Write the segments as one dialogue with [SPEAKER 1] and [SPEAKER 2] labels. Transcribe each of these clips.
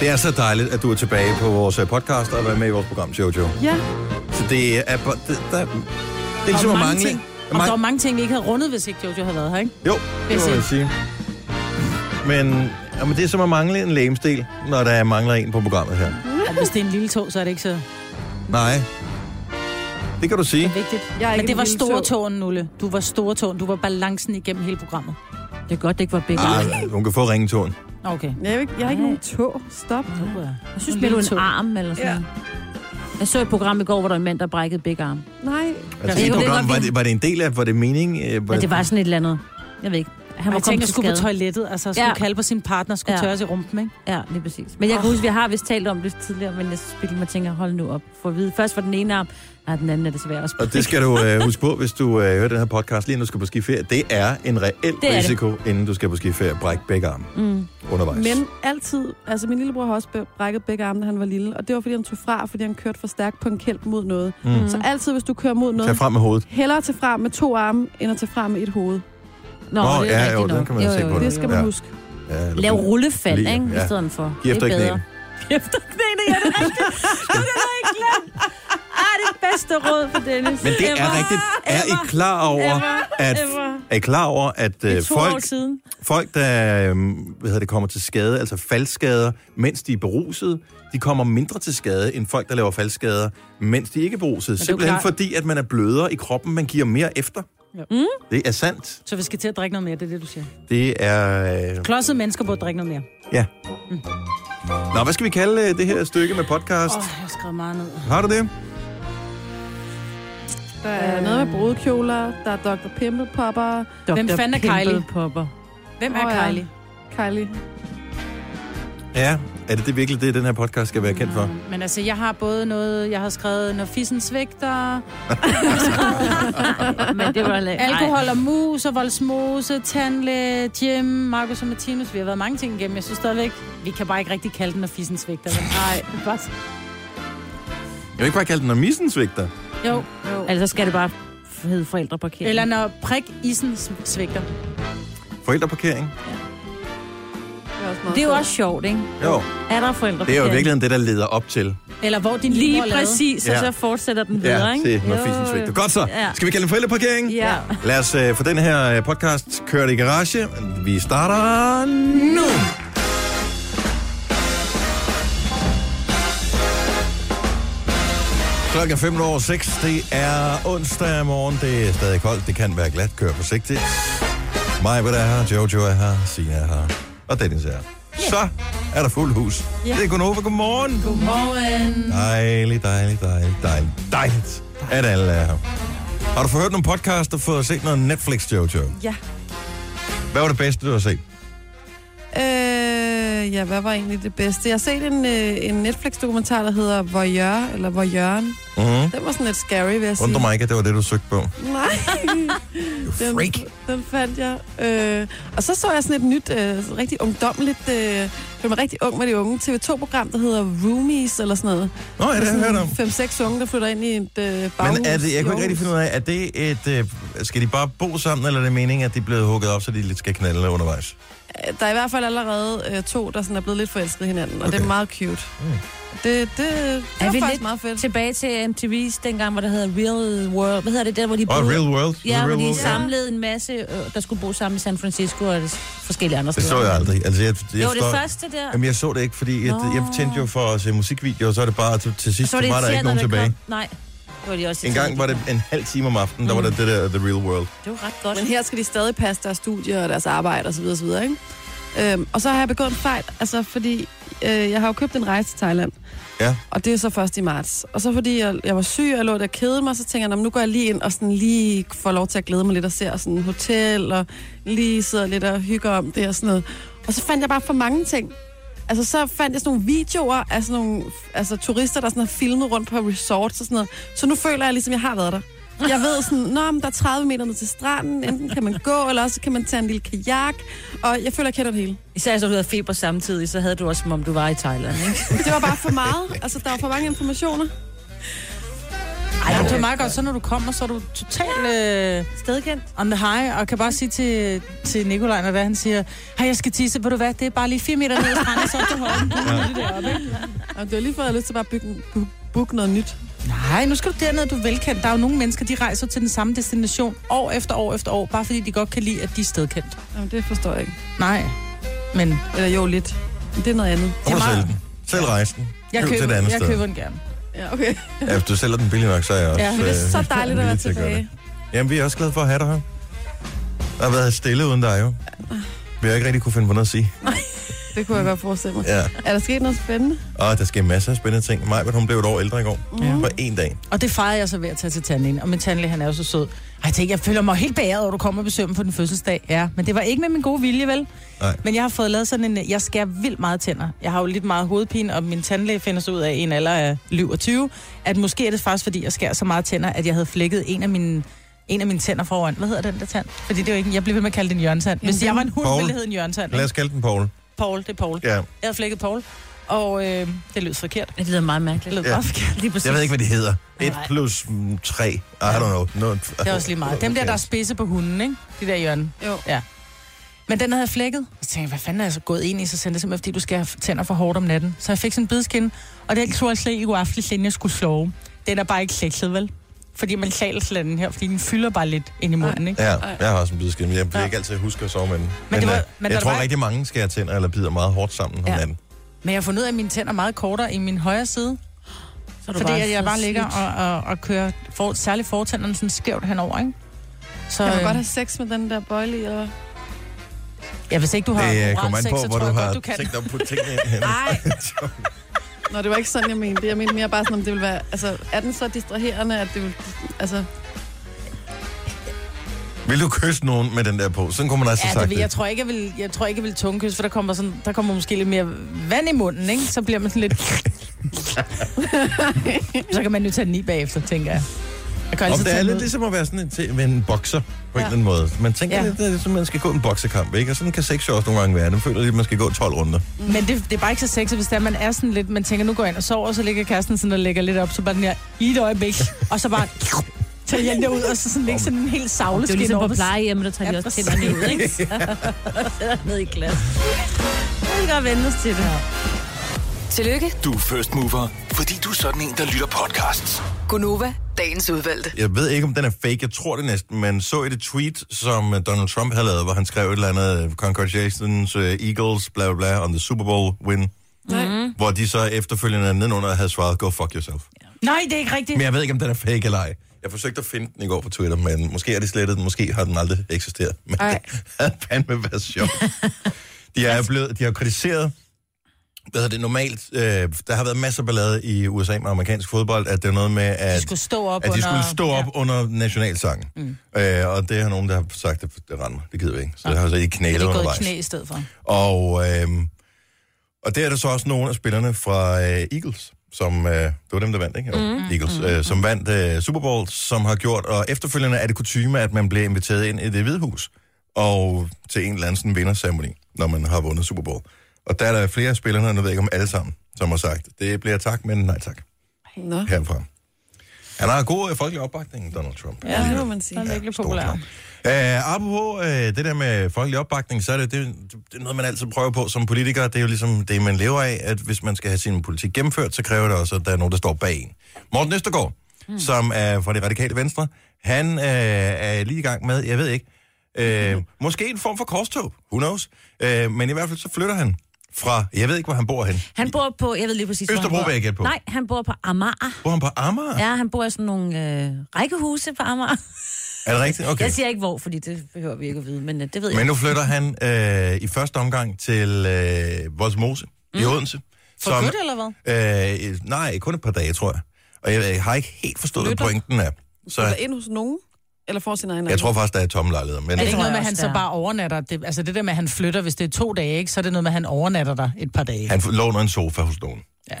[SPEAKER 1] Det er så dejligt, at du er tilbage på vores øh, podcast og er med i vores program, Jojo.
[SPEAKER 2] Ja.
[SPEAKER 1] Så det er... bare- Det, der, det er ligesom at
[SPEAKER 2] og mange
[SPEAKER 1] mangle...
[SPEAKER 2] ting.
[SPEAKER 1] at
[SPEAKER 2] Og der var
[SPEAKER 1] man-
[SPEAKER 2] mange ting, vi ikke havde rundet, hvis ikke Jojo havde været her, ikke?
[SPEAKER 1] Jo, det
[SPEAKER 2] Hvis
[SPEAKER 1] må man
[SPEAKER 2] ikke.
[SPEAKER 1] sige. Men, jamen, det er som at mangle en lægemsdel, når der mangler en på programmet her.
[SPEAKER 2] Og hvis det er en lille tog, så er det ikke så
[SPEAKER 1] Nej. Det kan du sige.
[SPEAKER 2] vigtigt.
[SPEAKER 3] Jeg er ikke
[SPEAKER 2] Men det
[SPEAKER 3] en
[SPEAKER 2] var
[SPEAKER 3] lille
[SPEAKER 2] store
[SPEAKER 3] tog.
[SPEAKER 2] tåen, Nulle. Du var store tåen. Du var balancen igennem hele programmet. Det er godt, det ikke var begge.
[SPEAKER 1] Ah, hun kan få ringetonen.
[SPEAKER 2] Okay.
[SPEAKER 3] Jeg har ikke, jeg har ikke nogen tog. Stop.
[SPEAKER 2] Nu er-
[SPEAKER 4] Jeg synes,
[SPEAKER 2] En
[SPEAKER 4] det er
[SPEAKER 2] lille
[SPEAKER 4] en
[SPEAKER 2] tog.
[SPEAKER 4] arm eller sådan
[SPEAKER 3] Ja.
[SPEAKER 4] noget. Jeg så et program i går, hvor der var en mand, der brækkede begge arme.
[SPEAKER 3] Nej.
[SPEAKER 1] Altså,
[SPEAKER 4] Ja,
[SPEAKER 1] et
[SPEAKER 4] det kan
[SPEAKER 1] program,
[SPEAKER 4] godt
[SPEAKER 1] var,
[SPEAKER 4] blive-
[SPEAKER 1] det, var det en del af, var det mening? Øh, var
[SPEAKER 4] Men det var sådan et eller andet. Jeg ved ikke. Han var
[SPEAKER 2] Jeg tænkte,
[SPEAKER 4] kommet
[SPEAKER 2] jeg
[SPEAKER 4] til
[SPEAKER 2] skulle på
[SPEAKER 4] skade.
[SPEAKER 2] toilettet, altså skulle
[SPEAKER 4] Ja.
[SPEAKER 2] kalde på sin partner, skulle
[SPEAKER 4] Ja.
[SPEAKER 2] tørres i rumpen, ikke?
[SPEAKER 4] Ja, lige præcis. Men jeg
[SPEAKER 2] Ah.
[SPEAKER 4] kan huske, vi har vist talt om det tidligere, men jeg spillede mig tænker, hold nu op. For at vide, først var den ene arm, nej, den anden er desværre også.
[SPEAKER 1] Og det skal du øh, huske på, hvis du øh, hører den her podcast lige nu skal på skiferie. Det er en reel
[SPEAKER 4] er det.
[SPEAKER 1] risiko, inden du skal på skiferie. Bræk begge arme
[SPEAKER 4] Mm.
[SPEAKER 1] undervejs.
[SPEAKER 3] Men altid, altså min lillebror har også bæ- brækket begge arme, da han var lille, og det var, fordi han tog fra, fordi han kørte for stærkt på en kælp mod noget.
[SPEAKER 1] Mm.
[SPEAKER 3] Mm. Så altid, hvis du kører mod
[SPEAKER 1] Tag
[SPEAKER 3] noget,
[SPEAKER 1] frem med hovedet.
[SPEAKER 3] hellere tage fra med to arme, end at tage fra med et hoved.
[SPEAKER 1] Nå,
[SPEAKER 4] Nå, det er
[SPEAKER 1] ja,
[SPEAKER 4] rigtigt
[SPEAKER 1] jo,
[SPEAKER 4] nok.
[SPEAKER 1] den kan man se på
[SPEAKER 3] Det skal
[SPEAKER 1] Ja.
[SPEAKER 3] man huske.
[SPEAKER 1] Ja, eller
[SPEAKER 4] Lav
[SPEAKER 1] brug-
[SPEAKER 4] rullefald,
[SPEAKER 1] lige-
[SPEAKER 4] ikke?
[SPEAKER 1] ja.
[SPEAKER 4] I stedet for.
[SPEAKER 1] Giv efter
[SPEAKER 4] det er
[SPEAKER 1] i
[SPEAKER 4] bedre.
[SPEAKER 1] knæene.
[SPEAKER 4] Giv efter knæene, ja, det er rigtigt. Det er ikke glemt. Ah, det bedste råd for Dennis.
[SPEAKER 1] Men det er rigtigt. Er I klar over, at, er I klar over, at øh,
[SPEAKER 4] Det er to år
[SPEAKER 1] folk,
[SPEAKER 4] siden.
[SPEAKER 1] folk, der øhm, hvad hedder det, kommer til skade, altså faldskader, mens de er beruset, de kommer mindre til skade end folk, der laver faldskader, mens de ikke er beruset.
[SPEAKER 2] jo
[SPEAKER 1] Simpelthen
[SPEAKER 2] klart.
[SPEAKER 1] fordi, at man er blødere i kroppen, man giver mere efter.
[SPEAKER 2] Ja.
[SPEAKER 1] Mm. Det er sandt.
[SPEAKER 2] Så vi skal til at drikke noget mere, det er det, du siger.
[SPEAKER 1] Det er... Øh,
[SPEAKER 2] Klodsede mennesker burde drikke noget mere.
[SPEAKER 1] ja. Nå, hvad skal vi kalde øh, det her stykke med podcast?
[SPEAKER 2] Åh, oh, jeg har skrevet meget ned.
[SPEAKER 1] Har du det?
[SPEAKER 3] Der er noget med brudekjoler, der er Dr. Pimple Popper,
[SPEAKER 2] Hvem
[SPEAKER 4] Dr.
[SPEAKER 2] fanden er Kylie?
[SPEAKER 4] Pimple Popper.
[SPEAKER 2] Hvem er
[SPEAKER 3] Åh, ja.
[SPEAKER 2] Kylie?
[SPEAKER 3] Kylie.
[SPEAKER 1] Ja. Er det, det virkelig det, den her podcast skal være kendt for?
[SPEAKER 2] Men altså, jeg har både noget, jeg har skrevet, når fissen svigter,
[SPEAKER 4] Men det var heller ikke-
[SPEAKER 2] alkohol og mus og voldsmose, tandlæge, Jim, Markus og Martinus. Vi har været mange ting igennem. Jeg synes stadigvæk, vi kan bare ikke rigtig kalde den, når fissen svigter. Nej, godt.
[SPEAKER 1] Jeg vil ikke bare kalde den, når missen svigter.
[SPEAKER 2] Jo, jo.
[SPEAKER 4] Ej. Altså skal det bare f- hedde forældreparkering.
[SPEAKER 2] Eller når prik isen svigter.
[SPEAKER 1] Forældreparkering.
[SPEAKER 3] Det er også meget
[SPEAKER 4] det er jo
[SPEAKER 3] sjovt.
[SPEAKER 4] også sjovt, ikke?
[SPEAKER 1] Jo, det er
[SPEAKER 4] Er der
[SPEAKER 1] jo i
[SPEAKER 4] forældreparkering?
[SPEAKER 1] virkeligheden det, der leder op til.
[SPEAKER 2] Eller hvor din
[SPEAKER 4] Lige
[SPEAKER 2] livmor er lavet.
[SPEAKER 4] præcis, og
[SPEAKER 1] Ja.
[SPEAKER 4] så fortsætter den videre,
[SPEAKER 1] Ja,
[SPEAKER 4] ikke?
[SPEAKER 1] se, når
[SPEAKER 4] Jo,
[SPEAKER 1] fisen
[SPEAKER 4] jo.
[SPEAKER 1] svigter. Godt så.
[SPEAKER 4] Ja.
[SPEAKER 1] Skal vi kalde den forældreparkering?
[SPEAKER 3] Ja.
[SPEAKER 1] Lad os øh, få den her øh, podcast kørt i garage. Vi starter nu. Klokken er 5 over 6. Det er onsdag morgen. Det er stadig koldt. Det kan være glat. Kør forsigtigt. Maja er her, Jojo er her, Sina er her, og Dennis er her. Så er der fuld hus. Yeah. Det er Gunova. Godmorgen.
[SPEAKER 2] Godmorgen.
[SPEAKER 1] Dejligt, dejligt, dejligt, dejligt, dejligt, at alle er her. Har du fået hørt nogle podcast og fået set noget Netflix, Jojo?
[SPEAKER 3] Ja.
[SPEAKER 1] Hvad var det bedste, du har set?
[SPEAKER 3] Øh, ja, hvad var egentlig det bedste? Jeg har set en, øh, en Netflix-dokumentar, der hedder Voyeur, eller Voyeuren.
[SPEAKER 1] Mm-hmm.
[SPEAKER 3] Den var sådan lidt scary, vil jeg sige.
[SPEAKER 1] Undrer mig ikke, at det var det, du søgte på.
[SPEAKER 3] Nej.
[SPEAKER 1] You
[SPEAKER 3] Den,
[SPEAKER 1] freak.
[SPEAKER 3] den fandt jeg. Øh, og så så jeg sådan et nyt, øh, sådan rigtig ungdommeligt, øh, for man er rigtig ung med de unge, TV2-program, der hedder Roomies, eller sådan noget.
[SPEAKER 1] Nå, ja, det har jeg hørt om.
[SPEAKER 3] 5-6 unge, der flytter ind i et øh, baghus.
[SPEAKER 1] Men er det, jeg kunne ikke rigtig finde ud af, er det et... Øh, skal de bare bo sammen, eller er det meningen, at de er blevet hugget op, så de lidt skal knalde undervejs?
[SPEAKER 3] af... Der er i hvert fald allerede øh, to, der sådan er blevet lidt forelskede i hinanden, og okay. det
[SPEAKER 1] Okay.
[SPEAKER 3] er meget cute.
[SPEAKER 1] Mm.
[SPEAKER 3] Mm. Det, det, det er,
[SPEAKER 4] Er
[SPEAKER 3] er
[SPEAKER 4] vi
[SPEAKER 3] faktisk
[SPEAKER 4] lidt
[SPEAKER 3] meget fedt.
[SPEAKER 4] Tilbage til MTV's dengang, hvor der hedder Real World. Hvad hedder det der, hvor de
[SPEAKER 1] Og
[SPEAKER 4] boede-
[SPEAKER 1] Real World?
[SPEAKER 4] Ja,
[SPEAKER 1] real
[SPEAKER 4] hvor de
[SPEAKER 1] world.
[SPEAKER 4] samlede en masse, øh, der skulle bo sammen i San Francisco og det- forskellige andre
[SPEAKER 1] Det
[SPEAKER 4] steder.
[SPEAKER 1] så jeg aldrig. Altså, jeg, jeg
[SPEAKER 4] Det var
[SPEAKER 1] står-
[SPEAKER 4] det første der.
[SPEAKER 1] Jamen, jeg så det ikke, fordi jeg,
[SPEAKER 4] Nå.
[SPEAKER 1] jeg tændte jo for at se musikvideoer, og så er det bare til, til
[SPEAKER 4] Og
[SPEAKER 1] sidst, så
[SPEAKER 4] så
[SPEAKER 1] var der ikke
[SPEAKER 4] irriterende,
[SPEAKER 1] nogen
[SPEAKER 4] når
[SPEAKER 1] tilbage.
[SPEAKER 4] Kom. Nej, det var de også
[SPEAKER 1] En gang
[SPEAKER 4] irriterende,
[SPEAKER 1] var
[SPEAKER 4] de
[SPEAKER 1] det en halv time om aftenen, der var der det der The Real World.
[SPEAKER 4] kom. Det var ret godt.
[SPEAKER 3] Men her skal de stadig passe deres studier og deres arbejde osv. osv. Ikke? Øhm, og så har jeg begået en fejl, altså fordi øh, jeg har jo købt en rejse til Thailand.
[SPEAKER 1] Ja.
[SPEAKER 3] Og det er så først i marts. Og så fordi jeg, jeg var syg, og jeg lå der og kedede mig, så tænker jeg, "Nå, men nu går jeg lige ind og sådan lige får lov til at glæde mig lidt og ser sådan et hotel, og lige sidder lidt og hygger om det og sådan noget. Og så fandt jeg bare for mange ting. Altså, så fandt jeg sådan nogle videoer af sådan nogle altså, turister, der sådan har filmet rundt på resorts og sådan noget. Så nu føler jeg ligesom, jeg har været der. Jeg ved sådan, Nå, men der er 30 meter ned til stranden, enten kan man gå, eller også kan man tage en lille kajak, og jeg føler, jeg kender det hele.
[SPEAKER 4] Især så du havde feber samtidig, så havde du også, som om du var i Thailand, ikke?
[SPEAKER 3] Det var bare for meget. Altså, der var for mange informationer.
[SPEAKER 4] Ej,
[SPEAKER 1] Jo,
[SPEAKER 4] men
[SPEAKER 2] det er meget godt, så når du kommer, så er du totalt øh,
[SPEAKER 4] Stedkendt.
[SPEAKER 2] on the high, og kan bare sige til, til Nikolaj, når det er, han siger, hej, jeg skal tisse, ved du hvad, det er bare lige 4 meter ned ad stranden, så er du holden.
[SPEAKER 3] Og det har lige fået lyst til bare at bygge, bu- booke noget nyt.
[SPEAKER 2] Nej, nu skal du derned, du er velkendt. Der er jo nogle mennesker, de rejser til den samme destination år efter år efter år, bare fordi de godt kan lide, at de er stedkendt.
[SPEAKER 3] Jamen, det forstår jeg ikke.
[SPEAKER 2] Nej, men
[SPEAKER 3] Eller jo, lidt. Men Det er noget andet.
[SPEAKER 2] Det
[SPEAKER 1] Kom
[SPEAKER 2] er
[SPEAKER 1] og sælg
[SPEAKER 2] meget-
[SPEAKER 1] den. Sælg rejsen.
[SPEAKER 2] jeg
[SPEAKER 1] Køb til
[SPEAKER 2] køber,
[SPEAKER 1] et andet
[SPEAKER 2] jeg
[SPEAKER 1] sted.
[SPEAKER 2] køber den gerne.
[SPEAKER 3] Ja, okay.
[SPEAKER 1] Ja, hvis du sælger den billig nok, så er jeg også...
[SPEAKER 2] Ja, men
[SPEAKER 3] Det er
[SPEAKER 1] øh,
[SPEAKER 3] så dejligt at være
[SPEAKER 1] villig til at gøre
[SPEAKER 3] tilbage.
[SPEAKER 1] det. Jamen, vi er også glade for at have dig her. Der har været stille uden dig, jo. Vi har ikke rigtig kunne finde på noget at sige.
[SPEAKER 3] Det kunne jeg godt forestille mig.
[SPEAKER 1] Ja.
[SPEAKER 3] Er der sket noget spændende?
[SPEAKER 1] Og der sker masser af spændende ting. Maja, hun blev et år ældre i går.
[SPEAKER 2] Ja.
[SPEAKER 1] På en dag.
[SPEAKER 2] Og det fejrede jeg så ved at tage til tandlægen. Og min tandlæge, han er jo så sød. Og jeg tænkte, jeg føler mig helt bæret, over, at du kommer og besøger mig på din fødselsdag. Ja, men det var ikke med min gode vilje, vel?
[SPEAKER 1] Nej.
[SPEAKER 2] Men jeg har fået lavet sådan en... øh, Jeg skærer vildt meget tænder. Jeg har jo lidt meget hovedpine, og min tandlæge finder så ud af i en alder af liv og 20, at måske er det faktisk, fordi jeg skærer så meget tænder, at jeg havde flækket en af mine en af mine tænder foran. Hvad hedder den der tand? Fordi det er jo ikke, en- jeg blev ved med at kalde det en hjørntand. Hvis
[SPEAKER 3] Jamen,
[SPEAKER 2] jeg var en hund,
[SPEAKER 1] Poul.
[SPEAKER 2] ville det hedde en hjørntand.
[SPEAKER 1] Lad os kalde den Paul.
[SPEAKER 2] Paul, det er Paul.
[SPEAKER 1] Ja.
[SPEAKER 2] Jeg havde flækket Paul, og øh, det lød forkert.
[SPEAKER 4] Ja, det lyder meget mærkeligt.
[SPEAKER 2] Det lød
[SPEAKER 1] Ja.
[SPEAKER 2] ja. meget forkert.
[SPEAKER 4] Lige præcis.
[SPEAKER 1] Jeg ved ikke, hvad de hedder. Et
[SPEAKER 2] Nej.
[SPEAKER 1] plus mm, tre. I don't know. Noget.
[SPEAKER 2] Det er også lige meget. Dem der, der er spidse på hunden, ikke? De der hjørne.
[SPEAKER 3] Jo.
[SPEAKER 2] Men den havde jeg flækket. Så tænkte jeg, hvad fanden er jeg så gået ind i? Så sendte jeg simpelthen, fordi du skal have tænder for hårdt om natten. Så jeg fik sådan en bidskin, og den tror jeg slet ikke i går aftes, inden jeg skulle sove. Den er bare ikke slægtet, vel? Fordi man taler slet den her, fordi den fylder bare lidt ind i munden, ikke?
[SPEAKER 1] Ja, jeg har også en bidskid, men jeg kan
[SPEAKER 2] Ja.
[SPEAKER 1] ikke altid huske at sove med den.
[SPEAKER 2] Men det var-
[SPEAKER 1] øh,
[SPEAKER 2] men
[SPEAKER 1] jeg
[SPEAKER 2] der
[SPEAKER 1] tror
[SPEAKER 2] var-
[SPEAKER 1] rigtig mange skærer tænder eller bider meget hårdt sammen om
[SPEAKER 2] Ja.
[SPEAKER 1] natten.
[SPEAKER 2] Men jeg har fundet ud af, at mine tænder er meget kortere i min højre side.
[SPEAKER 4] Så er du
[SPEAKER 2] Fordi bare jeg
[SPEAKER 4] så
[SPEAKER 2] bare ligger
[SPEAKER 4] slidt.
[SPEAKER 2] og, og, og kører for, særligt fortænderne sådan skævt henover, ikke? Så
[SPEAKER 3] Kan man
[SPEAKER 2] øh,
[SPEAKER 3] godt have sex med den der bøjle i, eller hvad?
[SPEAKER 2] ja, hvis ikke du har
[SPEAKER 1] Det øh,
[SPEAKER 2] oral
[SPEAKER 1] kommer an
[SPEAKER 2] sex,
[SPEAKER 1] på,
[SPEAKER 2] så
[SPEAKER 1] hvor
[SPEAKER 2] tror
[SPEAKER 1] du
[SPEAKER 2] jeg
[SPEAKER 1] har
[SPEAKER 2] godt, du kan.
[SPEAKER 1] tænkt dig at putte tingene ind henne.
[SPEAKER 2] Nej,
[SPEAKER 3] Nå, det var ikke sådan, jeg mente. Jeg mente mere bare sådan, om det ville være... Altså, er den så distraherende, at det vil... Altså,
[SPEAKER 1] Vil du kysse nogen med den der på? Sådan kunne man altså
[SPEAKER 2] Ja, det
[SPEAKER 1] sagt
[SPEAKER 2] vil,
[SPEAKER 1] det.
[SPEAKER 2] jeg tror ikke, jeg vil, jeg tror ikke, jeg vil tungekys, for der kommer, sådan, der kommer måske lidt mere vand i munden, ikke? Så bliver man sådan lidt... så kan man jo tage den i bagefter, tænker jeg. Jeg kan
[SPEAKER 1] Om
[SPEAKER 2] altid
[SPEAKER 1] det er
[SPEAKER 2] tage den
[SPEAKER 1] lidt
[SPEAKER 2] ud.
[SPEAKER 1] ligesom at være sådan en, til, med en bokser på ja. en
[SPEAKER 3] Ja.
[SPEAKER 1] eller anden måde. Man tænker ja.
[SPEAKER 2] Ja.
[SPEAKER 1] lidt, at det er som, man skal gå en boksekamp, ikke? Og sådan kan sex jo også nogle gange være. Den føler lidt, at man skal gå 12 runder.
[SPEAKER 2] Men det, det, er bare ikke så sexet, hvis det er, man er sådan lidt... Man tænker, nu går jeg ind og sover, og så ligger kæresten sådan og lægger lidt op, så bare den her i et øjeblik, og så bare tager jeg den derud, og så sådan ligger sådan en helt
[SPEAKER 4] Det er jo
[SPEAKER 2] savleskin
[SPEAKER 4] ligesom
[SPEAKER 2] over.
[SPEAKER 4] på plejehjemmet, der tager de
[SPEAKER 2] Ja,
[SPEAKER 4] også
[SPEAKER 2] præcis.
[SPEAKER 4] tænderne ud, ikke? Så sætter ned i glas. Jeg kan godt vende os til det.
[SPEAKER 5] Tillykke,
[SPEAKER 6] Du er first mover, fordi du er sådan en, der lytter podcasts.
[SPEAKER 5] Gunova, dagens udvalgte.
[SPEAKER 1] Jeg ved ikke, om den er fake. Jeg tror det næsten. Man så et tweet, som øh, Donald Trump havde lavet, hvor han skrev et eller andet, øh, congratulations, øh, Eagles, bla bla bla, on the Super Bowl win.
[SPEAKER 3] nej.
[SPEAKER 4] Mhm.
[SPEAKER 1] Hvor de så efterfølgende nedenunder havde svaret, go fuck yourself.
[SPEAKER 2] Nej, det er ikke rigtigt.
[SPEAKER 1] Men jeg ved ikke, om den er fake eller ej. Jeg forsøgte at finde den i går på Twitter, men måske er det slettet, den, måske har den aldrig eksisteret. Men
[SPEAKER 3] Ej.
[SPEAKER 1] det havde fandme været sjovt. De er blevet, de har kritiseret, hvad hedder det normalt, øh, der har været masser af ballade i USA med amerikansk fodbold, at det er noget med, at
[SPEAKER 2] De skulle stå op
[SPEAKER 1] at de
[SPEAKER 2] under-
[SPEAKER 1] skulle stå op
[SPEAKER 2] Ja.
[SPEAKER 1] ja. under nationalsangen. Mm. Øh, og det har nogen, der har sagt, at det render mig. Det gider vi ikke. Så det har så ikke knælet
[SPEAKER 2] Det er gået
[SPEAKER 1] undervejs.
[SPEAKER 2] i knæ i stedet for.
[SPEAKER 1] Og, øh, og der er der så også nogle af spillerne fra øh, Eagles, som, øh, det var dem, der vandt, ikke? Jo, mm, Eagles, øh, som vandt øh, Super Bowl, som har gjort, og efterfølgende er det kutume, at man bliver inviteret ind i det hvide hus, og til en eller anden sådan vinderceremoni, når man har vundet Super Bowl. Og der er der flere af spillerne, og nu ved jeg ikke om alle sammen, som har sagt, det bliver tak, men nej tak,
[SPEAKER 3] Nå.
[SPEAKER 1] herfra. Han har god øh, folkelig opbakning, Donald Trump.
[SPEAKER 3] Ja, det må man sige.
[SPEAKER 2] Han er virkelig
[SPEAKER 1] stor
[SPEAKER 2] populær.
[SPEAKER 1] klovn. Øh, apropos øh, det der med folkelig opbakning, så er det, det, det er noget, man altid prøver på som politiker. Det er jo ligesom det, man lever af, at hvis man skal have sin politik gennemført, så kræver det også, at der er nogen, der står bag en. Morten Østergaard,
[SPEAKER 4] Hmm.
[SPEAKER 1] mm. som er fra det radikale venstre, han øh, er lige i gang med, jeg ved ikke, øh, mm. måske en form for korstog, who knows, øh, men i hvert fald så flytter han fra, jeg ved ikke, hvor han bor hen.
[SPEAKER 4] Han bor på, jeg ved lige præcis,
[SPEAKER 1] Østerbro
[SPEAKER 4] hvor han
[SPEAKER 1] vil
[SPEAKER 4] bor.
[SPEAKER 1] jeg gætte på. Ah.
[SPEAKER 4] Nej, han bor på Amager.
[SPEAKER 1] Bor han på Amager? Ja.
[SPEAKER 4] Ja, han bor i sådan nogle øh, rækkehuse på Amager.
[SPEAKER 1] Er det rigtigt? Okay.
[SPEAKER 4] Jeg siger ikke hvor, fordi det behøver vi ikke at vide, men øh, det ved
[SPEAKER 1] Men
[SPEAKER 4] jeg.
[SPEAKER 1] nu flytter han øh, i første omgang til øh, Voldemose mm. i Odense.
[SPEAKER 2] For godt, eller hvad?
[SPEAKER 1] hvad? Øh, nej, kun et par dage, tror jeg. Og jeg, jeg har ikke helt forstået, hvad
[SPEAKER 3] Flytter.
[SPEAKER 1] pointen er. Så
[SPEAKER 3] Eller ind hos nogen? Eller får sin egen
[SPEAKER 1] jeg tror faktisk, der er tomme lejligheder. Men,
[SPEAKER 2] Er det
[SPEAKER 4] tror
[SPEAKER 2] ikke noget
[SPEAKER 4] jeg
[SPEAKER 2] med, at han
[SPEAKER 4] også,
[SPEAKER 2] så
[SPEAKER 4] det er.
[SPEAKER 2] bare overnatter? Det, altså det der med, at han flytter, hvis det er to dage, ikke, så er det noget med, at han overnatter dig et par dage.
[SPEAKER 1] Han f- låner en sofa hos nogen.
[SPEAKER 2] Ja.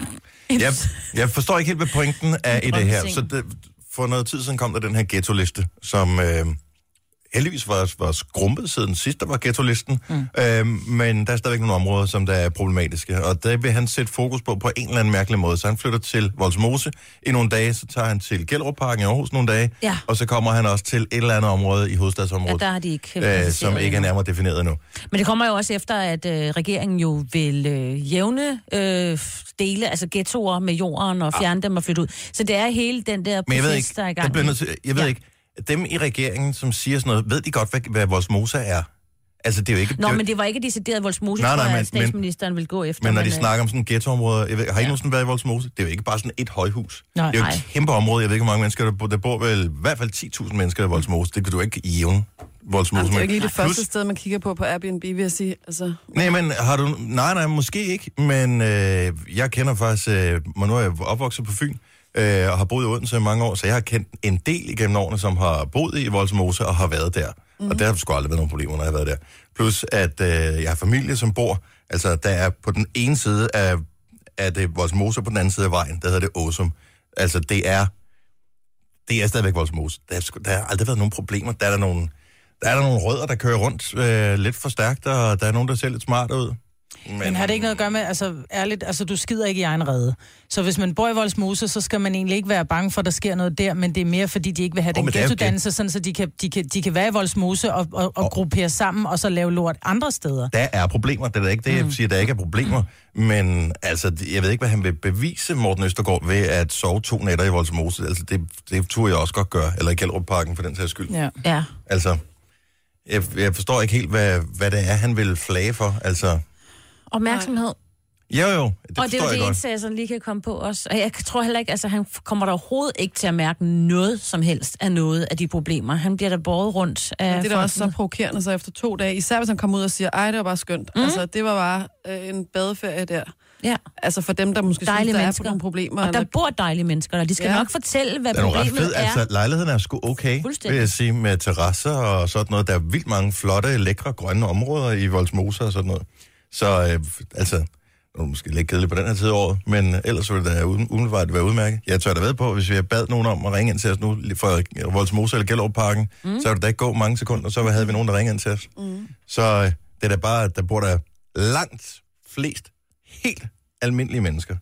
[SPEAKER 1] Jeg, jeg forstår ikke helt, hvad pointen er i det her.
[SPEAKER 4] drømmeseng.
[SPEAKER 1] Så det, for noget tid siden kom der den her ghetto-liste, som øh, heldigvis var, var skrumpet siden sidst, der var ghetto-listen. Mm. Øhm, men der er stadigvæk nogle områder, som der er problematiske. Og der vil han sætte fokus på på en eller anden mærkelig måde. Så han flytter til Voldsmose i nogle dage, så tager han til Gellerupparken i Aarhus nogle dage.
[SPEAKER 4] Ja.
[SPEAKER 1] Og så kommer han også til et eller andet område i hovedstadsområdet,
[SPEAKER 4] Ja, der har de ikke
[SPEAKER 1] øh, som
[SPEAKER 4] præciseret
[SPEAKER 1] ikke er
[SPEAKER 4] endnu.
[SPEAKER 1] nærmere defineret endnu.
[SPEAKER 4] Men det kommer jo også efter, at øh, regeringen jo vil øh, jævne øh, dele, altså ghettoer med jorden og fjerne dem og flytte ud. Så det er hele den der
[SPEAKER 1] Ah. Men jeg
[SPEAKER 4] proces,
[SPEAKER 1] ved ikke,
[SPEAKER 4] der er i
[SPEAKER 1] der
[SPEAKER 4] gang.
[SPEAKER 1] bliver
[SPEAKER 4] i.
[SPEAKER 1] nødt til, jeg ved
[SPEAKER 4] Ja.
[SPEAKER 1] ja. ikke, dem i regeringen, som siger sådan noget, ved de godt, hvad, hvad Voldsmose er? Altså, det er jo ikke...
[SPEAKER 4] Nå,
[SPEAKER 1] det, er jo-
[SPEAKER 4] men det var ikke decideret Voldsmose,
[SPEAKER 1] Nej,
[SPEAKER 4] tror
[SPEAKER 1] nej,
[SPEAKER 4] jeg,
[SPEAKER 1] men-
[SPEAKER 4] at statsministeren ville gå efter.
[SPEAKER 1] Men når de
[SPEAKER 4] øh,
[SPEAKER 1] snakker om sådan ghettoområder, jeg ved, har I ja. nogensinde været i Voldsmose? Det er jo ikke bare sådan et højhus.
[SPEAKER 2] Nej.
[SPEAKER 1] det er jo
[SPEAKER 4] Nej.
[SPEAKER 1] et kæmpe område. Jeg ved ikke, hvor mange mennesker der bor. Der bor vel i hvert fald 10.000 mennesker i Voldsmose. Det kan du ikke jævne Voldsmose.
[SPEAKER 3] Jamen, Altså, det er jo
[SPEAKER 1] med.
[SPEAKER 3] ikke lige det
[SPEAKER 1] Plus-
[SPEAKER 3] første sted, man kigger på på Airbnb, vil jeg sige. Altså,
[SPEAKER 1] Nej, men har du... Nej, nej, måske ikke, men øh, jeg kender faktisk... Øh, men nu er jeg opvokset på Fyn, øh, og har boet i Odense i mange år, så jeg har kendt en del igennem årene, som har boet i Voldsmose og har været der. Mm. Og der har sgu aldrig været nogen problemer, når jeg har været der. Plus, at øh, jeg har familie, som bor... Altså, der er på den ene side af, af det Voldsmose, og på den anden side af vejen, der hedder det Åsum. Altså, det er... Det er stadigvæk Voldsmose. Der, er sgu- der har aldrig været nogen problemer. Der er der nogle... Der er der nogle rødder, der kører rundt øh, lidt for stærkt, og der er nogen, der ser lidt smart ud.
[SPEAKER 2] Men har det ikke noget at gøre med, altså ærligt, altså du skider ikke i egen redde. Så hvis man bor i Voldsmose, så skal man egentlig ikke være bange for, at der sker noget der, men det er mere, fordi de ikke vil have
[SPEAKER 1] Åh,
[SPEAKER 2] oh, den
[SPEAKER 1] men det er jo
[SPEAKER 2] ghettodannelse, sådan så de kan, de, kan, de kan være i Voldsmose og, og, og gruppere sammen, og så lave lort andre steder.
[SPEAKER 1] Der er problemer, det er da ikke det, jeg siger, der ikke er problemer. Men altså, det- jeg ved ikke, hvad han vil bevise, Morten Østergaard, ved at sove to nætter i Voldsmose. Altså, det, det turde jeg også godt gøre. Eller i Kjellrup-parken, for den sags skyld.
[SPEAKER 2] Ja.
[SPEAKER 4] Ja.
[SPEAKER 1] Altså, jeg, jeg forstår ikke helt, hvad, hvad det er, han vil flage for. Altså,
[SPEAKER 4] Opmærksomhed.
[SPEAKER 1] jo jo, det
[SPEAKER 4] Det og det
[SPEAKER 1] forstår
[SPEAKER 4] er jo
[SPEAKER 1] jeg
[SPEAKER 4] det
[SPEAKER 1] godt.
[SPEAKER 4] eneste, jeg sådan lige kan komme på også. Og jeg tror heller ikke, altså han f- kommer der overhovedet ikke til at mærke noget som helst af noget af de problemer. Han bliver da båret rundt af
[SPEAKER 3] Men det er da også så
[SPEAKER 4] folkene.
[SPEAKER 3] provokerende så efter to dage. Især hvis han kommer ud og siger, ej, det var bare skønt.
[SPEAKER 2] Mhm.
[SPEAKER 3] Mm. Altså, det var bare øh, en badeferie der.
[SPEAKER 4] Ja.
[SPEAKER 3] Altså for dem, der måske
[SPEAKER 4] Dejlige
[SPEAKER 3] synes, der
[SPEAKER 4] mennesker.
[SPEAKER 3] er på nogle problemer.
[SPEAKER 4] Og der
[SPEAKER 3] eller...
[SPEAKER 4] bor dejlige mennesker der. De skal ja.
[SPEAKER 3] Ja.
[SPEAKER 4] nok fortælle, hvad
[SPEAKER 1] Den er jo ret
[SPEAKER 4] problemet
[SPEAKER 1] fed.
[SPEAKER 4] er.
[SPEAKER 1] Altså, lejligheden er sgu okay,
[SPEAKER 4] Fuldstændig.
[SPEAKER 1] vil jeg sige, med terrasser og sådan noget. Der er vildt mange flotte, lækre, grønne områder i Voldsmose og sådan noget. Så øh, altså, nu er det måske lidt kedeligt på den her tid af året, men ellers ville det da uden- umiddelbart være udmærket. Jeg tør da ved på, hvis vi bad nogen om at ringe ind til os nu lige fra Voldsmose eller Gellerup-parken, mm. så ville det da ikke gå mange sekunder, så havde vi nogen, der ringede ind til os. Mm. Så øh, det er da bare, at der bor der langt flest helt almindelige mennesker.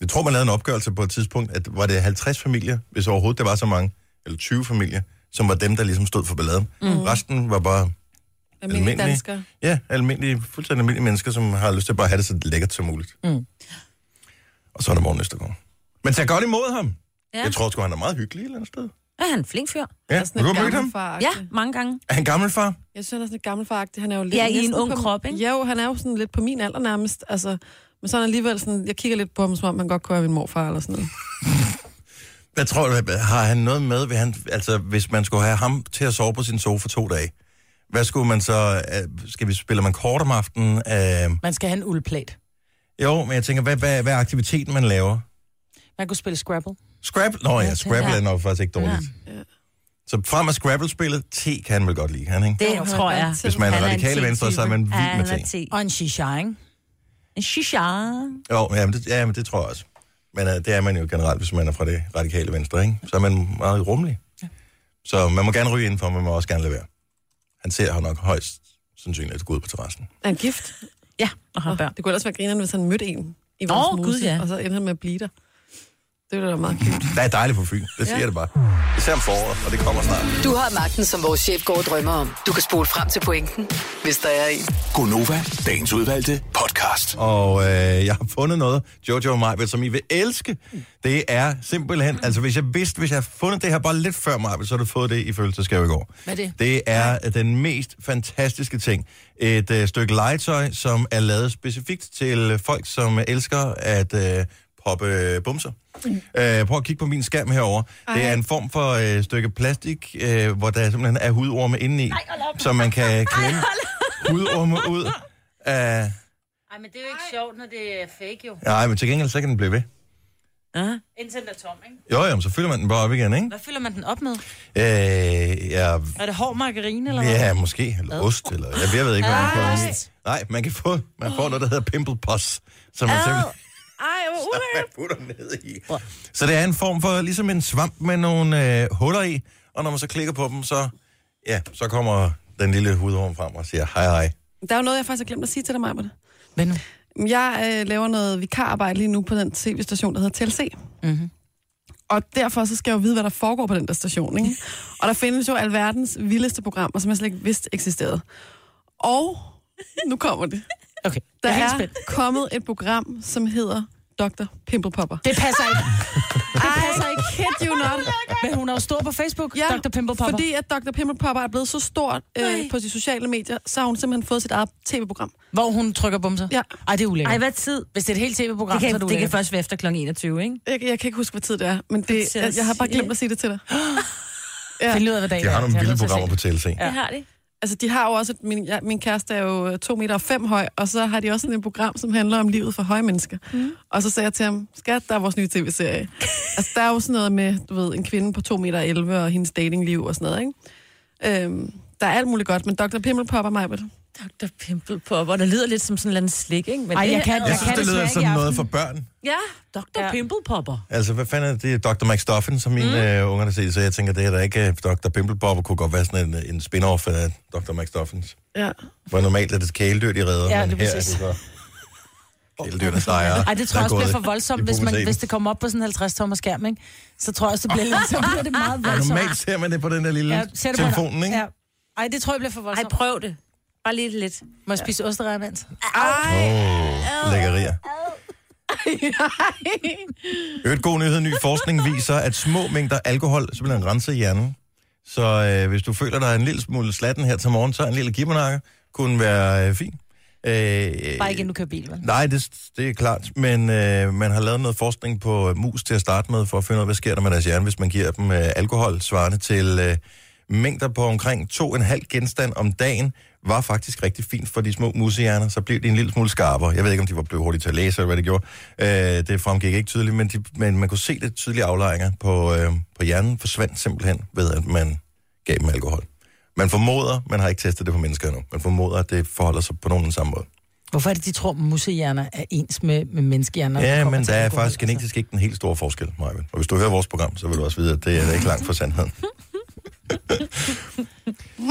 [SPEAKER 1] Jeg tror, man lavede en opgørelse på et tidspunkt, at var det 50 familier, hvis overhovedet der var så mange, eller 20 familier, som var dem, der ligesom stod for balladen. Mm. Resten var bare
[SPEAKER 3] Almindelige
[SPEAKER 1] almindelige.
[SPEAKER 3] danskere.
[SPEAKER 1] ja, almindelige, fuldstændig almindelige mennesker, som har lyst til bare at have det så lækkert som muligt. Mm. Og så er der Morten Østergaard. Men tag godt imod ham. Ja.
[SPEAKER 4] Ja.
[SPEAKER 1] Jeg tror sgu, han er meget hyggelig et eller andet sted.
[SPEAKER 4] Er han en flink fyr?
[SPEAKER 1] Ja,
[SPEAKER 3] Sådan
[SPEAKER 1] har du
[SPEAKER 3] lidt
[SPEAKER 1] mødt ham?
[SPEAKER 3] gammelfaragtig.
[SPEAKER 4] Ja, mange gange.
[SPEAKER 1] Er han gammel far?
[SPEAKER 3] Jeg synes, han er sådan lidt gammelfaragtig. Han er jo lidt...
[SPEAKER 4] Ja, i en
[SPEAKER 3] næsten
[SPEAKER 4] ung
[SPEAKER 3] på-
[SPEAKER 4] krop, ikke?
[SPEAKER 3] Ja, jo, han er jo sådan lidt på min alder nærmest. Altså, men så er han alligevel sådan... Jeg kigger lidt på ham, som om han godt kunne være min morfar eller sådan noget.
[SPEAKER 1] Hvad tror du, hvad- har han noget med, vil han, altså, hvis man skulle have ham til at sove på sin sofa to dage? Hvad skulle man så, øh, skal vi spille man kort om aftenen? Øh,
[SPEAKER 2] Man skal have en uldplæt.
[SPEAKER 1] jo, men jeg tænker, hvad, hvad, hvad er aktiviteten, man laver?
[SPEAKER 2] Man kunne spille Scrabble.
[SPEAKER 1] Scrabble? Nå ja,
[SPEAKER 2] tænker-
[SPEAKER 1] Scrabble er nok faktisk ikke dårligt.
[SPEAKER 3] Ja. Ja.
[SPEAKER 1] Så frem af Scrabble-spillet, te kan han vel godt lide, han, ikke?
[SPEAKER 4] Det
[SPEAKER 3] Jo, han er
[SPEAKER 4] tror
[SPEAKER 3] vant
[SPEAKER 4] jeg.
[SPEAKER 3] til
[SPEAKER 1] Hvis man er
[SPEAKER 4] Han en
[SPEAKER 1] radikale
[SPEAKER 4] te-type.
[SPEAKER 1] venstre, så er man vild
[SPEAKER 4] Ja, han
[SPEAKER 1] med
[SPEAKER 4] er
[SPEAKER 1] te.
[SPEAKER 2] Og en shisha, ikke?
[SPEAKER 4] En shisha.
[SPEAKER 1] Jo, ja, men det, ja, men det tror jeg også. Men øh, det er man jo generelt, hvis man er fra det radikale venstre, ikke? Så er man meget rummelig. Så man må gerne ryge indenfor, men man må også gerne lade være. Han ser her nok højst sandsynligt gå ud på terrassen.
[SPEAKER 3] Er han gift?
[SPEAKER 4] Ja, og har børn.
[SPEAKER 3] Det kunne ellers være grineren, hvis han mødte en i
[SPEAKER 4] Nå,
[SPEAKER 3] vores
[SPEAKER 4] Gud, ja.
[SPEAKER 3] og så endte han med at blive der. Det ville da være meget cute.
[SPEAKER 1] Det er dejligt på Fyn, det siger ja. det bare. Især om foråret, og det kommer snart.
[SPEAKER 5] Du har magten, som vores chef går og drømmer om. Du kan spole frem til pointen, hvis der er en.
[SPEAKER 6] Gonova, dagens udvalgte podcast.
[SPEAKER 1] Og øh, jeg har fundet noget, Jojo og Majbet, som I vil elske. Det er simpelthen, altså hvis jeg vidste, hvis jeg havde fundet det her bare lidt før Majbet, så havde du fået det i følelsesgave i går.
[SPEAKER 2] Hvad er det?
[SPEAKER 1] Det er den mest fantastiske ting. Et øh, stykke legetøj, som er lavet specifikt til øh, folk, som øh, elsker at øh, poppe øh, bumser.
[SPEAKER 4] Mm.
[SPEAKER 1] Øh, prøv at kigge på min skærm herover. Det er en form for øh, stykke plastik, øh, hvor der simpelthen er hudorme indeni, som man kan klemme hudorme ud af...
[SPEAKER 7] Ej, men det er jo ikke sjovt, når det er fake, jo.
[SPEAKER 1] Nej, men til gengæld så kan den blive ved.
[SPEAKER 7] Indtil den er tom, ikke?
[SPEAKER 1] Jo, jo, men så fylder man den bare op igen, ikke?
[SPEAKER 2] Hvad fylder man den op med?
[SPEAKER 1] Øh, ja,
[SPEAKER 2] Er det hård margarine, eller hvad?
[SPEAKER 1] ja, måske. Eller ost, eller... Jeg, jeg ved ikke, hvad man får. den i. Nej, man kan få man får noget, der hedder pimple pus, som man simpelthen
[SPEAKER 4] Ej, hvor
[SPEAKER 1] man putter ned i. Så det er en form for ligesom en svamp med nogle øh, huller i, og når man så klikker på dem, så Ja, så kommer den lille hudorm frem og siger, hej hej.
[SPEAKER 2] Mhm.
[SPEAKER 3] Der er jo noget, jeg faktisk har glemt at sige til dig, Maja.
[SPEAKER 2] Hvad nu?
[SPEAKER 3] Jeg øh, laver noget vikararbejde lige nu på den tv-station, der hedder TLC.
[SPEAKER 2] Mhm.
[SPEAKER 3] Og derfor så skal jeg jo vide, hvad der foregår på den der station. Ikke? Og der findes jo alverdens vildeste programmer, som jeg slet ikke vidste eksisterede. Og nu kommer det.
[SPEAKER 2] Okay,
[SPEAKER 3] Der
[SPEAKER 2] jeg
[SPEAKER 3] er,
[SPEAKER 2] helt
[SPEAKER 3] er
[SPEAKER 2] spændt.
[SPEAKER 3] kommet et program, som hedder Dr. Pimple Popper.
[SPEAKER 2] Det passer ikke.
[SPEAKER 3] Ej, altså, I kid you not.
[SPEAKER 2] Men hun er jo stor på Facebook, ja, Dr. Pimple Popper.
[SPEAKER 3] Fordi at Dr. Pimple Popper er blevet så stort øh,
[SPEAKER 4] Nej.
[SPEAKER 3] på de sociale medier, så har hun simpelthen fået sit eget tv-program.
[SPEAKER 2] Hvor hun trykker bumser?
[SPEAKER 3] Ja.
[SPEAKER 2] Ej, det er ulækkert.
[SPEAKER 4] Ej, hvad tid?
[SPEAKER 2] Hvis det er et helt tv-program,
[SPEAKER 4] Det
[SPEAKER 2] så er det
[SPEAKER 4] kan, det kan
[SPEAKER 2] ulækkert.
[SPEAKER 4] først være efter kl. 21, ikke?
[SPEAKER 3] Jeg, jeg kan ikke huske, hvad tid det er, men det,
[SPEAKER 4] Til at
[SPEAKER 3] jeg, jeg har bare
[SPEAKER 4] sige-
[SPEAKER 3] glemt at sige det til dig.
[SPEAKER 2] Ja.
[SPEAKER 3] Ja.
[SPEAKER 2] Finde ud af, hvad dagen
[SPEAKER 1] De har
[SPEAKER 2] er,
[SPEAKER 1] nogle
[SPEAKER 2] så jeg
[SPEAKER 1] vilde
[SPEAKER 2] er nødt til at
[SPEAKER 1] programmer på
[SPEAKER 2] se.
[SPEAKER 1] TLC.
[SPEAKER 2] Ja.
[SPEAKER 4] Det har de.
[SPEAKER 3] Altså, de har jo også, et, min, ja, min kæreste er jo øh, to meter og fem høj, og så har de også sådan et program, som handler om livet for høje mennesker. Mm. Og så sagde jeg til ham, skat, der er vores nye tv-serie. altså, der er jo sådan noget med, du ved, en kvinde på to meter og 11 og hendes datingliv og sådan noget, ikke? Øhm, der er alt muligt godt, men Dr. Pimmel popper mig på det.
[SPEAKER 4] Dr. Pimple Popper, der lyder lidt som sådan en eller anden slik, ikke? Men
[SPEAKER 2] Ej,
[SPEAKER 4] det
[SPEAKER 2] jeg
[SPEAKER 4] er-
[SPEAKER 2] kan-
[SPEAKER 1] Jeg synes,
[SPEAKER 2] kan
[SPEAKER 1] det
[SPEAKER 2] desværre
[SPEAKER 1] lyder
[SPEAKER 2] ikke
[SPEAKER 1] som
[SPEAKER 2] i
[SPEAKER 1] noget
[SPEAKER 2] aften.
[SPEAKER 1] for børn.
[SPEAKER 4] Ja, Dr.
[SPEAKER 2] Ja.
[SPEAKER 4] Pimple Popper.
[SPEAKER 1] Altså, hvad fanden er det? Dr. McStuffin, som mine mm. øh, unger der ser, så jeg tænker, det her der ikke øh, Dr. Pimplebobber kunne godt være sådan en, en spin-off af Dr. McStuffins.
[SPEAKER 3] Ja.
[SPEAKER 1] Hvor normalt er det kæledyr, de redder,
[SPEAKER 2] Ja,
[SPEAKER 1] men
[SPEAKER 2] det er
[SPEAKER 1] her er det
[SPEAKER 2] præcis.
[SPEAKER 1] så kæledyrene sejre.
[SPEAKER 2] Ej, det tror jeg også bliver for voldsomt, hvis, man, hvis
[SPEAKER 1] det
[SPEAKER 2] det kommer op på sådan en 50 tommer skærm, ikke? Så tror jeg også, det bliver, lidt, så bliver det meget voldsomt.
[SPEAKER 1] Normalt ser man det på den der lille
[SPEAKER 2] Ja,
[SPEAKER 1] ja,
[SPEAKER 2] sæt det på
[SPEAKER 1] telefonen,
[SPEAKER 2] dig.
[SPEAKER 1] ikke?
[SPEAKER 2] Ja. Ej, det tror jeg bliver for
[SPEAKER 4] Ej,
[SPEAKER 2] voldsomt. Ej,
[SPEAKER 4] prøv det. Bare lige lidt.
[SPEAKER 2] Må jeg spise osterrejer imens?
[SPEAKER 1] Åh, oh, lækkerier. Øvrigt god nyhed, ny forskning viser, at små mængder alkohol simpelthen renser hjernen. Så øh, hvis du føler dig en lille smule slatten her til morgen, så en lille gibbernakke kunne være øh, fin. Øh,
[SPEAKER 2] Bare ikke, inden du kører bil, vel?
[SPEAKER 1] Nej, det, det er klart, men øh, man har lavet noget forskning på øh, mus til at starte med, for at finde ud af, hvad sker der med deres hjerne, hvis man giver dem øh, alkohol svarende til øh, mængder på omkring 2,5 genstand om dagen, var faktisk rigtig fint for de små musehjerner. Så blev de en lille smule skarpere. Jeg ved ikke, om de var blevet hurtige til at læse, eller hvad det gjorde. Øh, det fremgik ikke tydeligt, men, de, men man kunne se det tydelige aflejringer på, øh, på hjernen forsvandt simpelthen ved, at man gav dem alkohol. Man formoder, man har ikke testet det på mennesker endnu, man formoder, at det forholder sig på nogen samme måde.
[SPEAKER 2] Hvorfor er det, de tror, at musehjerner er ens med, med menneskehjerner? når det
[SPEAKER 1] Ja,
[SPEAKER 2] kommer
[SPEAKER 1] men
[SPEAKER 2] til
[SPEAKER 1] der er
[SPEAKER 2] alkohol,
[SPEAKER 1] faktisk
[SPEAKER 2] altså.
[SPEAKER 1] genetisk ikke den helt store forskel, Marvin. Og hvis du hører vores program, så vil du også vide, at det er ikke langt fra sandheden.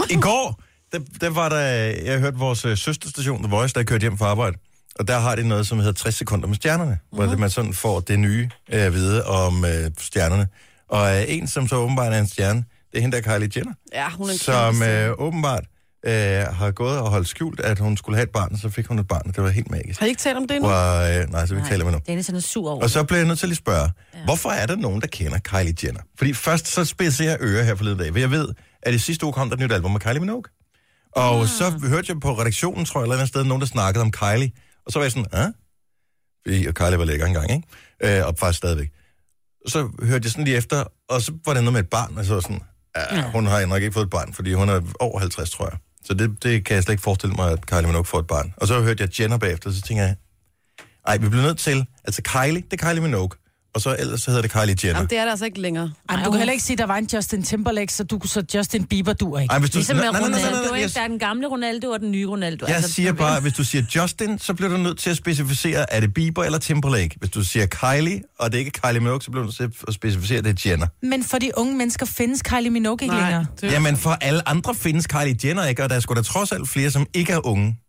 [SPEAKER 1] I går, der, der var der, jeg hørte vores øh, søsterstation, The Voice, der kørte hjem fra arbejde. Og der har de noget, som hedder 60 sekunder med stjernerne, mm-hmm.
[SPEAKER 3] Mhm.
[SPEAKER 1] hvor det- man sådan får det nye øh, at vide om øh, stjernerne. Og øh, en, som så åbenbart er en stjerne, det er hende der Kylie Jenner,
[SPEAKER 3] Ja, hun er en
[SPEAKER 1] som
[SPEAKER 3] kæmpe
[SPEAKER 1] øh, åbenbart øh, har gået og holdt skjult, at hun skulle have et barn, og så fik hun et barn, og det var helt magisk.
[SPEAKER 3] Har I ikke talt om det endnu?
[SPEAKER 1] Hvor, øh, nej, så vi ikke taler med nu.
[SPEAKER 4] Dennis han er sur over.
[SPEAKER 1] Og
[SPEAKER 4] det.
[SPEAKER 1] så bliver jeg nødt til at lige spørge, ja. hvorfor er der nogen, der kender Kylie Jenner? Fordi først så spidser jeg ører her forleden dag, for jeg ved, at i sidste uge kom der et nyt album med Kylie Minogue. Og ja. så hørte jeg på redaktionen, tror jeg, eller et eller andet sted, nogen, der snakkede om Kylie. Og så var jeg sådan, ah? Fordi og Kylie var lækker engang, ikke? Øh, og faktisk stadigvæk. Så hørte jeg sådan lige efter, og så var det noget med et barn, og så var jeg sådan, ah, hun har nok ikke fået et barn, fordi hun er over 50, tror jeg. Så det, det kan jeg slet ikke forestille mig, at Kylie Minogue får et barn. Og så hørte jeg Jenner bagefter, så tænker jeg, ej, vi bliver nødt til, altså Kylie, det er Kylie Minogue, og så ellers så hedder det Kylie Jenner.
[SPEAKER 3] Jamen, det er det altså ikke længere.
[SPEAKER 2] Ej, men du kan heller ikke sige, at der var en Justin Timberlake, så, du, så Justin Bieber du ikke.
[SPEAKER 1] Ej, hvis du...
[SPEAKER 4] Ligesom med
[SPEAKER 1] nej, nej, nej, nej,
[SPEAKER 4] Ronaldo,
[SPEAKER 1] nej,
[SPEAKER 4] ikke? Der
[SPEAKER 1] jeg,
[SPEAKER 4] er den gamle Ronaldo og den nye Ronaldo.
[SPEAKER 3] altså
[SPEAKER 4] altså.
[SPEAKER 1] jeg siger bare, hvis du siger Justin, så bliver du nødt til at specificere, er det Bieber eller Timberlake. Hvis du siger Kylie, og det er ikke Kylie Minogue, så bliver du nødt til at specificere, at det er Jenner.
[SPEAKER 2] Men for de unge mennesker findes Kylie Minogue ikke længere.
[SPEAKER 3] det,
[SPEAKER 1] Jamen, for alle andre findes Kylie Jenner ikke, og der er sgu da trods alt flere, som ikke er unge.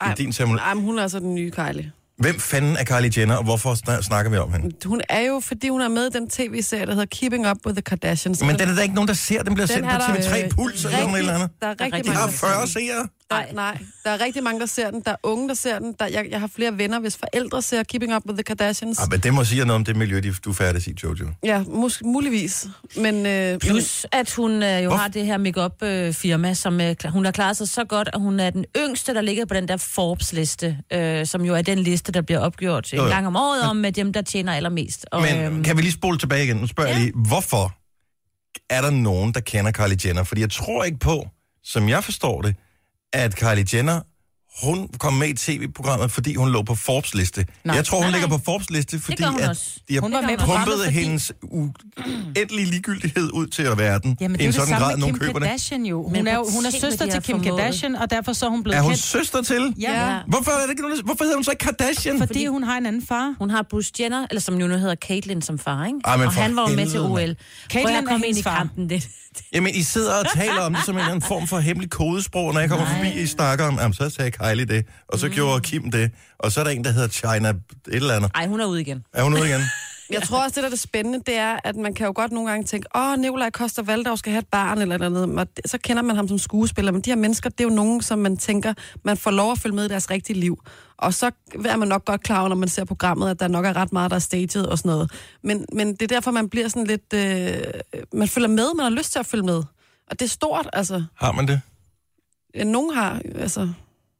[SPEAKER 3] ej,
[SPEAKER 1] din terminologi.
[SPEAKER 3] ej, men hun er altså den nye Kylie.
[SPEAKER 1] Hvem fanden er Kylie Jenner, og hvorfor sn- snakker vi om hende?
[SPEAKER 3] Hun er jo, fordi hun er med i den tv-serie, der hedder Keeping Up with the Kardashians.
[SPEAKER 1] Men den er der ikke nogen, der ser. Den bliver
[SPEAKER 3] Den
[SPEAKER 1] sendt på
[SPEAKER 3] er der,
[SPEAKER 1] TV3
[SPEAKER 3] øh,
[SPEAKER 1] Puls eller sådan et eller andet.
[SPEAKER 3] Der er rigtig,
[SPEAKER 4] rigtig
[SPEAKER 1] Der
[SPEAKER 3] mange,
[SPEAKER 1] er
[SPEAKER 3] der ser
[SPEAKER 1] 40
[SPEAKER 3] den.
[SPEAKER 1] seere.
[SPEAKER 3] Der, nej, der er rigtig mange, der ser den. Der er unge, der ser den. Der, jeg, jeg har flere venner, hvis forældre ser Keeping Up with the Kardashians.
[SPEAKER 1] Ah, men det må sige noget om det miljø, de- du færdes i, Jojo.
[SPEAKER 3] Ja, mus, muligvis. Men, øh,
[SPEAKER 4] Plus, at hun øh, jo har det her makeup øh, firma som øh, kla- hun har klaret sig så godt, at hun er den yngste, der ligger på den der Forbes-liste, øh, som jo er den liste, der bliver opgjort
[SPEAKER 1] Jo,
[SPEAKER 4] en
[SPEAKER 1] jo.
[SPEAKER 4] gang om året om øh, dem, der tjener allermest. Og, øh,
[SPEAKER 2] øhm,
[SPEAKER 1] Men kan vi lige spole tilbage igen? Nu spørger jeg lige, hvorfor er der nogen, der kender Kylie Jenner? Fordi jeg tror ikke på, som jeg forstår det, at Kylie Jenner, hun kom med i tv-programmet, fordi hun lå på Forbes' liste. Nej.
[SPEAKER 2] Nej.
[SPEAKER 1] Jeg tror, hun
[SPEAKER 4] Nej,
[SPEAKER 1] ligger
[SPEAKER 4] nej.
[SPEAKER 1] på Forbes' liste, fordi
[SPEAKER 4] gør hun
[SPEAKER 1] at
[SPEAKER 4] også.
[SPEAKER 1] de har
[SPEAKER 2] Hun var med i
[SPEAKER 1] pumpet
[SPEAKER 2] programmet,
[SPEAKER 1] fordi...
[SPEAKER 2] fordi-
[SPEAKER 1] hendes uendelige ligegyldighed ud til verden.
[SPEAKER 2] Jamen, det
[SPEAKER 1] i
[SPEAKER 2] er
[SPEAKER 1] en
[SPEAKER 2] jo det
[SPEAKER 1] sådan
[SPEAKER 2] samme
[SPEAKER 1] grad,
[SPEAKER 2] med
[SPEAKER 1] nogle
[SPEAKER 2] Kim
[SPEAKER 1] køber det.
[SPEAKER 2] Kardashian jo. Hun
[SPEAKER 4] Men
[SPEAKER 2] er, jo,
[SPEAKER 4] prøv
[SPEAKER 2] hun er
[SPEAKER 4] at se, hvad
[SPEAKER 2] søster
[SPEAKER 4] de
[SPEAKER 2] til
[SPEAKER 4] har
[SPEAKER 2] Kim
[SPEAKER 4] formået.
[SPEAKER 2] Kardashian, og derfor så er hun blevet
[SPEAKER 1] Er hun
[SPEAKER 2] kendt.
[SPEAKER 1] søster til?
[SPEAKER 2] Ja, ja,
[SPEAKER 4] Ja.
[SPEAKER 1] Hvorfor, er det ikke, nogen- hvorfor hedder hun så ikke Kardashian?
[SPEAKER 2] fordi hun har en anden far.
[SPEAKER 4] Hun har Bruce Jenner, eller som jo nu hedder Caitlyn som far, ikke?
[SPEAKER 1] Ej, men
[SPEAKER 4] og
[SPEAKER 1] for
[SPEAKER 4] han var jo med
[SPEAKER 1] helvede,
[SPEAKER 4] til
[SPEAKER 1] mand.
[SPEAKER 4] OL. Prøv
[SPEAKER 2] Caitlyn
[SPEAKER 4] at
[SPEAKER 2] er
[SPEAKER 4] komme ind
[SPEAKER 2] hendes
[SPEAKER 4] i
[SPEAKER 2] far.
[SPEAKER 4] kampen lidt.
[SPEAKER 1] Jamen, I sidder og taler om det som en eller anden form for hemmelig kodesprog, når jeg kommer Nej. forbi, I snakker om, jamen, så sagde Kylie det, og så mm. gjorde Kim det, og så er der en, der hedder China et eller andet.
[SPEAKER 4] Ej, hun er ude igen.
[SPEAKER 1] Er hun ude igen?
[SPEAKER 3] Jeg tror også, det der er det spændende, det er, at man kan jo godt nogle gange tænke, åh, Nikolaj Koster Valdau skal have et barn eller noget, og det- så kender man ham som skuespiller, men de her mennesker, det er jo nogen, som man tænker, man får lov at følge med i deres rigtige liv. Og så er man nok godt klar over, når man ser programmet, at der nok er ret meget, der er staged og sådan noget. Men, men det er derfor, man bliver sådan lidt... Øh, man følger med, man har lyst til at følge med. Og det er stort, altså.
[SPEAKER 1] Har man det?
[SPEAKER 3] Nogen har, altså...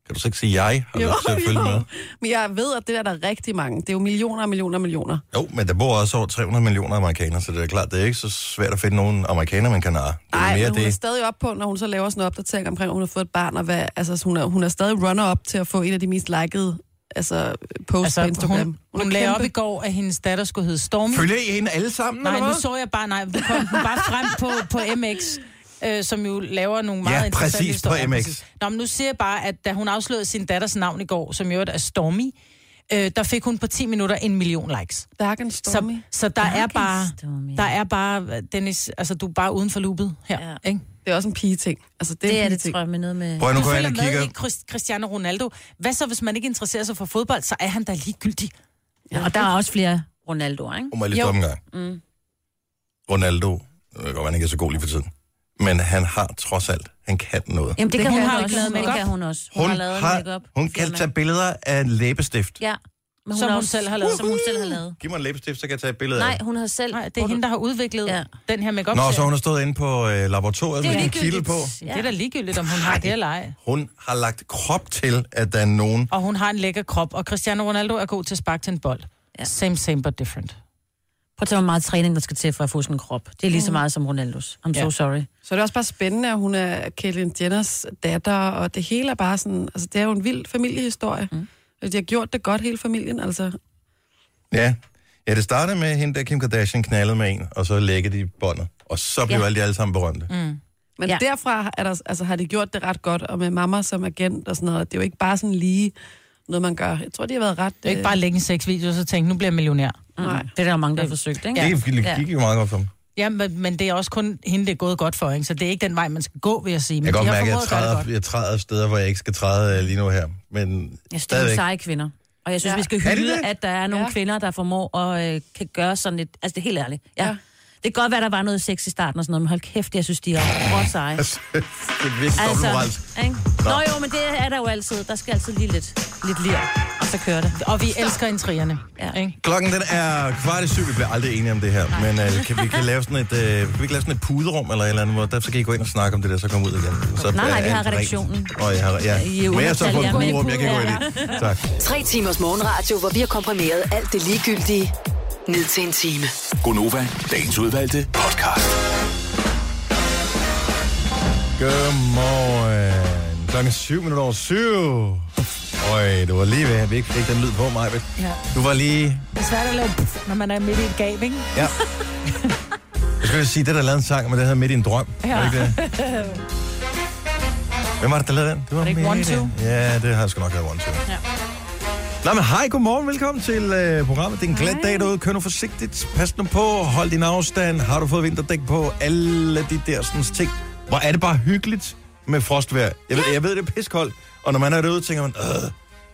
[SPEAKER 1] Kan du så ikke sige, jeg har lyst til at følge med?
[SPEAKER 3] Men jeg ved, at det der, der er rigtig mange. Det er jo millioner og millioner og millioner.
[SPEAKER 1] Jo, men der bor også over 300 millioner amerikanere, så det er klart, det er ikke så svært at finde nogen amerikanere, man kan narre. Det er
[SPEAKER 3] Nej,
[SPEAKER 1] mere
[SPEAKER 3] men hun er
[SPEAKER 1] det.
[SPEAKER 3] stadig op på, når hun så laver sådan en opdatering omkring, at hun har fået et barn, og hvad, altså, så hun, er, hun er stadig runner-up til at få en af de mest likede altså, posts altså, på
[SPEAKER 2] Altså,
[SPEAKER 3] Instagram.
[SPEAKER 2] hun, hun, hun
[SPEAKER 3] er
[SPEAKER 2] lagde op
[SPEAKER 3] kæmpe.
[SPEAKER 2] i går, at hendes datter skulle hedde Stormy.
[SPEAKER 1] Følger I hende alle sammen,
[SPEAKER 2] Nej,
[SPEAKER 1] eller
[SPEAKER 2] nu
[SPEAKER 1] hvad?
[SPEAKER 2] så jeg bare, nej, vi kom den bare frem på, på MX, øh, som jo laver nogle meget
[SPEAKER 1] Ja,
[SPEAKER 2] interessante
[SPEAKER 1] præcis,
[SPEAKER 2] historier.
[SPEAKER 1] på MX.
[SPEAKER 2] Nå, men nu siger jeg bare, at da hun afslørede sin datters navn i går, som jo er Stormy, øh, der fik hun på 10 minutter en million likes.
[SPEAKER 3] Darken Stormy.
[SPEAKER 2] Så, så der, er
[SPEAKER 4] Darken
[SPEAKER 2] bare,
[SPEAKER 4] Stormy.
[SPEAKER 2] der er bare, Dennis, altså du er bare uden for loopet her, ja.
[SPEAKER 4] Ja.
[SPEAKER 2] ikke?
[SPEAKER 3] Det er også en pige-ting. Altså, det er,
[SPEAKER 4] Det er
[SPEAKER 3] en
[SPEAKER 4] det,
[SPEAKER 3] pige-ting.
[SPEAKER 4] tror jeg, med noget med...
[SPEAKER 1] Prøv at nu
[SPEAKER 2] Du
[SPEAKER 1] går jeg
[SPEAKER 2] følger
[SPEAKER 1] ind og
[SPEAKER 2] med
[SPEAKER 1] kigger.
[SPEAKER 2] i Christ- Cristiano Ronaldo. Hvad så, hvis man ikke interesserer sig for fodbold, så er han da ligegyldig.
[SPEAKER 4] Ja, og der er også flere Ronaldoer, ikke?
[SPEAKER 1] Hun må jeg lige
[SPEAKER 2] Jo.
[SPEAKER 1] stoppe en gang. Mm. Ronaldo, øh, og han ikke er så god lige for tiden, men han har trods alt, han kan noget.
[SPEAKER 4] Jamen, det, det kan hun,
[SPEAKER 2] hun har
[SPEAKER 4] hun
[SPEAKER 2] ikke
[SPEAKER 4] også.
[SPEAKER 2] lavet
[SPEAKER 4] Det
[SPEAKER 2] makeup.
[SPEAKER 4] kan hun også. Hun,
[SPEAKER 1] Hun,
[SPEAKER 4] har lavet makeup.
[SPEAKER 1] hun kan tage billeder af en læbestift.
[SPEAKER 4] Ja. Men
[SPEAKER 2] Som
[SPEAKER 4] har
[SPEAKER 2] hun
[SPEAKER 4] også-
[SPEAKER 2] selv har lavet.
[SPEAKER 4] Som hun selv har lavet.
[SPEAKER 1] Giv mig en læbestift, så kan jeg tage et billede
[SPEAKER 4] Nej,
[SPEAKER 1] af det.
[SPEAKER 4] hun har selv...
[SPEAKER 2] Nej, det er hende, der har udviklet ja.
[SPEAKER 4] Ja.
[SPEAKER 2] den her make-up.
[SPEAKER 1] Nå, så hun har stået inde på øh, laboratoriet med en kilde på.
[SPEAKER 2] Det er da ligegyldigt, om hun har det eller ej.
[SPEAKER 1] Hun har lagt krop til, at der er nogen,
[SPEAKER 2] Og hun har en lækker krop, og Cristiano Ronaldo er god til at sparke til en bold. Ja.
[SPEAKER 4] Ja.
[SPEAKER 2] Same, same, but different.
[SPEAKER 4] Prøv at tage, hvor meget træning, der skal til for at få sådan en krop. Det er lige så meget som Ronaldos. I'm
[SPEAKER 2] Ja.
[SPEAKER 4] so sorry.
[SPEAKER 3] Så er det også bare spændende, at hun er Caitlyn Jenners datter, og det hele er bare sådan... Altså, det er jo en vild familiehistorie. Mm. De har gjort det godt, hele familien, altså.
[SPEAKER 1] Ja. Ja, det startede med hende, der Kim Kardashian knaldede med en, og så lægger de båndet. Og så blev ja.
[SPEAKER 4] Ja.
[SPEAKER 1] alle de alle sammen berømte. Mm.
[SPEAKER 3] Men ja.
[SPEAKER 4] Ja.
[SPEAKER 3] derfra er der, altså, har de gjort det ret godt, og med mamma som agent og sådan noget. Det er jo ikke bare sådan lige noget, man gør. Jeg tror, de har været ret... øh,
[SPEAKER 2] Det er ikke bare at lægge en sexvideo, og så tænke, nu bliver jeg millionær.
[SPEAKER 3] Nej.
[SPEAKER 4] Mm. Det er der jo mange, der har forsøgt, ikke?
[SPEAKER 1] Det gik- det gik jo meget godt for dem.
[SPEAKER 2] Ja, men, men det er også kun hende, det er gået godt for, ikke? Så det er ikke den vej, man skal gå, vil jeg sige. Men
[SPEAKER 1] Jeg kan
[SPEAKER 2] de
[SPEAKER 1] godt
[SPEAKER 2] har
[SPEAKER 1] mærke, at jeg
[SPEAKER 2] formået gøre det
[SPEAKER 1] træder, jeg træder steder, hvor jeg ikke skal træde øh, lige nu her. Men
[SPEAKER 4] Jeg synes, det er
[SPEAKER 1] stadigvæk.
[SPEAKER 4] seje kvinder. Og jeg synes,
[SPEAKER 3] Ja.
[SPEAKER 4] ja. vi skal
[SPEAKER 1] Er det
[SPEAKER 4] hylde,
[SPEAKER 1] det?
[SPEAKER 4] at der er nogle
[SPEAKER 3] Ja.
[SPEAKER 4] ja. kvinder, der formår at øh, kan gøre sådan et... Altså, det er helt ærligt. Ja.
[SPEAKER 3] Ja.
[SPEAKER 4] ja. Det kan godt være, der var noget sex i starten og sådan noget, men hold kæft, jeg synes, de er råt seje.
[SPEAKER 1] Altså, det er virkelig altså... dobbeltmoralsk.
[SPEAKER 4] ikke? Nå jo, men det er der jo altid. Der skal altid lige lidt, lidt lir, og så kører det.
[SPEAKER 2] Og vi elsker intrigerne,
[SPEAKER 4] Ja.
[SPEAKER 2] ikke?
[SPEAKER 1] Klokken den er kvart i syv. Vi bliver aldrig enige om det her. Men øh, kan, vi, kan, lave sådan et, øh, kan vi ikke lave sådan et puderum eller et eller andet, hvor der så kan I gå ind og snakke om det der, så kom ud igen. Så øh,
[SPEAKER 4] Nej, nej,
[SPEAKER 1] er
[SPEAKER 4] vi har
[SPEAKER 1] alt rent.
[SPEAKER 4] redaktionen.
[SPEAKER 1] Åh, jeg har, ja.
[SPEAKER 4] I er
[SPEAKER 1] Men jeg er så på et
[SPEAKER 4] undertal, ja.
[SPEAKER 1] puderum, jeg kan gå ind i. Tak.
[SPEAKER 5] Tre timers morgenradio, hvor vi har komprimeret alt det ligegyldige ned til en time.
[SPEAKER 6] Gonova, dagens udvalgte podcast.
[SPEAKER 1] Godmorgen. Klokken er syv minutter over syv. Øj, det var lige ved, at vi ikke fik den lyd på mig.
[SPEAKER 2] Ja.
[SPEAKER 1] Du var lige...
[SPEAKER 2] Det er svært at lave, pff, når man er midt i et gab, ikke?
[SPEAKER 1] Ja. Jeg skulle sige, det der lavede en sang, men det hedder Midt i en drøm. Ja. Var det ikke det? Hvem var det, der lavede den? Det var,
[SPEAKER 2] det ikke
[SPEAKER 1] Midt i
[SPEAKER 2] One Two?
[SPEAKER 1] en- Ja, det har jeg sgu nok været One Two. Ja. Nå, men hej, godmorgen, velkommen til øh, programmet. Det er en glad dag derude. Kør nu forsigtigt, pas nu på, hold din afstand. Har du fået vinterdæk på? Alle de der sådan ting. Hvor er det bare hyggeligt med frostvejr. Jeg ved, jeg ved det er piskoldt, og når man er derude, tænker man, øh,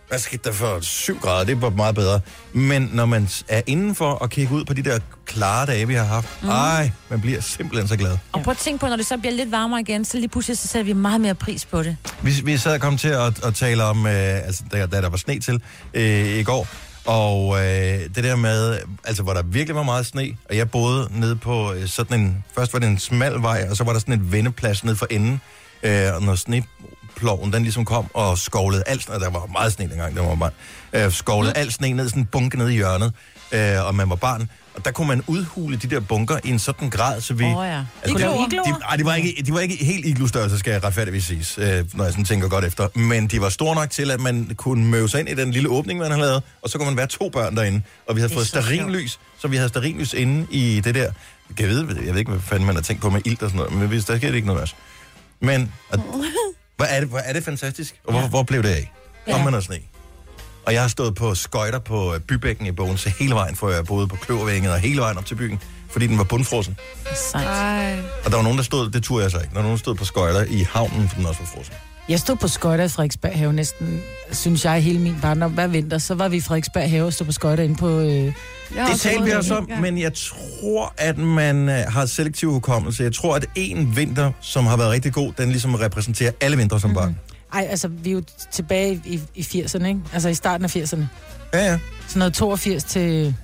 [SPEAKER 1] hvad skete der for 7 grader? Det var meget bedre. Men når man er indenfor og kigger ud på de der klare dage, vi har haft, mm. ej, man bliver simpelthen så glad.
[SPEAKER 4] Og prøv at tænke på, når det så bliver lidt varmere igen, så lige pludselig så sætter vi meget mere pris på det.
[SPEAKER 1] Vi, vi sad og kom til at, at tale om, øh, altså, da, da der var sne til øh, i går, og øh, det der med, altså hvor der virkelig var meget sne, og jeg boede nede på øh, sådan en, først var det en smal vej, og så var der sådan en vendeplads nede for enden, øh, og når sneploven den ligesom kom og skovlede al sne, og der var meget sne dengang, der var barn, øh, skovlede
[SPEAKER 4] Mm.
[SPEAKER 1] al sne ned, i sådan en bunke nede i hjørnet, øh, og man var barn, og der kunne man udhule de der bunker i en sådan grad, så vi...
[SPEAKER 4] Åh, ja.
[SPEAKER 1] Altså,
[SPEAKER 2] Igloer.
[SPEAKER 1] det- De, ej, de var ikke, de var ikke helt iglo-størrelse, skal jeg retfærdigvis siges, øh, når jeg sådan tænker godt efter. Men de var store nok til, at man kunne møve sig ind i den lille åbning, man havde lavet, og så kunne man være to børn derinde. Og vi havde fået sterinlys, så vi havde sterinlys inde i det der. Jeg ved, jeg ved ikke, hvad fanden man har tænkt på med ilt og sådan noget, men hvis der sker det ikke noget værst. Men og, hvor, er det, hvor er det fantastisk, og hvor, hvor blev det af? Kom man og sne. Og jeg har stået på skøjter på øh, bybækken i Bogense hele vejen, for jeg boede på Kløvervænget og hele vejen op til byen, fordi den var bundfrossen.
[SPEAKER 2] Sejt.
[SPEAKER 3] Ej.
[SPEAKER 1] Og der var nogen, der stod, det turde jeg så ikke, når nogen stod på skøjter i havnen, for den også var frossen.
[SPEAKER 8] Jeg stod på skøjter i Frederiksberg Have næsten, synes jeg, hele min barndom. Hver vinter, så var vi i Frederiksberg Have og stod på skøjter inde på... Øh,
[SPEAKER 3] Jeg har
[SPEAKER 1] Det
[SPEAKER 3] også
[SPEAKER 1] talte
[SPEAKER 3] prøvet
[SPEAKER 1] vi
[SPEAKER 3] det
[SPEAKER 1] også
[SPEAKER 3] en
[SPEAKER 1] om,
[SPEAKER 3] gang.
[SPEAKER 1] men jeg tror, at man øh, har selektiv hukommelse. Jeg tror, at en vinter, som har været rigtig god, den ligesom repræsenterer alle vintre som barn.
[SPEAKER 2] Mhm.
[SPEAKER 8] ej, altså, vi er jo tilbage i, i 80'erne, ikke? Altså, i starten af 80'erne.
[SPEAKER 1] Ja, ja.
[SPEAKER 8] Sådan noget 82 til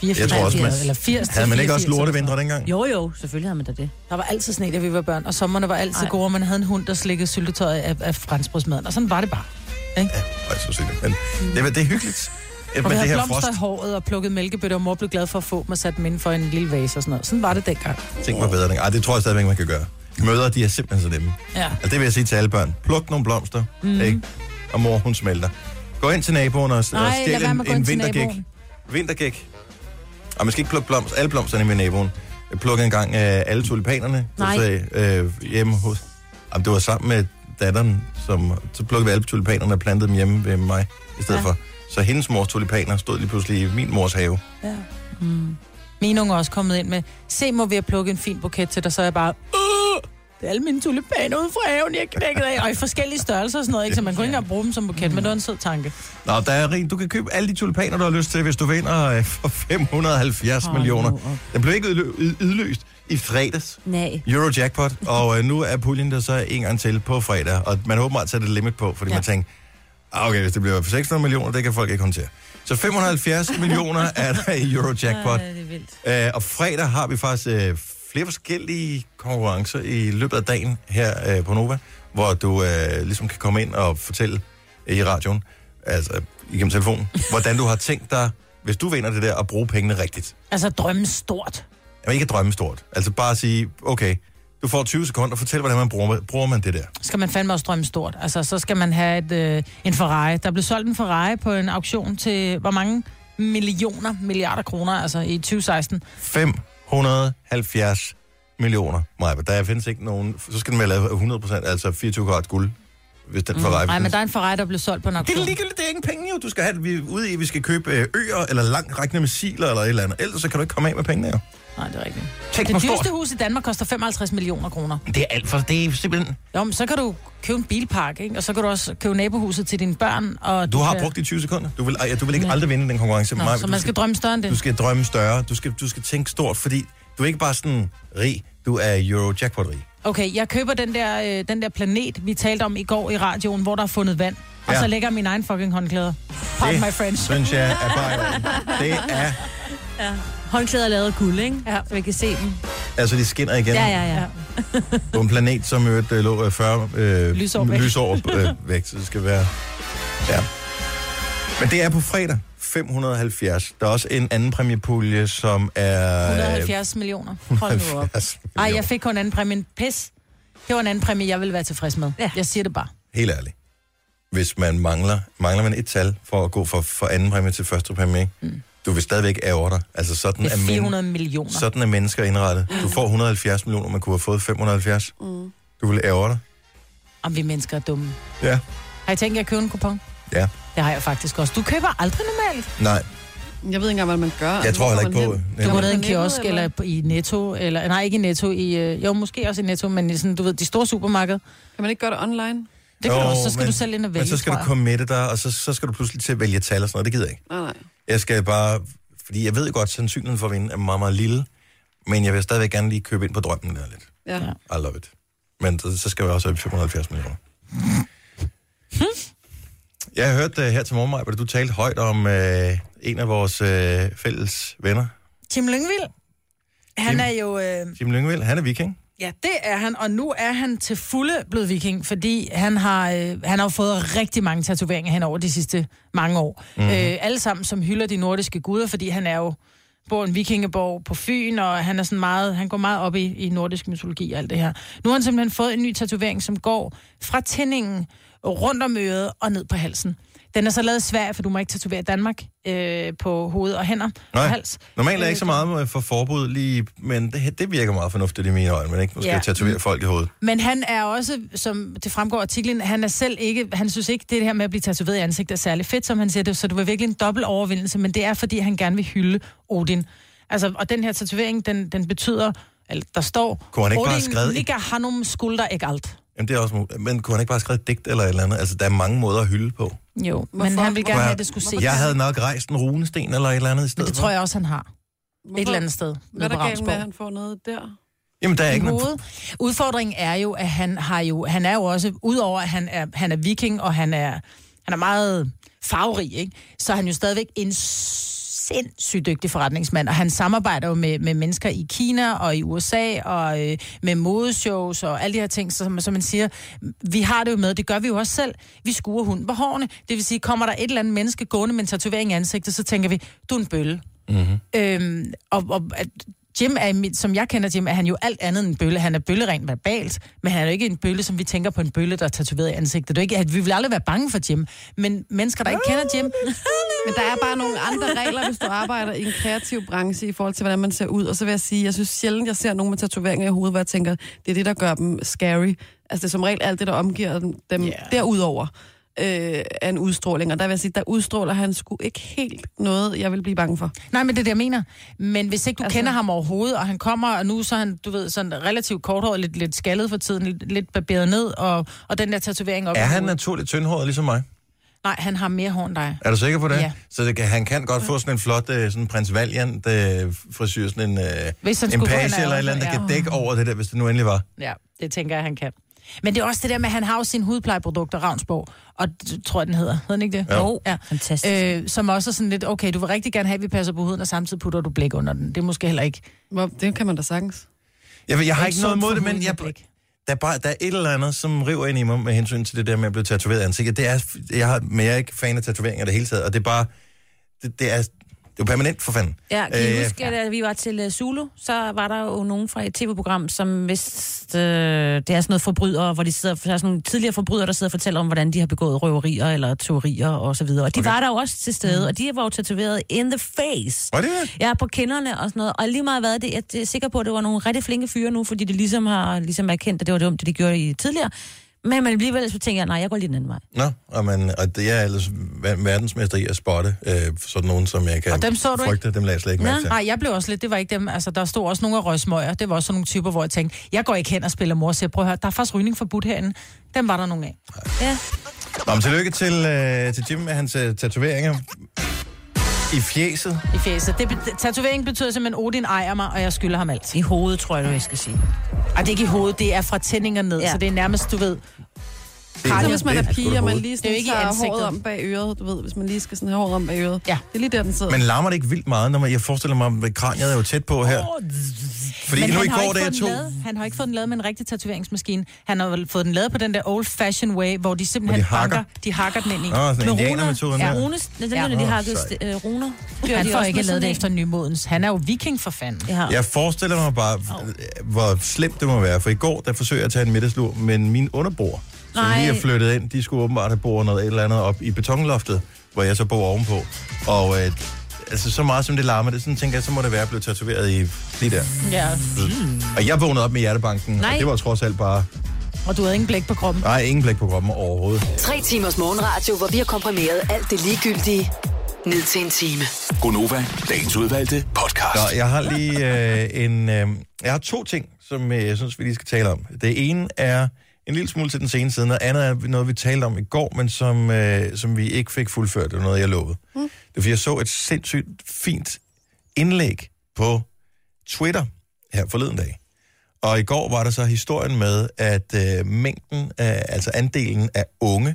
[SPEAKER 8] 84.
[SPEAKER 1] Jeg tror også, man-
[SPEAKER 8] Eller 80 til
[SPEAKER 1] Havde man ikke også
[SPEAKER 8] 84 eller sådan
[SPEAKER 1] lortevintre dengang?
[SPEAKER 4] Jo, jo, selvfølgelig har man da det.
[SPEAKER 2] Der var altid sne, da vi var børn, og sommerne var altid
[SPEAKER 4] Ej.
[SPEAKER 2] gode, og man havde en hund, der slikkede syltetøjet af, af franskbrødsmaden, og sådan var det bare.
[SPEAKER 1] Nej, så sikkert. Men det, er- det er hyggeligt. at med
[SPEAKER 2] Og vi
[SPEAKER 1] det
[SPEAKER 2] havde
[SPEAKER 1] her
[SPEAKER 2] blomster
[SPEAKER 1] frost,
[SPEAKER 2] i håret og plukket mælkebøtter, og mor blev glad for at få mig sat dem inden for en lille vase og sådan noget. Sådan var det dengang.
[SPEAKER 1] ting var bedre dengang. Ej, det tror jeg stadigvæk, man kan gøre. Mødre, de er simpelthen så nemme.
[SPEAKER 2] Ja.
[SPEAKER 1] Altså, det vil jeg sige til alle børn. Pluk nogle blomster,
[SPEAKER 2] Mhm.
[SPEAKER 1] mm. ikke? Og mor, hun smelter. Gå ind til naboen og, og
[SPEAKER 2] Nej, lad
[SPEAKER 1] stjæl
[SPEAKER 2] være med
[SPEAKER 1] en,
[SPEAKER 2] at gå ind
[SPEAKER 1] en
[SPEAKER 2] til
[SPEAKER 1] vintergæk.
[SPEAKER 2] naboen.
[SPEAKER 1] Vintergæk. Og man skal ikke plukke blomster, alle blomsterne med naboen. Jeg plukkede engang øh, alle tulipanerne
[SPEAKER 4] Nej.
[SPEAKER 1] hos, øh, øh, hjemme hos... Jamen, det var sammen med datteren, som så plukkede vi alle tulipanerne og plantede dem hjemme ved mig i stedet ja. for. Så hendes mors tulipaner stod lige pludselig i min mors have.
[SPEAKER 2] Min unge er også kommet ind med, se må vi have plukket en fin buket til dig, så er jeg bare, "Åh, det er alle mine tulipaner ude fra haven, jeg har knækket af, og i forskellige størrelser og sådan noget, ikke? så man kunne ikke engang bruge dem som buket, men det var en sød tanke.
[SPEAKER 1] Nå, der er rig. Du kan købe alle de tulipaner, du har lyst til, hvis du vinder øh, for 570 oh, millioner.
[SPEAKER 4] nu op.
[SPEAKER 1] Den blev ikke udlø- ud- udløst i fredags.
[SPEAKER 4] Nej.
[SPEAKER 1] Eurojackpot, og øh, nu er puljen der så en gang til på fredag, og man håber at sætte et limit på, fordi ja. man tænker, "Ah, okay, hvis det bliver for 600 millioner, det kan folk ikke håndtere. Så 570 millioner er der i Eurojackpot,
[SPEAKER 4] det er vildt.
[SPEAKER 1] øh, og fredag har vi faktisk øh, flere forskellige konkurrencer i løbet af dagen her øh, på Nova, hvor du øh, ligesom kan komme ind og fortælle øh, i radioen, altså igennem telefonen, hvordan du har tænkt dig, hvis du vinder det der, at bruge pengene rigtigt.
[SPEAKER 2] Altså drømme stort.
[SPEAKER 1] Jamen ikke at drømme stort. Altså bare at sige, okay, du får 20 sekunder, fortæl, hvordan man bruger, bruger man det der.
[SPEAKER 2] Skal man fandme også drømme stort. Altså så skal man have et, øh, en Ferrari. Der blev solgt en Ferrari på en auktion til, hvor mange millioner, milliarder kroner, altså i
[SPEAKER 1] Mm.
[SPEAKER 2] 2016.
[SPEAKER 1] 570 millioner. Maja, der findes ikke nogen... Så skal den være lavet af 100 altså 24 karat guld, hvis den får mm,
[SPEAKER 2] Nej, men der er en Ferrari, der blev solgt på en
[SPEAKER 1] Det er
[SPEAKER 2] auktion.
[SPEAKER 1] ligegyldigt, det er ingen penge jo. Du skal have, vi er ude i, vi skal købe øh, øer eller langt rækkende missiler eller et eller andet. Ellers så kan du ikke komme af med pengene jo.
[SPEAKER 2] Nej, det er rigtigt.
[SPEAKER 1] Tænk
[SPEAKER 2] Det
[SPEAKER 1] det stort.
[SPEAKER 2] dyreste hus i Danmark koster 55 millioner kroner.
[SPEAKER 1] Det er alt for... Det er simpelthen...
[SPEAKER 2] Jo, men så kan du købe en bilpark, ikke? Og så kan du også købe nabohuset til dine børn. Og
[SPEAKER 1] Du har
[SPEAKER 2] kan-
[SPEAKER 1] brugt de 20 sekunder. Du vil, ej, du vil ikke aldrig vinde den konkurrence.
[SPEAKER 2] Nå,
[SPEAKER 1] Maja,
[SPEAKER 2] så
[SPEAKER 1] du
[SPEAKER 2] man skal drømme større end det.
[SPEAKER 1] Du skal drømme større. Du skal, du skal tænke stort, fordi du er ikke bare sådan rig. Du er Eurojackpot-rig.
[SPEAKER 2] Okay, jeg køber den der, øh, den der planet, vi talte om i går i radioen, hvor der er fundet vand. Og
[SPEAKER 1] Ja.
[SPEAKER 2] så lægger jeg min egen fucking håndklæder. Pardon my friends.
[SPEAKER 1] synes jeg er bare... i orden. Det er...
[SPEAKER 4] Håndklæder er lavet af guld, ikke?
[SPEAKER 2] Ja.
[SPEAKER 4] Så vi kan se dem.
[SPEAKER 1] Altså, de skinner igen
[SPEAKER 4] Ja, ja, ja.
[SPEAKER 1] på en planet, som i øvrigt øh, lå øh, 40 øh,
[SPEAKER 2] Lysår væk.
[SPEAKER 1] lysår øh, væk, så det skal være... Ja. Men det er på fredag. 570. Der er også en anden præmiepulje, som er...
[SPEAKER 2] 170 millioner. Hold nu op. Ej, jeg fik kun anden præmie. En Pis. Det var en anden præmie, jeg ville være tilfreds med. Ja.
[SPEAKER 4] Ja.
[SPEAKER 2] Jeg siger det bare.
[SPEAKER 1] Helt ærligt. Hvis man mangler, mangler man et tal for at gå fra, fra anden præmie til første præmie, ikke? Mm. du vil stadigvæk ære dig. Altså, sådan
[SPEAKER 2] Det
[SPEAKER 1] er
[SPEAKER 2] er
[SPEAKER 1] men-
[SPEAKER 2] 400 millioner.
[SPEAKER 1] Sådan er mennesker indrettet. Du får 170 millioner, man kunne have fået 570. Mm. Du vil ære dig.
[SPEAKER 2] Om vi mennesker er dumme.
[SPEAKER 1] Ja.
[SPEAKER 2] Har I tænkt jer at købe en kupon?
[SPEAKER 1] Ja.
[SPEAKER 2] Det har jeg faktisk også. Du køber aldrig normalt.
[SPEAKER 1] Nej,
[SPEAKER 3] Jeg ved ikke engang, hvad man gør.
[SPEAKER 1] jeg tror
[SPEAKER 3] Hvor
[SPEAKER 1] heller
[SPEAKER 3] går
[SPEAKER 1] ikke på...
[SPEAKER 3] man hen?
[SPEAKER 2] Du
[SPEAKER 1] Ja.
[SPEAKER 2] går
[SPEAKER 3] man
[SPEAKER 2] ned i en
[SPEAKER 3] på nettet,
[SPEAKER 2] kiosk
[SPEAKER 3] eller?
[SPEAKER 2] eller i Netto, eller nej, ikke i Netto, i, øh, jo, måske også i Netto, men i sådan, du ved, de store supermarkeder.
[SPEAKER 3] Kan man ikke gøre det online?
[SPEAKER 2] Det kan
[SPEAKER 1] Jo,
[SPEAKER 2] du også, så skal
[SPEAKER 1] men-
[SPEAKER 2] du selv ind og vælge,
[SPEAKER 1] Men så skal
[SPEAKER 2] tror
[SPEAKER 1] du
[SPEAKER 2] jeg.
[SPEAKER 1] committe dig, og så, så skal du pludselig til at vælge tal og sådan noget. Det gider jeg ikke.
[SPEAKER 3] Nej, nej.
[SPEAKER 1] Jeg skal bare... Fordi jeg ved godt, sandsynligheden for at vinde er meget, meget lille. Men jeg vil stadigvæk gerne lige købe ind på drømmen der lidt.
[SPEAKER 3] Ja. ja.
[SPEAKER 1] I love it. Men så, så skal vi også have 570 millioner.
[SPEAKER 2] Hm?
[SPEAKER 1] Jeg hørte uh, her til morgen, Maja, at du talte højt om uh, en af vores uh, fælles venner,
[SPEAKER 2] Tim Lyngvild, han
[SPEAKER 1] Tim.
[SPEAKER 2] er jo... Øh,
[SPEAKER 1] Jim Lyngvild. Han er viking.
[SPEAKER 2] ja, det er han, og nu er han til fulde blevet viking, fordi han har, øh, han har jo fået rigtig mange tatoveringer hen over de sidste mange år.
[SPEAKER 1] Mhm.
[SPEAKER 2] Mm-hmm. Øh, alle sammen, som hylder de nordiske guder, fordi han er jo bor i en vikingeborg på Fyn, og han, er sådan meget, han går meget op i, i nordisk mytologi og alt det her. Nu har han simpelthen fået en ny tatovering, som går fra tændingen, rundt om øret og ned på halsen. Den er så lavet i Sverige, for du må ikke tatovere i Danmark øh, på hoved og hænder
[SPEAKER 1] Nej.
[SPEAKER 2] og hals.
[SPEAKER 1] Normalt er jeg
[SPEAKER 2] Øh,
[SPEAKER 1] ikke så meget med- for forbud lige, men det, her- det virker meget fornuftigt i mine øjne, man ikke måske ja.
[SPEAKER 2] Ja.
[SPEAKER 1] tatovere folk i hovedet.
[SPEAKER 2] Men han er også, som det fremgår af artiklen, han er selv ikke, han synes ikke, det her med at blive tatoveret i ansigtet er særlig fedt, som han siger det, så det var virkelig en dobbelt overvindelse, men det er, fordi han gerne vil hylde Odin. Altså, og den her tatovering, den, den betyder, eller der står,
[SPEAKER 1] Kunne han ikke bare have
[SPEAKER 2] Odin
[SPEAKER 1] skrevet et-
[SPEAKER 2] ligger hanum skulder ikke alt.
[SPEAKER 1] Jamen, det er også, mu- men kunne han ikke bare skrive et digt eller et eller andet? Altså, der er mange måder at hylde på.
[SPEAKER 2] Jo, Hvorfor? men
[SPEAKER 3] Hvorfor?
[SPEAKER 2] han vil gerne
[SPEAKER 1] Kunne
[SPEAKER 2] have,
[SPEAKER 1] jeg-
[SPEAKER 2] at det skulle
[SPEAKER 3] hvorfor
[SPEAKER 2] ses.
[SPEAKER 1] Jeg havde nok rejst en runesten eller et eller andet i
[SPEAKER 2] Men
[SPEAKER 1] stedet
[SPEAKER 2] det tror jeg også, han har.
[SPEAKER 3] Hvorfor?
[SPEAKER 2] Et eller andet sted.
[SPEAKER 3] Hvad er
[SPEAKER 2] nede på
[SPEAKER 3] der galt med,
[SPEAKER 2] Ravnsborg.
[SPEAKER 3] at han får noget der?
[SPEAKER 1] for. Jamen, der er ikke
[SPEAKER 2] i
[SPEAKER 1] noget...
[SPEAKER 2] hovedet. Udfordringen er jo, at han har jo, han er jo også, udover at han er, han er viking, og han er, han er meget farverig, ikke? så er han jo stadigvæk en sindssygt dygtig forretningsmand, og han samarbejder jo med, med mennesker i Kina og i USA, og øh, med modeshows og alle de her ting, så, som, som man siger, vi har det jo med, det gør vi jo også selv, vi skuer hunden på hårene, det vil sige, kommer der et eller andet menneske gående med en tatovering i ansigtet, så tænker vi, du er en bølle. Øhm, og, og at Jim er, i mit- som jeg kender Jim, er han jo alt andet end en bølle. Han er bølle rent verbalt, men han er jo ikke en bølle, som vi tænker på en bølle, der er tatoveret i ansigtet. Det er jo ikke, at vi vil aldrig være bange for Jim, men mennesker, der ikke kender Jim...
[SPEAKER 3] Men der er bare nogle andre regler, hvis du arbejder i en kreativ branche i forhold til, hvordan man ser ud. Og så vil jeg sige, jeg synes sjældent, jeg ser nogen med tatoveringer i hovedet, hvor jeg tænker, det er det, der gør dem scary. Altså det er som regel alt det, der omgiver dem, dem yeah. derudover øh, af en udstråling. Og der vil jeg sige, der udstråler han sgu ikke helt noget, jeg vil blive bange for.
[SPEAKER 2] Nej, men det er det, jeg mener. Men hvis ikke du
[SPEAKER 3] Altså-
[SPEAKER 2] altså... kender ham overhovedet, og han kommer, og nu så er han, du ved, sådan relativt korthåret, lidt, lidt skaldet for tiden, lidt, lidt barberet ned, og, og den der tatovering op. i
[SPEAKER 1] Er han
[SPEAKER 2] hovedet.
[SPEAKER 1] naturligt tyndhåret ligesom mig?
[SPEAKER 2] Nej, han har mere hår end dig.
[SPEAKER 1] Er du sikker på det?
[SPEAKER 2] Ja.
[SPEAKER 1] Så det kan, han kan godt få sådan en flot øh, sådan prins Valiant øh, frisyr, sådan en, øh,
[SPEAKER 2] Hvis han
[SPEAKER 1] en
[SPEAKER 2] skulle få
[SPEAKER 1] page
[SPEAKER 2] en af
[SPEAKER 1] eller et eller andet, der
[SPEAKER 2] også,
[SPEAKER 1] kan
[SPEAKER 2] ja.
[SPEAKER 1] dække over det der, hvis det nu endelig var.
[SPEAKER 2] Ja, det tænker jeg, han kan. Men det er også det der med, at han har jo sine hudplejeprodukter, Ravnsborg, og det tror jeg, den hedder. Hedder den ikke det?
[SPEAKER 1] Jo.
[SPEAKER 2] Ja.
[SPEAKER 4] Fantastisk.
[SPEAKER 2] Øh, som også er sådan lidt, okay, du vil rigtig gerne have, at vi passer på huden, og samtidig putter du blæk under den. Det er måske heller ikke...
[SPEAKER 3] Hvor- Det kan man da sagtens.
[SPEAKER 1] Jeg, ved- jeg har
[SPEAKER 2] er
[SPEAKER 1] ikke
[SPEAKER 2] sundt
[SPEAKER 1] noget
[SPEAKER 2] for
[SPEAKER 1] imod det, men
[SPEAKER 2] huden
[SPEAKER 1] jeg,
[SPEAKER 2] med blæk.
[SPEAKER 1] der, er bare, der er et eller andet, som river ind i mig med hensyn til det der med at blive tatoveret i ansigtet. Det er, jeg har, men jeg er ikke fan af tatoveringer i det hele taget, og det er bare, det, det er, det er jo permanent for fanden.
[SPEAKER 4] Ja, kan I
[SPEAKER 1] Øh,
[SPEAKER 4] huske, at øh, vi var til øh, Zulu, så var der jo nogen fra et tv-program, som vist, øh, det er sådan noget forbrydere, hvor de sidder, der er sådan nogle tidligere forbrydere, der sidder og fortæller om, hvordan de har begået røverier eller teorier og så videre. Og de okay. var der jo også til stede, mm. og de var jo tatoveret in the face.
[SPEAKER 1] Var det det?
[SPEAKER 4] Ja, på kinderne og sådan noget. Og lige meget hvad, det, jeg er sikker på, at det var nogle rigtig flinke fyre nu, fordi de ligesom har ligesom erkendt, at det var dumt, det de gjorde i tidligere. Men man alligevel så tænker jeg, nej, jeg går lige den anden vej.
[SPEAKER 1] Nå, og, man, og det er ellers ver- verdensmester i at spotte øh, sådan nogen, som jeg kan
[SPEAKER 2] Og dem så du
[SPEAKER 1] frygte. Dem lader jeg slet ikke mærke til.
[SPEAKER 2] Nej, jeg blev også lidt, det var ikke dem. Altså, der stod også nogle af røgsmøger. Det var også sådan nogle typer, hvor jeg tænkte, jeg går ikke hen og spiller mor, så prøv at høre, der er faktisk rygning forbudt herinde. Dem var der nogle af.
[SPEAKER 4] Ja.
[SPEAKER 1] Nå, men tillykke til, øh, til Jim med hans øh, tatoveringer i fjeset.
[SPEAKER 2] I fjeset. Det, be- tatovering betyder simpelthen, Odin ejer mig, og jeg skylder ham alt.
[SPEAKER 4] I hovedet, tror jeg, du, jeg skal sige.
[SPEAKER 2] Og det er ikke i hovedet, det er fra tændinger ned, ja.
[SPEAKER 4] Ja.
[SPEAKER 2] så det er nærmest, du ved,
[SPEAKER 1] Det
[SPEAKER 3] Så hvis man
[SPEAKER 1] lidt
[SPEAKER 3] er
[SPEAKER 1] på det
[SPEAKER 3] pige, og man
[SPEAKER 1] hoved.
[SPEAKER 3] lige
[SPEAKER 2] Det er
[SPEAKER 3] sådan,
[SPEAKER 2] jo ikke i
[SPEAKER 3] tager
[SPEAKER 2] ansigtet.
[SPEAKER 3] håret om bag øret, du ved, hvis man lige skal sådan have håret om bag øret.
[SPEAKER 2] Ja.
[SPEAKER 3] Det er lige der, den sidder.
[SPEAKER 1] Men larmer det ikke vildt meget, når man, jeg forestiller mig, at kraniet er jo tæt på her. Fordi
[SPEAKER 2] Men
[SPEAKER 1] nu i
[SPEAKER 2] han, har
[SPEAKER 1] går,
[SPEAKER 2] ikke
[SPEAKER 1] da
[SPEAKER 2] fået
[SPEAKER 1] jeg
[SPEAKER 2] den
[SPEAKER 1] tog...
[SPEAKER 2] lavet, han har ikke fået den lavet med en rigtig tatoveringsmaskine. Han har vel fået den lavet på den der old-fashioned way, hvor de simpelthen
[SPEAKER 1] Hvor de hakker.
[SPEAKER 2] banker, de hakker den ind i.
[SPEAKER 1] Nå, sådan
[SPEAKER 2] Med
[SPEAKER 1] indianermetoden
[SPEAKER 2] runer.
[SPEAKER 1] der.
[SPEAKER 4] Rune, den
[SPEAKER 2] Ja.
[SPEAKER 4] ja. de
[SPEAKER 1] Åh,
[SPEAKER 4] har givet
[SPEAKER 1] sejt.
[SPEAKER 4] øh, runer.
[SPEAKER 2] Ja.
[SPEAKER 4] Kører
[SPEAKER 2] Han
[SPEAKER 4] de
[SPEAKER 2] får
[SPEAKER 4] også
[SPEAKER 2] ikke
[SPEAKER 4] med
[SPEAKER 2] lavet det
[SPEAKER 4] sådan
[SPEAKER 2] efter nymodens. Han er jo viking for fanden.
[SPEAKER 4] en? Ja.
[SPEAKER 1] Jeg forestiller mig bare, hvor slemt det må være. For i går, der forsøgte jeg at tage en middagslur, men min underbord, som
[SPEAKER 4] Nej.
[SPEAKER 1] lige er flyttet ind, de skulle åbenbart have boret noget et eller andet op i betonloftet, hvor jeg så bor ovenpå. Og øh, altså, så meget som det larmer, det sådan tænker jeg, så må det være blevet tatoveret i lige der.
[SPEAKER 2] Ja.
[SPEAKER 1] Og jeg vågnede op med hjertebanken, Nej.
[SPEAKER 4] Nej.
[SPEAKER 1] og det var trods alt bare...
[SPEAKER 2] Og du havde ingen blæk på kroppen.
[SPEAKER 1] Nej, ingen blik på kroppen overhovedet.
[SPEAKER 5] Tre timers morgenradio, hvor vi har komprimeret alt det ligegyldige ned til en time.
[SPEAKER 6] Gonova, dagens udvalgte podcast.
[SPEAKER 1] Nå, jeg har lige øh, en... Øh, jeg har to ting, som øh, jeg synes, vi lige skal tale om. Det ene er en lille smule til den seneste side, og andet er noget, vi talte om i går, men som, øh, som vi ikke fik fuldført. Det var noget, jeg lovede. Mm. Det er, fordi jeg så et sindssygt fint indlæg på Twitter her forleden dag. Og i går var der så historien med, at øh, mængden, af, altså andelen af unge,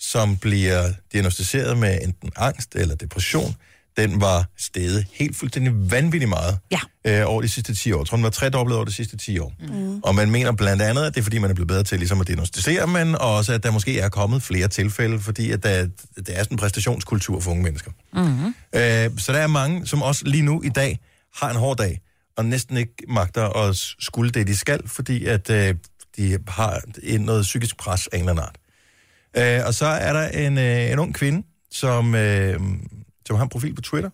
[SPEAKER 1] som bliver diagnostiseret med enten angst eller depression, den var steget helt fuldstændig vanvittigt meget
[SPEAKER 4] Ja.
[SPEAKER 1] øh, over de sidste 10 år. Jeg tror, den var tredoblet over de sidste 10 år. Mm. Og man mener blandt andet, at det er, fordi man er blevet bedre til ligesom at diagnostisere, men også, at der måske er kommet flere tilfælde, fordi at der, der er sådan en præstationskultur for unge mennesker. Øh, så der er mange, som også lige nu i dag har en hård dag, og næsten ikke magter at s- skulle det, de skal, fordi at øh, de har en- noget psykisk pres af en eller anden art. Øh, og så er der en, øh, en ung kvinde, som, øh, som har en profil på Twitter,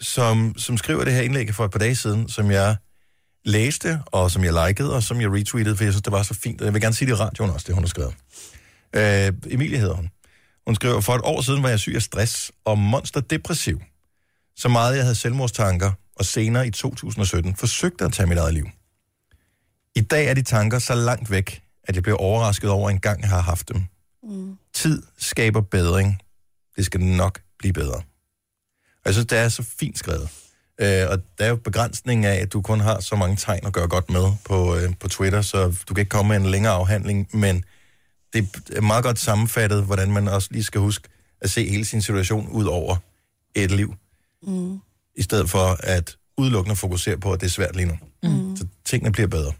[SPEAKER 1] som, som skriver det her indlæg for et par dage siden, som jeg læste, og som jeg likede, og som jeg retweetede, for jeg synes, det var så fint. Og jeg vil gerne sige det i radioen også, det hun har skrevet. Øh, Emilie hedder hun. Hun skriver, for et år siden var jeg syg af stress og monsterdepressiv. Så meget jeg havde selvmordstanker, og senere i 2017 forsøgte at tage mit eget liv. I dag er de tanker så langt væk, at jeg bliver overrasket over, at jeg engang har haft dem. Mm. Tid skaber bedring. Det skal nok blive bedre. Og jeg synes, det er så fint skrevet. Øh, og der er jo begrænsningen af, at du kun har så mange tegn at gøre godt med på, øh, på Twitter, så du kan ikke komme med en længere afhandling, men det er meget godt sammenfattet, hvordan man også lige skal huske at se hele sin situation ud over et liv,
[SPEAKER 3] Mm.
[SPEAKER 1] i stedet for at udelukkende fokusere på, at det er svært lige nu.
[SPEAKER 3] Mm.
[SPEAKER 1] Så tingene bliver bedre.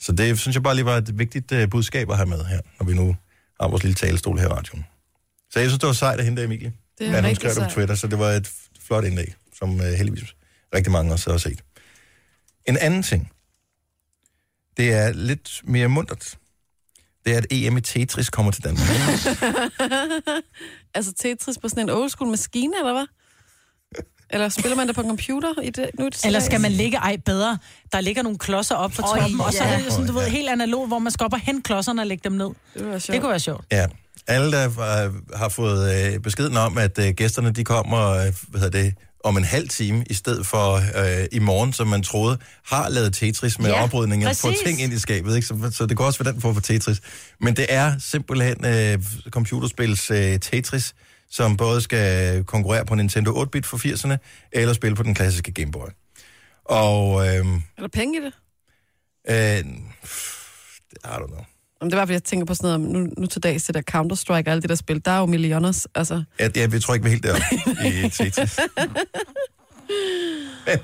[SPEAKER 1] Så det synes jeg bare lige var et vigtigt øh, budskab at have med her, når vi nu har vores lille talestol her i radioen. Så jeg synes, det var sejt at hente der, Emilie.
[SPEAKER 3] Det
[SPEAKER 1] ja,
[SPEAKER 3] er
[SPEAKER 1] hun
[SPEAKER 3] rigtig
[SPEAKER 1] skrev det på
[SPEAKER 3] sejt.
[SPEAKER 1] Twitter, så det var et f- flot indlæg, som øh, heldigvis rigtig mange også har set. En anden ting, det er lidt mere muntert. Det er, at EM i Tetris kommer til Danmark.
[SPEAKER 3] altså Tetris på sådan en old school maskine, eller hvad? Eller spiller man det på en computer i det? Nu er det
[SPEAKER 2] Eller skal man ligge ej bedre? Der ligger nogle klodser op for
[SPEAKER 4] Øj,
[SPEAKER 2] toppen, og så
[SPEAKER 4] ja.
[SPEAKER 2] er det sådan, du
[SPEAKER 1] Øj,
[SPEAKER 2] ved,
[SPEAKER 1] ja.
[SPEAKER 2] helt analog, hvor man skal op og hente klodserne og lægge dem ned.
[SPEAKER 3] Det var sjovt.
[SPEAKER 2] Det kunne være sjovt.
[SPEAKER 1] Ja. Alle, der øh, har fået øh, beskeden om, at øh, gæsterne de kommer øh, hvad hedder det, om en halv time, i stedet for øh, i morgen, som man troede, har lavet Tetris med ja,
[SPEAKER 4] Ja,
[SPEAKER 1] oprydninger, og få
[SPEAKER 4] præcis.
[SPEAKER 1] ting ind i skabet. Ikke? Så, så det går også for den form for Tetris. Men det er simpelthen øh, computerspils øh, Tetris, som både skal konkurrere på Nintendo 8-bit for 80'erne, eller spille på den klassiske Game Boy. Og øh,
[SPEAKER 3] Er der penge i det?
[SPEAKER 1] øh, I don't know.
[SPEAKER 3] Jamen, det var, fordi jeg tænker på sådan noget, nu, nu til dags, det der Counter-Strike og alle de der spil, der er jo millioners, altså.
[SPEAKER 1] Jeg, jeg, jeg tror ikke, vi er helt deroppe i Tetris. men,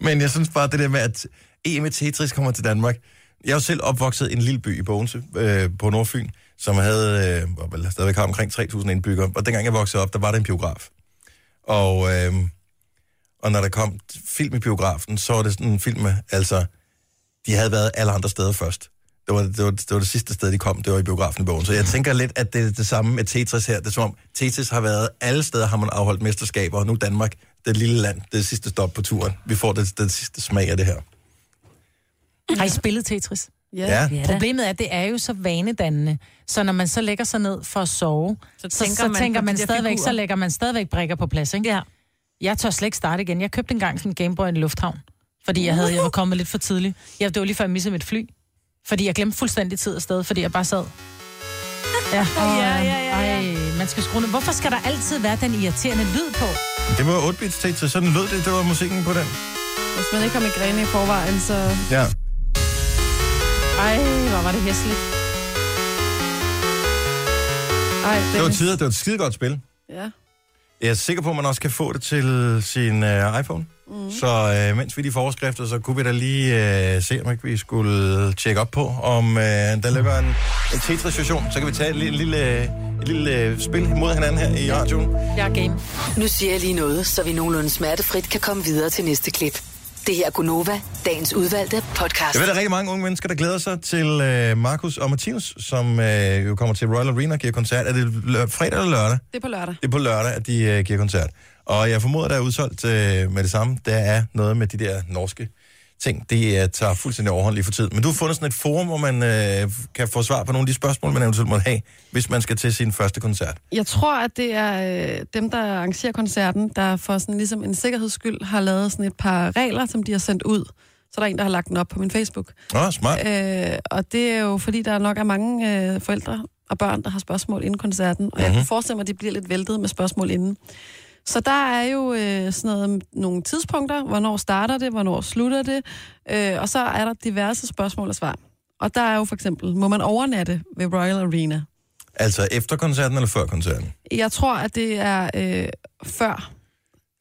[SPEAKER 1] men jeg synes bare, det der med, at EM i Tetris kommer til Danmark. Jeg er jo selv opvokset i en lille by i Bogense øh, på Nordfyn, som havde, øh, hvor vel stadigvæk har omkring 3.000 indbyggere. Og dengang jeg voksede op, der var der en biograf. Og, øh, og når der kom film i biografen, så var det sådan en film, med- altså, de havde været alle andre steder først. Det var det, var, det var det sidste sted, de kom, det var i biografen i bogen. Så jeg tænker lidt, at det er det samme med Tetris her. Det er som om, Tetris har været alle steder, har man afholdt mesterskaber, og nu Danmark, det lille land, det er sidste stop på turen. Vi får det, den sidste smag af det her.
[SPEAKER 2] Mm. Har I spillet Tetris?
[SPEAKER 1] Ja,
[SPEAKER 4] Ja, da.
[SPEAKER 2] Problemet er, at det er jo så vanedannende, så når man så lægger sig ned for at sove, så tænker, så, så man, tænker
[SPEAKER 4] på
[SPEAKER 2] man
[SPEAKER 4] de der
[SPEAKER 2] stadigvæk,
[SPEAKER 4] figurer.
[SPEAKER 2] så lægger man stadigvæk brikker på plads, ikke?
[SPEAKER 4] Ja.
[SPEAKER 2] Jeg tør slet ikke starte igen. Jeg købte engang sådan en Gameboy i en lufthavn, fordi jeg, havde, jeg var kommet lidt for tidligt. Jeg, det var lige før, jeg missede mit fly. Fordi jeg glemte fuldstændig tid og sted, fordi jeg bare sad. Ja, ja, ja, ja, ja. Ej, man skal skrue ned. Hvorfor skal der altid være den irriterende lyd på?
[SPEAKER 1] det var 8-bits Tetris, sådan lød det, det var musikken på den.
[SPEAKER 3] Hvis man ikke har migræne i forvejen, så...
[SPEAKER 1] Ja.
[SPEAKER 2] Ej, hvor var det hæsligt.
[SPEAKER 3] Ej,
[SPEAKER 1] Det var
[SPEAKER 3] Dennis.
[SPEAKER 1] tider, det var et skidegodt spil.
[SPEAKER 3] Ja.
[SPEAKER 1] Jeg er sikker på, at man også kan få det til sin øh, iPhone.
[SPEAKER 3] Mhm.
[SPEAKER 1] Mm. Så øh, mens vi er i de forskrifter, så kunne vi da lige øh, se, om ikke vi skulle tjekke op på, om øh, der ligger en, en Tetris-session. Så kan vi tage et lille, lille, et lille øh, spil mod hinanden her i radioen.
[SPEAKER 2] Jeg er game.
[SPEAKER 5] Nu siger jeg lige noget, så vi nogenlunde smertefrit kan komme videre til næste klip. Det her er Gunova, dagens udvalgte podcast.
[SPEAKER 1] Jeg ved, der er rigtig mange unge mennesker, der glæder sig til øh, Markus og Martinus, som øh, jo kommer til Royal Arena og giver koncert. Er det lø- fredag eller lørdag?
[SPEAKER 3] Det er på lørdag.
[SPEAKER 1] Det er på lørdag, at de øh, giver koncert. Og jeg formoder, der er udsolgt øh, med det samme. Der er noget med de der norske ting. Det øh, tager fuldstændig overhånd lige for tid. Men du har fundet sådan et forum, hvor man øh, kan få svar på nogle af de spørgsmål, man eventuelt måtte have, hvis man skal til sin første koncert.
[SPEAKER 3] Jeg tror, at det er øh, dem, der arrangerer koncerten, der for sådan ligesom en sikkerheds skyld har lavet sådan et par regler, som de har sendt ud. Så er der en, der har lagt den op på min Facebook.
[SPEAKER 1] Nå, smart.
[SPEAKER 3] Øh, og det er jo, fordi der nok er mange øh, forældre og børn, der har spørgsmål inden koncerten. Og jeg kan forestille mig, at de bliver lidt væltet med spørgsmål inden. Så der er jo øh, sådan noget, nogle tidspunkter. Hvornår starter det? Hvornår slutter det? Øh, og så er der diverse spørgsmål og svar. Og der er jo for eksempel, må man overnatte ved Royal Arena?
[SPEAKER 1] Altså efter koncerten eller før koncerten?
[SPEAKER 3] Jeg tror, at det er øh, før.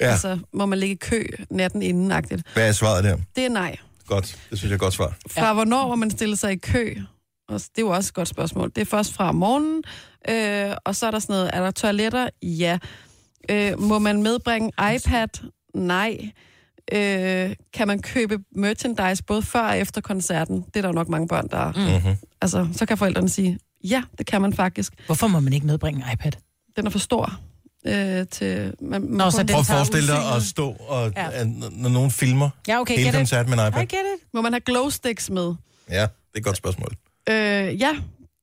[SPEAKER 1] Ja.
[SPEAKER 3] Ja. Altså, må man ligge i kø natten inden -agtigt.
[SPEAKER 1] Hvad er svaret der?
[SPEAKER 3] Det er nej.
[SPEAKER 1] Godt. Det synes jeg er et godt svar.
[SPEAKER 3] Fra ja. hvornår må man stille sig i kø? Og s- det er jo også et godt spørgsmål. Det er først fra om morgenen, øh, og så er der sådan noget, er der toiletter? Ja. Øh, må man medbringe iPad? Nej. Øh, kan man købe merchandise både før og efter koncerten? Det er der jo nok mange børn, der mm.
[SPEAKER 1] Mm-hmm.
[SPEAKER 3] Altså, så kan forældrene sige, ja, det kan man faktisk.
[SPEAKER 2] Hvorfor må man ikke medbringe en iPad?
[SPEAKER 3] Den er for stor. Øh, til, man, man
[SPEAKER 8] Nå, så
[SPEAKER 3] kun-
[SPEAKER 8] den
[SPEAKER 1] Prøv at
[SPEAKER 8] tager
[SPEAKER 1] forestille dig at
[SPEAKER 8] udseendet.
[SPEAKER 1] stå, og,
[SPEAKER 2] Ja.
[SPEAKER 1] ja. når nogen filmer
[SPEAKER 2] Ja, okay,
[SPEAKER 1] hele
[SPEAKER 2] get it.
[SPEAKER 1] koncerten med en
[SPEAKER 2] I
[SPEAKER 1] iPad.
[SPEAKER 2] get it.
[SPEAKER 3] Må man have glowsticks med?
[SPEAKER 1] Ja, det er et godt spørgsmål.
[SPEAKER 3] Øh, ja,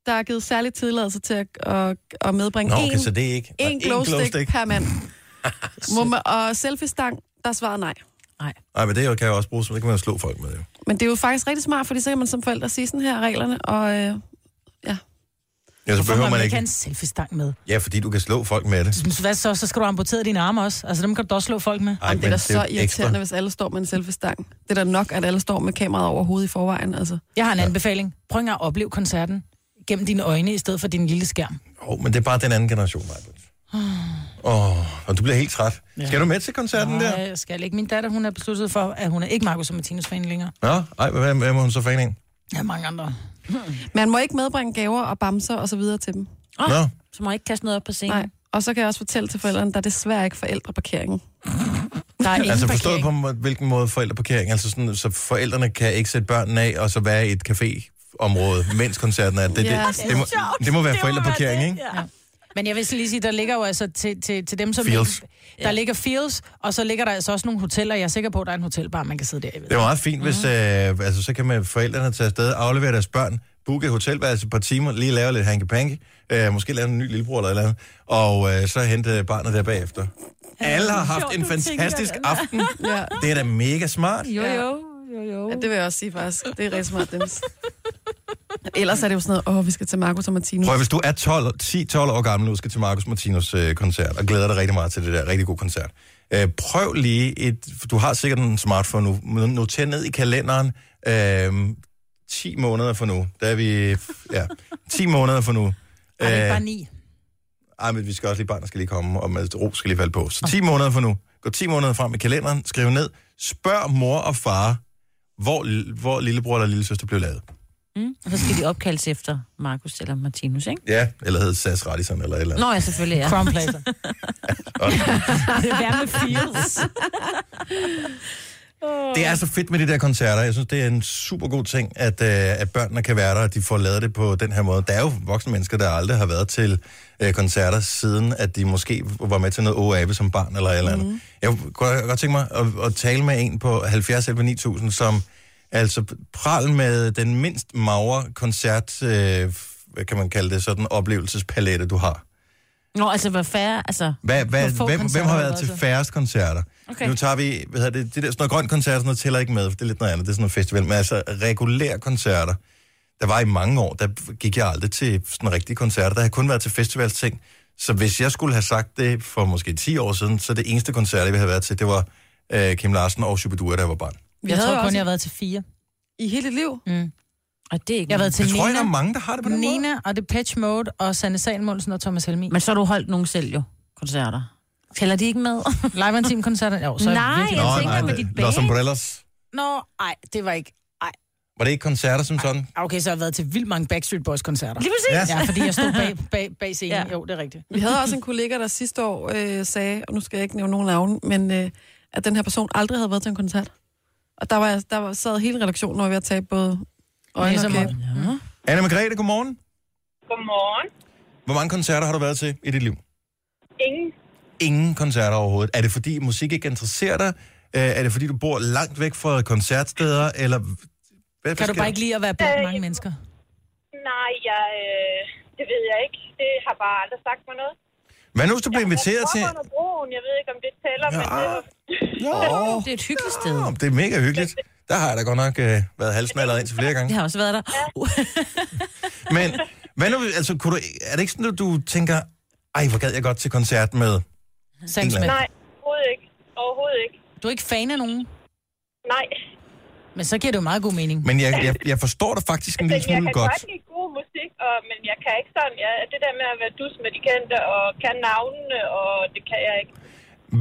[SPEAKER 3] der er givet særlig tilladelse til at, at, at medbringe
[SPEAKER 1] Nå,
[SPEAKER 3] en,
[SPEAKER 1] okay, så det er ikke... Nå,
[SPEAKER 3] en
[SPEAKER 1] én
[SPEAKER 3] glowstick per mand. Må man, og selfie-stang, der er svaret nej.
[SPEAKER 1] Nej, men det kan jeg også bruge, så det kan man jo slå folk med. Jo.
[SPEAKER 3] Men det er jo faktisk rigtig smart, fordi så kan man som forældre sige sådan her er reglerne, og øh,
[SPEAKER 1] Ja, så
[SPEAKER 2] Hvorfor
[SPEAKER 1] behøver
[SPEAKER 2] må
[SPEAKER 1] man
[SPEAKER 2] ikke have en
[SPEAKER 1] ikke...
[SPEAKER 2] selfie-stang med?
[SPEAKER 1] Ja, fordi du kan slå folk med det.
[SPEAKER 2] Men Hvad så? Så skal du amputere dine arme også. Altså, dem kan du da også slå folk med.
[SPEAKER 1] Ej,
[SPEAKER 3] Ej, det er da så
[SPEAKER 1] jo
[SPEAKER 3] irriterende, hvis alle står med en selfie-stang. Det er da nok, at alle står med kameraet over hovedet i forvejen, altså.
[SPEAKER 2] Jeg har en anbefaling. Prøv engang at opleve koncerten gennem dine øjne, i stedet for din lille skærm.
[SPEAKER 1] Åh, oh, men det er bare den anden generation, Michael. Åh, oh, og du bliver helt træt. Ja. Skal du med til koncerten
[SPEAKER 2] Nej,
[SPEAKER 1] der?
[SPEAKER 2] jeg skal ikke. Min datter, hun er besluttet for, at hun er ikke Markus og Martinus fan længere.
[SPEAKER 1] Nå, ej, hvad, hvad må hun så fan af?
[SPEAKER 2] Ja, mange andre.
[SPEAKER 3] Man må ikke medbringe gaver og bamser og så videre til dem.
[SPEAKER 1] Nå,
[SPEAKER 4] Så må jeg ikke kaste noget op på scenen.
[SPEAKER 3] Nej. Og så kan jeg også fortælle til forældrene, der er desværre ikke forældreparkeringen.
[SPEAKER 2] Der er ingen
[SPEAKER 1] altså forstået
[SPEAKER 2] parkering.
[SPEAKER 1] på må- hvilken måde forældreparkering, altså sådan, så forældrene kan ikke sætte børnene af, og så være i et caféområde, mens koncerten er. Det, det,
[SPEAKER 3] Ja,
[SPEAKER 1] det, det, må, det må være forældreparkering, ikke?
[SPEAKER 2] Ja. Men jeg vil så lige sige, der ligger jo altså til, til, til dem, som...
[SPEAKER 1] Fields.
[SPEAKER 2] Der ligger Fields, og så ligger der altså også nogle hoteller. Jeg er sikker på, at der er en hotelbar, man kan sidde der i.
[SPEAKER 1] Det er meget fint, hvis øh, altså, så kan man forældrene tage afsted, aflevere deres børn, booke et hotelværelse et par timer, lige lave lidt hanky-panky, øh, måske lave en ny lillebror eller et eller andet, og øh, så hente barnet der bagefter. Alle har haft en fantastisk aften.
[SPEAKER 3] Ja.
[SPEAKER 1] Det er da mega smart.
[SPEAKER 4] Jo,
[SPEAKER 3] Ja.
[SPEAKER 4] jo, jo, jo.
[SPEAKER 3] ja, det vil jeg også sige faktisk. Det er rigtig smart, Dennis. Ellers er det jo sådan noget, åh, vi skal til Markus og Martinus.
[SPEAKER 1] Prøv, at- hvis du er 12, 10-12 år gammel, og du skal til Markus Martinus øh, koncert, og glæder dig rigtig meget til det der rigtig god koncert. Øh, prøv lige et, for du har sikkert en smartphone nu, men noter ned i kalenderen, øh, 10 måneder for nu, der er vi, ja, 10 måneder for nu.
[SPEAKER 2] Ej, det er
[SPEAKER 1] Øh,
[SPEAKER 2] bare ni.
[SPEAKER 1] Ej, men vi skal også lige, barnet skal lige komme, og altså, ro skal lige falde på. Så 10 måneder for nu. Gå 10 måneder frem i kalenderen, skriv ned, spørg mor og far, hvor, hvor lillebror eller lillesøster blev lavet.
[SPEAKER 4] Mm. Og så skal de opkaldes efter Markus eller Martinus, ikke?
[SPEAKER 1] Ja, eller hed Sas Radisson, eller et eller andet.
[SPEAKER 4] Nå ja, selvfølgelig, ja.
[SPEAKER 2] Crown Plaza.
[SPEAKER 4] Det er med Fields.
[SPEAKER 1] Det er altså- så fedt med de der koncerter. Jeg synes, det er en super god ting, at, øh, at børnene kan være der, og de får lavet det på den her måde. Der er jo voksne mennesker, der aldrig har været til øh, koncerter, siden at de måske var med til noget OAB som barn eller et eller andet. Mm. Jeg kunne godt tænke mig at, at tale med en på 70 11 9000, som altså pral med den mindst magre koncert, øh, hvad kan man kalde det, sådan oplevelsespalette, du har.
[SPEAKER 4] Nå, altså, hvor færre, altså...
[SPEAKER 1] Hvad, hvad,
[SPEAKER 2] få
[SPEAKER 1] hvem, hvem
[SPEAKER 2] koncerter
[SPEAKER 1] har
[SPEAKER 2] har
[SPEAKER 1] været
[SPEAKER 2] du
[SPEAKER 1] til
[SPEAKER 2] været til?
[SPEAKER 1] færrest koncerter? Okay.
[SPEAKER 4] Okay.
[SPEAKER 1] Nu tager vi, hvad hedder det, det der sådan noget grønt koncert, sådan noget tæller ikke med, for det er lidt noget andet, det er sådan noget festival, men altså regulære koncerter. Der var i mange år, der gik jeg aldrig til sådan rigtige koncerter, der har jeg kun været til festivalsting. Så hvis jeg skulle have sagt det for måske 10 år siden, så det eneste koncert, jeg ville have været til, det var øh, Kim Larsen og Shubidua, da jeg var barn.
[SPEAKER 3] vi
[SPEAKER 2] Jeg
[SPEAKER 3] havde
[SPEAKER 2] tror
[SPEAKER 3] jo
[SPEAKER 2] kun,
[SPEAKER 3] også
[SPEAKER 2] jeg har været til fire. Mm.
[SPEAKER 3] i hele dit liv.
[SPEAKER 4] Og det er ikke
[SPEAKER 2] Jeg har været
[SPEAKER 1] Det
[SPEAKER 2] til
[SPEAKER 1] tror jeg, der er
[SPEAKER 2] Nina,
[SPEAKER 1] mange, der har det på den måde.
[SPEAKER 2] Nina og Depeche Mode og Sanne Salmonsen og Thomas Helmi.
[SPEAKER 4] Men så har du holdt nogen selv jo, koncerter. Tæller de ikke med?
[SPEAKER 2] Live and Team koncerter. Jo, så er jeg
[SPEAKER 4] Nej,
[SPEAKER 2] virkelig-
[SPEAKER 4] jeg
[SPEAKER 1] Nå,
[SPEAKER 4] tænker
[SPEAKER 1] nej,
[SPEAKER 4] med
[SPEAKER 1] det-
[SPEAKER 4] dit
[SPEAKER 1] Los
[SPEAKER 4] band.
[SPEAKER 1] Umbrellas.
[SPEAKER 2] Nå, nej, det var ikke... Ej.
[SPEAKER 1] Var det ikke koncerter som sådan?
[SPEAKER 2] Okay, så har jeg været til vildt mange Backstreet Boys koncerter.
[SPEAKER 4] Lige præcis.
[SPEAKER 1] Ja.
[SPEAKER 4] Ja.
[SPEAKER 2] Ja, fordi jeg stod bag, bag, bag scenen. Ja.
[SPEAKER 4] Ja.
[SPEAKER 2] Jo, det er rigtigt.
[SPEAKER 3] Vi havde også en kollega, der sidste år øh, sagde, og nu skal jeg ikke nævne nogen navn, men øh, at den her person aldrig havde været til en koncert. Og der, var, jeg- der var, sad hele redaktionen over ved at tabe både øjne
[SPEAKER 2] Næse
[SPEAKER 3] og
[SPEAKER 2] og
[SPEAKER 3] kæbe.
[SPEAKER 2] mund.
[SPEAKER 1] Anne Margrethe, godmorgen.
[SPEAKER 9] Godmorgen.
[SPEAKER 1] Hvor mange koncerter har du været til i dit liv?
[SPEAKER 9] Ingen.
[SPEAKER 1] ingen koncerter overhovedet. Er det fordi musik ikke interesserer dig? Øh, Er det fordi du bor langt væk fra koncertsteder? Eller... Hvad
[SPEAKER 2] Kan du
[SPEAKER 1] sker
[SPEAKER 2] bare
[SPEAKER 1] der?
[SPEAKER 2] ikke lide at være blandt
[SPEAKER 9] Øh,
[SPEAKER 2] mange mennesker?
[SPEAKER 9] Nej, jeg, øh, det ved jeg ikke. Det har bare aldrig sagt mig noget.
[SPEAKER 1] Hvad nu, hvis du bliver inviteret til...
[SPEAKER 9] Jeg har været under broen. Jeg ved ikke, om det tæller, men
[SPEAKER 1] Ja.
[SPEAKER 9] øh,
[SPEAKER 1] Nå,
[SPEAKER 4] Det er et hyggeligt sted.
[SPEAKER 1] Nå, det er mega hyggeligt. Der har jeg da godt nok øh, været halsnallet ind til flere gange.
[SPEAKER 4] Jeg har også været der. Uh,
[SPEAKER 1] Men hvad nu, altså, kunne du, er det ikke sådan, at du tænker, ej, hvor gad jeg godt til koncert med?
[SPEAKER 2] Sam Smith.
[SPEAKER 1] England.
[SPEAKER 9] nej, overhovedet ikke. Overhovedet ikke.
[SPEAKER 2] Du er ikke fan af nogen,
[SPEAKER 9] Nej.
[SPEAKER 2] men så giver det jo meget god mening.
[SPEAKER 1] Men jeg, jeg, Altså, jeg forstår dig faktisk en
[SPEAKER 9] Men
[SPEAKER 1] lille
[SPEAKER 9] Altså, jeg
[SPEAKER 1] smule
[SPEAKER 9] kan
[SPEAKER 1] godt.
[SPEAKER 9] godt lide god musik, og, men jeg kan ikke sådan. Jeg, det der med at være dus med de kendte, og kan navnene, og det kan jeg ikke.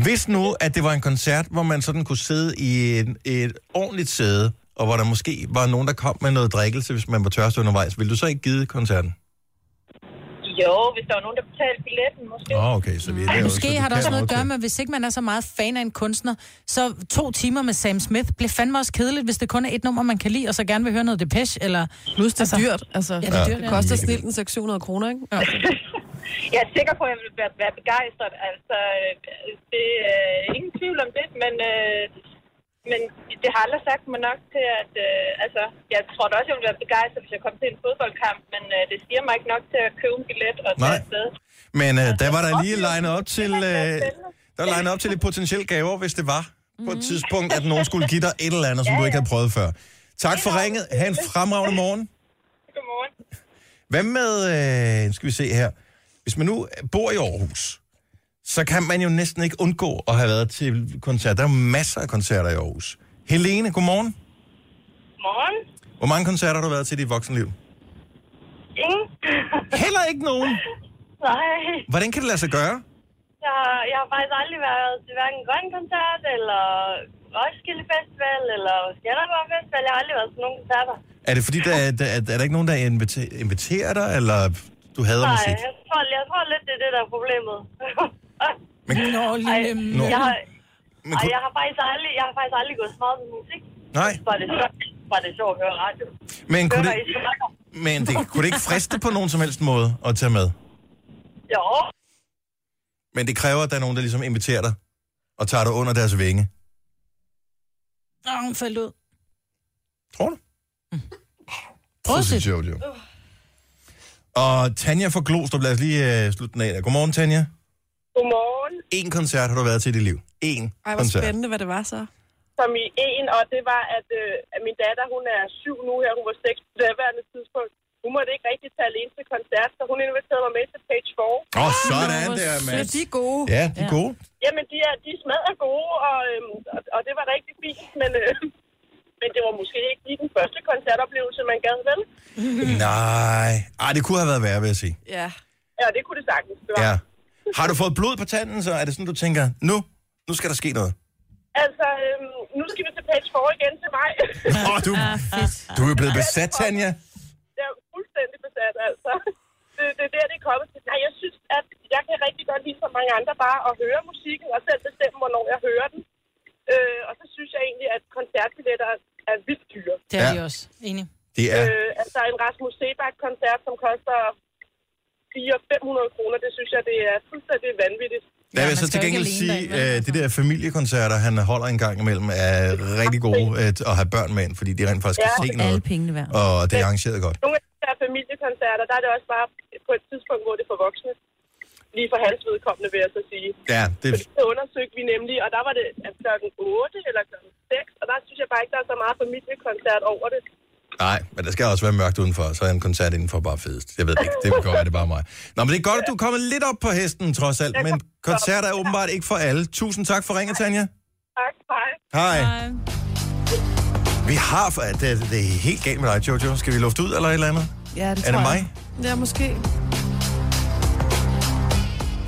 [SPEAKER 1] Hvis nu, at det var en koncert, hvor man sådan kunne sidde i en, et ordentligt sæde, og hvor der måske var nogen, der kom med noget drikkelse, hvis man var tørst undervejs, ville du så ikke give koncerten?
[SPEAKER 9] Jo, hvis der var nogen, der betalte billetten, måske.
[SPEAKER 1] Nå, okay, så vi er der.
[SPEAKER 2] Måske har det også noget at gøre med, hvis ikke man er så meget fan af en kunstner, så to timer med Sam Smith bliver fandme også kedeligt, hvis det kun er et nummer, man kan lide, og så gerne vil høre noget Depeche, eller...
[SPEAKER 3] Plus det er dyrt, altså.
[SPEAKER 2] Ja, det er dyrt,
[SPEAKER 3] Det
[SPEAKER 2] ja.
[SPEAKER 3] koster
[SPEAKER 1] mega
[SPEAKER 3] snilten 600 kroner, ikke? Ja.
[SPEAKER 9] Jeg er sikker på, at jeg vil være, være begejstret. Altså, øh, det er ingen tvivl om det, men, øh, men det har aldrig sagt mig nok til, at... Øh, altså, jeg tror da også, jeg ville være begejstret, hvis jeg kom til en fodboldkamp, men øh, det siger mig ikke nok til at købe en billet og tage
[SPEAKER 1] Nej.
[SPEAKER 9] afsted.
[SPEAKER 1] Men øh, der var der lige legnet op til... Øh, der var legnet op til lidt potentielle gaver, hvis det var på et tidspunkt, at nogen skulle give dig et eller andet, som du ikke havde prøvet før. Tak for ringet. Ha' en fremragende morgen.
[SPEAKER 9] Godmorgen.
[SPEAKER 1] Hvad med, øh, nu skal vi se her, hvis man nu bor i Aarhus, så kan man jo næsten ikke undgå at have været til koncert. Der er jo masser af koncerter i Aarhus. Helene, godmorgen.
[SPEAKER 9] Morgen.
[SPEAKER 1] Hvor mange koncerter har du været til i dit voksenliv?
[SPEAKER 9] Ingen.
[SPEAKER 1] Heller ikke nogen.
[SPEAKER 9] Nej.
[SPEAKER 1] Hvordan kan det lade sig gøre?
[SPEAKER 9] Jeg, har- jeg har faktisk aldrig været til hverken Grøn Koncert, eller Roskilde Festival, eller Skanderborg Festival. Jeg har aldrig været til nogen koncerter.
[SPEAKER 1] Er det fordi, der, er, der, er, er der ikke nogen, der invite- inviterer dig, eller du hader
[SPEAKER 9] Nej,
[SPEAKER 1] musik?
[SPEAKER 9] øh, jeg tror, jeg tror lidt, det er det, der er problemet.
[SPEAKER 1] Men,
[SPEAKER 8] Nå, lille
[SPEAKER 1] Nå.
[SPEAKER 9] Jeg har,
[SPEAKER 1] men
[SPEAKER 9] ej,
[SPEAKER 1] kun,
[SPEAKER 9] jeg har faktisk aldrig, jeg har faktisk aldrig gået så meget til musik.
[SPEAKER 1] nej,
[SPEAKER 9] Var det sjovt, var det sjovt at høre radio.
[SPEAKER 1] men, kunne
[SPEAKER 9] Hører
[SPEAKER 1] det,
[SPEAKER 9] I snakker?
[SPEAKER 1] men det, kunne det ikke friste på nogen som helst måde at tage med?
[SPEAKER 9] Jo,
[SPEAKER 1] Men det kræver, at der er nogen, der ligesom inviterer dig, og tager dig under deres vinge.
[SPEAKER 2] Åh, hun faldt ud.
[SPEAKER 1] Tror du?
[SPEAKER 2] Prosit.
[SPEAKER 1] Pudsigt, Jojo. Og Tanja fra Glostrup, lad os lige øh, slutte den af. Godmorgen, Tanja.
[SPEAKER 9] godmorgen,
[SPEAKER 1] En koncert har du været til i dit liv. En
[SPEAKER 3] Ej, hvor
[SPEAKER 1] koncert.
[SPEAKER 3] spændende, hvad det var så.
[SPEAKER 9] som i en, og det var, at, øh, at min datter, hun er syv nu her, hun var seks på daværende tidspunkt. Hun måtte ikke rigtig tage alene til koncert, så hun inviterede mig med til Page 4.
[SPEAKER 1] Åh, oh, sådan der,
[SPEAKER 3] Ja,
[SPEAKER 1] mand.
[SPEAKER 3] de er gode.
[SPEAKER 1] Ja, de er gode.
[SPEAKER 9] Jamen, de er, de er smadret gode, og, øhm, og, og det var rigtig fint, men, øh, men det var måske ikke lige den første koncertoplevelse, man gad, vel?
[SPEAKER 1] Nej. Ej, det kunne have været værre, vil jeg sige.
[SPEAKER 3] Ja.
[SPEAKER 9] Ja, det kunne det sagtens. Det var.
[SPEAKER 1] Ja. Har du fået blod på tanden, så er det sådan, du tænker, nu, nu skal der ske noget.
[SPEAKER 9] Altså, øhm, nu skal vi til Page 4 igen til mig.
[SPEAKER 1] Åh, oh, du, du er jo blevet besat, Tanja.
[SPEAKER 9] jeg er fuldstændig besat, altså. Det, det er der, det er kommet til. Nej, jeg synes, at jeg kan rigtig godt lide som mange andre bare at høre musikken og selv bestemme, hvornår jeg hører den. Øh, og så synes jeg egentlig, at koncertbilletter er vildt dyre.
[SPEAKER 2] Det er
[SPEAKER 1] Ja.
[SPEAKER 2] ja. de også. Enig.
[SPEAKER 1] Det
[SPEAKER 9] Ja.
[SPEAKER 1] er
[SPEAKER 9] Øh, altså en Rasmus Sebak-koncert, som koster 400-500 kroner, det synes jeg, det er fuldstændig vanvittigt.
[SPEAKER 1] Der vil
[SPEAKER 2] Ja,
[SPEAKER 1] jeg
[SPEAKER 2] man
[SPEAKER 1] så til
[SPEAKER 2] skal jo ikke
[SPEAKER 1] gengæld
[SPEAKER 2] alene altså.
[SPEAKER 1] sige, øh,
[SPEAKER 2] derinde,
[SPEAKER 1] at de der familiekoncerter, han holder en gang imellem, er rigtig gode øh, at, at have børn med ind, fordi de rent faktisk kan se
[SPEAKER 4] Alle
[SPEAKER 1] noget.
[SPEAKER 4] pengene værd.
[SPEAKER 1] Og det er arrangeret godt.
[SPEAKER 9] Nogle af de der familiekoncerter, der er det også bare på et tidspunkt, hvor det er for voksne. Lige for hans vedkommende, vil jeg så sige.
[SPEAKER 1] Ja,
[SPEAKER 9] Fordi
[SPEAKER 1] det,
[SPEAKER 9] så undersøgte vi nemlig, og der var det at klokken 8 eller klokken 6, og der synes jeg bare ikke, der er så meget familiekoncert over det.
[SPEAKER 1] nej, men der skal også være mørkt udenfor, så er en koncert indenfor bare fedest. Jeg ved det ikke, det kan godt være, det er bare mig. Nå, men det er godt, at du er kommet lidt op på hesten, trods alt, men koncerter er åbenbart ikke for alle. Tusind tak for ringet, Tanja.
[SPEAKER 9] Tak, hej.
[SPEAKER 1] Hej. Vi har... for- Det, det er helt galt med dig, Jojo. Skal vi lufte ud eller et eller andet?
[SPEAKER 3] Ja, det
[SPEAKER 1] Er det
[SPEAKER 3] tror
[SPEAKER 1] mig?
[SPEAKER 3] Jeg. Ja, måske.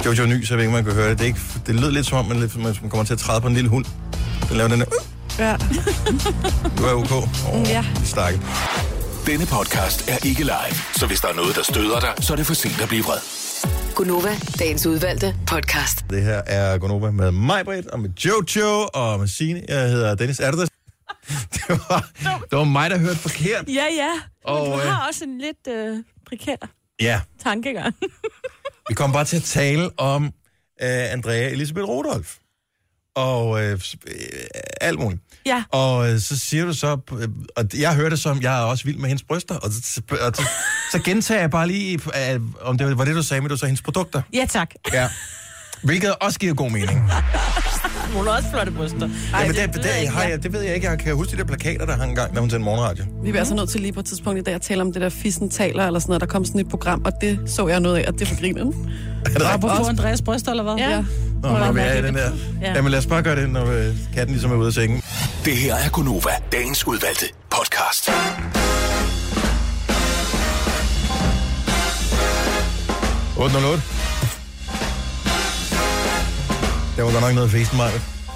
[SPEAKER 1] Jojo ny, så jeg ved ikke, man kan høre det. Det, er ikke, det lød lidt som om, man, lidt, man kommer til at træde på en lille hund. Den laver den der...
[SPEAKER 3] Ja.
[SPEAKER 1] Du er OK. Oh,
[SPEAKER 3] Ja.
[SPEAKER 1] Stakke.
[SPEAKER 6] Denne podcast er ikke live, så hvis der er noget, der støder dig, så er det for sent at blive vred.
[SPEAKER 5] Gunova, dagens udvalgte podcast.
[SPEAKER 1] Det her er Gonova med mig, Britt, og med Jojo, og med Signe. Jeg hedder Dennis. Er du der? Det var, det var mig, der hørte forkert.
[SPEAKER 3] Ja, ja.
[SPEAKER 1] Og, øh,
[SPEAKER 3] også en lidt øh, prekær
[SPEAKER 1] ja,
[SPEAKER 3] tankegang.
[SPEAKER 1] vi kom bare til at tale om øh, Andrea Elisabeth Rudolf. Og øh, s- øh, alt muligt.
[SPEAKER 3] Ja.
[SPEAKER 1] Og øh, så siger du så, øh, og jeg hørte det som, jeg er også vild med hendes bryster, og, så- og så, så gentager jeg bare lige, øh, om det var det, du sagde, men du så hendes produkter.
[SPEAKER 4] Ja, tak.
[SPEAKER 1] Ja. Hvilket også giver god mening.
[SPEAKER 4] Hun har også flotte bryster.
[SPEAKER 1] Ej, Jamen, det, det, det, har jeg, det ved jeg ikke. Jeg kan huske de der plakater, der hang engang, da hun sendte morgenradio.
[SPEAKER 3] Vi bliver altså nødt til lige på et tidspunkt i dag at tale om det der fissen taler eller sådan noget. Der kom sådan et program, og det så jeg noget af, og det var grinen.
[SPEAKER 1] Er det rigtigt?
[SPEAKER 2] Apropos Andreas bryst, eller hvad?
[SPEAKER 3] Ja.
[SPEAKER 1] Nå, når vi er i den der.
[SPEAKER 4] Ja.
[SPEAKER 1] Jamen lad os bare gøre det, når øh, katten ligesom er ude af sengen.
[SPEAKER 6] Det her er Gunova, dagens udvalgte podcast.
[SPEAKER 1] Åh, 808. Der var godt nok noget festen, Maja.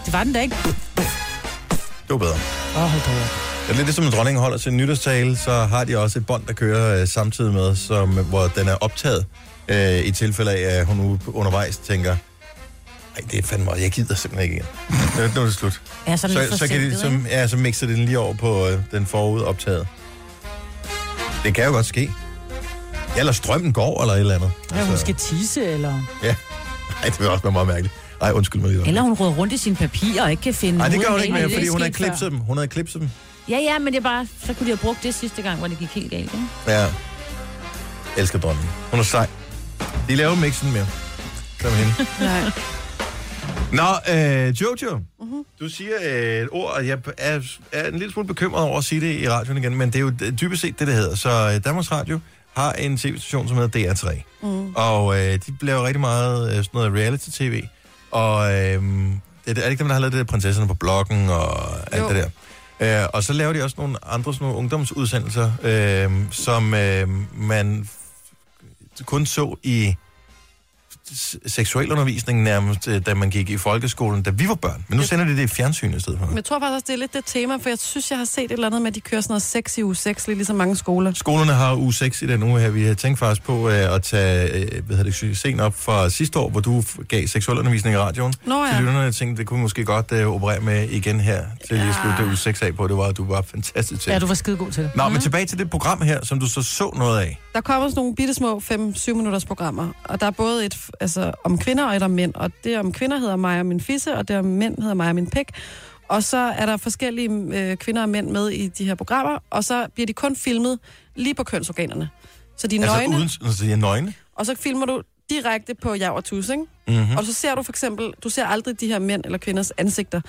[SPEAKER 2] Det var den da ikke.
[SPEAKER 1] Det var bedre.
[SPEAKER 2] Åh, oh, hold da op.
[SPEAKER 1] Det er lidt ligesom, når dronningen holder sin nytårstale, så har de også et bånd, der kører øh, samtidig med, som, hvor den er optaget. Øh, I tilfælde af, at hun nu undervejs tænker, nej, det er fandme meget. Jeg gider simpelthen ikke igen. Nu- nu er det slut.
[SPEAKER 4] Ja, sådan lidt
[SPEAKER 1] så, så, kan de,
[SPEAKER 4] forsinket,
[SPEAKER 1] så,
[SPEAKER 4] ikke?
[SPEAKER 1] ja, så mixer de den lige over på øh, den forud optaget. Det kan jo godt ske. Ja, eller strømmen går, eller et eller andet. Altså-
[SPEAKER 2] Ja, hun skal tisse, eller...
[SPEAKER 1] Ja. Ej, det vil også være meget mærkeligt. Ej, undskyld mig.
[SPEAKER 4] Eller hun råder rundt i sine papirer og ikke kan finde...
[SPEAKER 1] Nej, det gør hun
[SPEAKER 4] hovedet
[SPEAKER 1] ikke
[SPEAKER 4] af.
[SPEAKER 1] mere,
[SPEAKER 4] Det er
[SPEAKER 1] fordi hun havde
[SPEAKER 4] sket før.
[SPEAKER 1] klipset dem. Hun havde klipset dem.
[SPEAKER 4] Ja, ja, men det er bare... Så kunne de have brugt det sidste gang, hvor det gik helt galt, ikke?
[SPEAKER 1] Ja. Elsker dronningen. Hun er sej. De laver dem ikke sådan mere. Som hende.
[SPEAKER 3] Nej.
[SPEAKER 1] Nå, øh, Jojo, mm-hmm. du siger øh, et ord, og jeg er, er en lille smule bekymret over at sige det i radioen igen, men det er jo d- dybest set det, det hedder. Så øh, Danmarks Radio har en tv-station, som hedder DR3, mm. og øh, de laver rigtig meget øh, sådan noget reality-tv, og øh, det, er det ikke dem, der har lavet det der prinsesserne på bloggen og alt
[SPEAKER 3] Jo.
[SPEAKER 1] det der? Øh, og så laver de også nogle andre sådan nogle ungdomsudsendelser, øh, som øh, man f- kun så i s- seksuel undervisning nærmest, øh, da man gik i folkeskolen, da vi var børn. Men nu sender de det i fjernsyn i stedet for.
[SPEAKER 3] Men jeg tror faktisk også, det er lidt det tema, for jeg synes, jeg har set et eller andet med, at de kører sådan noget sex i uge 6, lige ligesom mange skoler.
[SPEAKER 1] Skolerne har u 6 i den uge her. Vi har tænkt faktisk på øh, at tage øh, hvad hedder det, scenen op fra sidste år, hvor du f- gav seksuel undervisning i radioen.
[SPEAKER 3] Nå
[SPEAKER 1] Til
[SPEAKER 3] ja.
[SPEAKER 1] lytterne, jeg tænkte, det kunne vi måske godt øh, operere med igen her, til ja. at slutte det uge 6 af på. Det var, at du var fantastisk til.
[SPEAKER 8] Ja, du var skide god til det.
[SPEAKER 1] Nå, men tilbage til det program her, som du så så noget af.
[SPEAKER 3] Mhm. Der kommer sådan nogle bitte små 5-7 minutters programmer, og der er både et altså, om kvinder og et om mænd, og det om kvinder hedder mig og min fisse, og det om mænd hedder mig og min pæk. Og så er der forskellige øh, kvinder og mænd med i de her programmer, og så bliver de kun filmet lige på kønsorganerne. Så de er
[SPEAKER 1] Altså
[SPEAKER 3] nøgne,
[SPEAKER 1] uden altså, de er nøgne.
[SPEAKER 3] og så filmer du direkte på jav og tus, ikke?
[SPEAKER 1] Mm-hmm.
[SPEAKER 3] Og så ser du for eksempel, du ser aldrig de her mænd eller kvinders ansigter,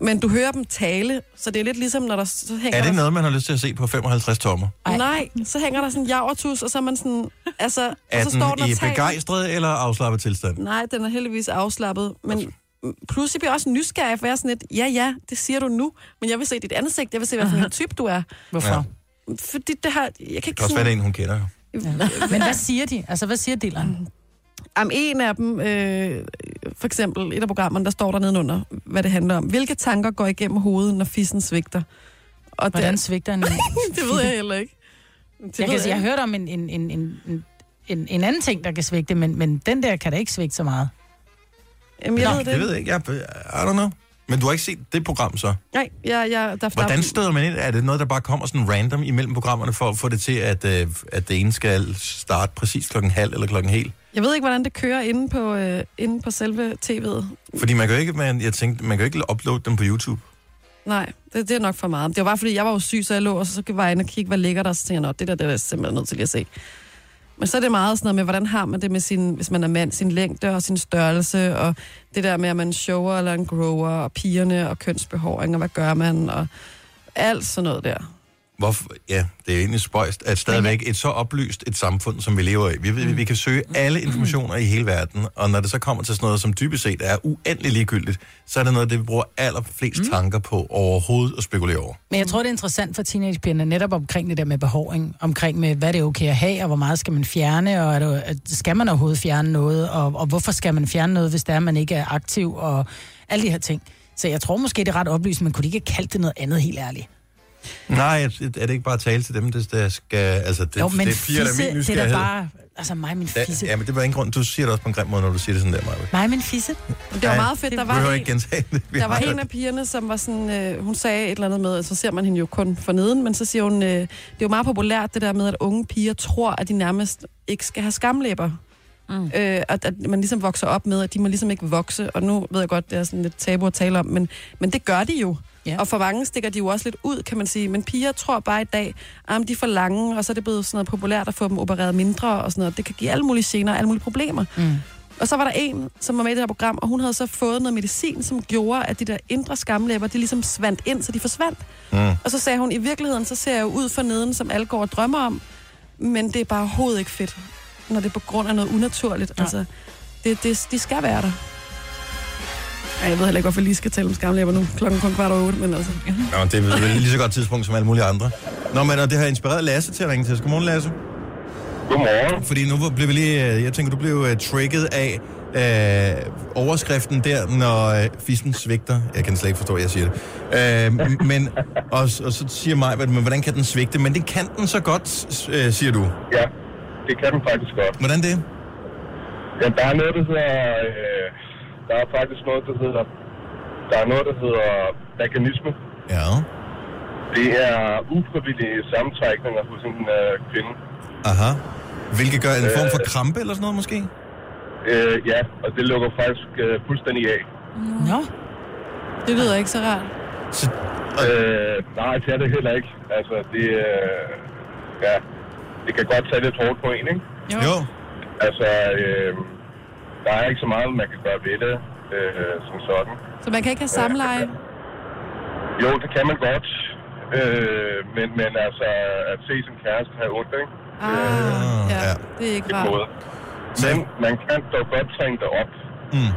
[SPEAKER 3] men du hører dem tale, så det er lidt ligesom, når der så hænger
[SPEAKER 1] Er det
[SPEAKER 3] der,
[SPEAKER 1] noget, man har lyst til at se på 55 tommer?
[SPEAKER 3] Nej, så hænger der sådan en javertus, og så er man sådan, altså,
[SPEAKER 1] Er
[SPEAKER 3] og så står den
[SPEAKER 1] den
[SPEAKER 3] og
[SPEAKER 1] i
[SPEAKER 3] taler.
[SPEAKER 1] begejstret eller afslappet tilstand?
[SPEAKER 3] Nej, den er heldigvis afslappet, men pludselig bliver jeg også nysgerrig, for jeg er sådan lidt, ja ja, det siger du nu, men jeg vil se dit ansigt, jeg vil se, hvad for en type du er.
[SPEAKER 8] Hvorfor?
[SPEAKER 3] Fordi det har, jeg kan
[SPEAKER 1] Det kan
[SPEAKER 3] ikke
[SPEAKER 1] også være, det er
[SPEAKER 3] sådan,
[SPEAKER 1] en, hun kender. jo.
[SPEAKER 8] Ja. Men hvad siger de? Altså, hvad siger dilleren?
[SPEAKER 3] om en af dem, øh, for eksempel et af programmerne, der står der nedenunder, hvad det handler om. Hvilke tanker går igennem hovedet, når fissen svigter? Og det-
[SPEAKER 8] Hvordan svigter en...
[SPEAKER 3] Det ved jeg heller ikke. Det
[SPEAKER 8] jeg,
[SPEAKER 3] ved
[SPEAKER 8] kan, sige, jeg hørte om en, en, en, en, en- en, en anden ting, der kan svigte, men, men den der kan da ikke svigte så meget.
[SPEAKER 3] Jamen, jeg
[SPEAKER 1] Nå,
[SPEAKER 3] ved det.
[SPEAKER 1] det ved jeg ikke. Jeg, I don't know. Men du har ikke set det program så?
[SPEAKER 3] Nej, jeg, jeg, der,
[SPEAKER 1] Hvordan
[SPEAKER 3] der,
[SPEAKER 1] støder man ind? Er det noget, der bare kommer sådan random imellem programmerne, for at få det til, at, øh, at det ene skal starte præcis klokken halv eller klokken hel?
[SPEAKER 3] jeg ved ikke, hvordan det kører inde på, øh, inde på selve tv'et.
[SPEAKER 1] Fordi man kan jo ikke, man, jeg tænkte, man kan jo ikke uploade dem på YouTube.
[SPEAKER 3] Nej, det, det er nok for meget. Det var bare, fordi jeg var jo syg, så jeg lå, og så, så var jeg inde og kigge, hvad ligger der, og så tænkte jeg, nå, det der, det er jeg simpelthen nødt til lige at se. Men så er det meget sådan noget med, hvordan har man det med sin, hvis man er mand, sin længde og sin størrelse, og det der med, at man er en shower eller en grower, og pigerne og kønsbehåring, og hvad gør man, og alt sådan noget der.
[SPEAKER 1] Hvorfor? Ja, det er egentlig spøjst, at stadigvæk et så oplyst et samfund, som vi lever i. Vi, vi, vi kan søge alle informationer i hele verden, og når det så kommer til sådan noget, som dybest set er uendelig ligegyldigt, så er det noget, af det vi bruger allerflest
[SPEAKER 8] Mm.
[SPEAKER 1] tanker på overhovedet at spekulere over.
[SPEAKER 8] Men jeg tror, det er interessant for teenagepigerne netop omkring det der med behåring, omkring med, hvad det er okay at have, og hvor meget skal man fjerne, og er det, at skal man overhovedet fjerne noget, og, og hvorfor skal man fjerne noget, hvis det er, at man ikke er aktiv, og alle de her ting. Så jeg tror måske, det er ret oplyst, men kunne de ikke have kaldt det noget andet, helt ærligt?
[SPEAKER 1] Nej, er er det ikke bare at tale til dem, det, der skal... Altså, det,
[SPEAKER 8] Jo, men
[SPEAKER 1] det piger, der er min
[SPEAKER 8] det er da
[SPEAKER 1] nysgerrighed.
[SPEAKER 8] bare... Altså mig, min
[SPEAKER 1] Da,
[SPEAKER 8] fisse.
[SPEAKER 1] ja, men det var ingen grund. Du siger det også på en grim måde, når du siger det sådan der, Maja.
[SPEAKER 8] Mig, min fisse.
[SPEAKER 3] Men det var
[SPEAKER 1] Ja,
[SPEAKER 3] meget fedt. Der
[SPEAKER 1] Vi
[SPEAKER 3] var
[SPEAKER 1] behøver
[SPEAKER 3] en,
[SPEAKER 1] ikke gentage det. Vi
[SPEAKER 3] Der var
[SPEAKER 1] har-
[SPEAKER 3] en af pigerne, som var sådan, øh, hun sagde et eller andet med, og så ser man hende jo kun for neden, men så siger hun, øh, det er jo meget populært det der med, at unge piger tror, at de nærmest ikke skal have skamlæber. Mm. Øh, at, at man ligesom vokser op med, at de må ligesom ikke vokse, og nu ved jeg godt, det er sådan lidt tabu at tale om, men, men det gør de jo.
[SPEAKER 8] Ja.
[SPEAKER 3] Og for mange stikker de jo også lidt ud, kan man sige. Men piger tror bare i dag, at de er for lange, og så er det blevet sådan noget populært at få dem opereret mindre og sådan noget. Det kan give alle mulige gener og alle mulige problemer.
[SPEAKER 8] Mm.
[SPEAKER 3] Og så var der en, som var med i det her program, og hun havde så fået noget medicin, som gjorde, at de der indre skamlæber, de ligesom svandt ind, så de forsvandt.
[SPEAKER 1] Mm.
[SPEAKER 3] Og så sagde hun, i virkeligheden, så ser jeg jo ud for neden, som alle går og drømmer om, men det er bare overhovedet ikke fedt, når det er på grund af noget unaturligt. Ja. Altså, det, det, de skal være der. Ej, jeg ved heller ikke, hvorfor jeg lige skal tale om skamlæber nu. Klokken er kun kvart over otte, men altså...
[SPEAKER 1] Nå, det er vel lige så godt tidspunkt som alle mulige andre. Nå, men og det har inspireret Lasse til at ringe til os. Godmorgen, Lasse.
[SPEAKER 9] Godmorgen.
[SPEAKER 1] Fordi nu blev vi lige... øh, Jeg tænker, du blev uh, trigget af øh, overskriften der, når øh, fissen svigter. Jeg kan slet ikke forstå, at jeg siger det. Øh, m- men, og, og så siger mig, men hvordan kan den svigte? Men det kan den så godt, s- øh, siger du.
[SPEAKER 9] Ja, det kan du faktisk godt.
[SPEAKER 1] Hvordan det?
[SPEAKER 9] Ja, der er noget, der hedder... Øh, der er faktisk noget, der hedder... Der er noget, der hedder veganisme.
[SPEAKER 1] Ja.
[SPEAKER 9] Det er ufrivillige sammentrækninger hos en øh, kvinde.
[SPEAKER 1] Aha. Hvilket gør en form for krampe eller sådan noget måske?
[SPEAKER 9] Øh, ja, og det lukker faktisk øh, fuldstændig af.
[SPEAKER 2] Nå.
[SPEAKER 3] Det lyder ikke så rart.
[SPEAKER 9] Øh, nej, det er det heller ikke. Altså, det, øh, ja, det kan godt tage lidt hårdt på en, ikke?
[SPEAKER 1] Jo. jo.
[SPEAKER 9] Altså, øh, der er ikke så meget, man kan gøre ved det øh, som sådan.
[SPEAKER 3] Så man kan ikke have samleje?
[SPEAKER 9] Jo, det kan man godt, øh, men, men altså, at se sin kæreste have ondt, ikke? Øh,
[SPEAKER 3] Ah, ja, det er ikke
[SPEAKER 9] Det
[SPEAKER 3] rart.
[SPEAKER 9] både. Men man kan dog godt trænge det op
[SPEAKER 1] Mm.
[SPEAKER 9] øh,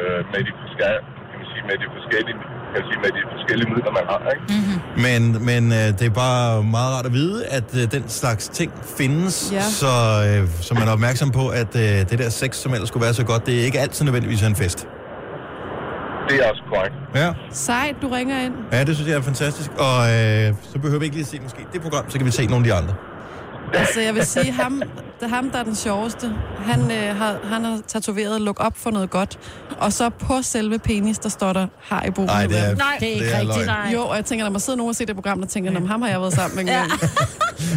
[SPEAKER 9] øh, med de forskellige, kan man sige, med de forskellige, kan man sige, med de forskellige midler, man har, ikke?
[SPEAKER 1] Men, men øh, det er bare meget rart at vide, at øh, den slags ting findes,
[SPEAKER 3] Ja.
[SPEAKER 1] så, øh, så man er opmærksom på, at øh, det der sex, som ellers skulle være så godt, det er ikke altid nødvendigvis er en fest.
[SPEAKER 9] Det er også korrekt.
[SPEAKER 1] Ja,
[SPEAKER 3] Sejt, du ringer ind.
[SPEAKER 1] ja det synes jeg er fantastisk. Og øh, så behøver vi ikke lige at se måske det program, så kan vi se nogle af de andre.
[SPEAKER 3] Altså, jeg vil sige, ham, det er ham der er den sjoveste, han, øh, har, han har tatoveret luk op for noget godt. Og så på selve penis, der står der, har i brug
[SPEAKER 1] Nej, det er,
[SPEAKER 4] Nej, det er ikke
[SPEAKER 1] løgn.
[SPEAKER 4] rigtigt. Nej.
[SPEAKER 3] Jo, og jeg tænker, når man sidder nogen og ser det program, der tænker, jeg, ham har jeg været sammen med en gang.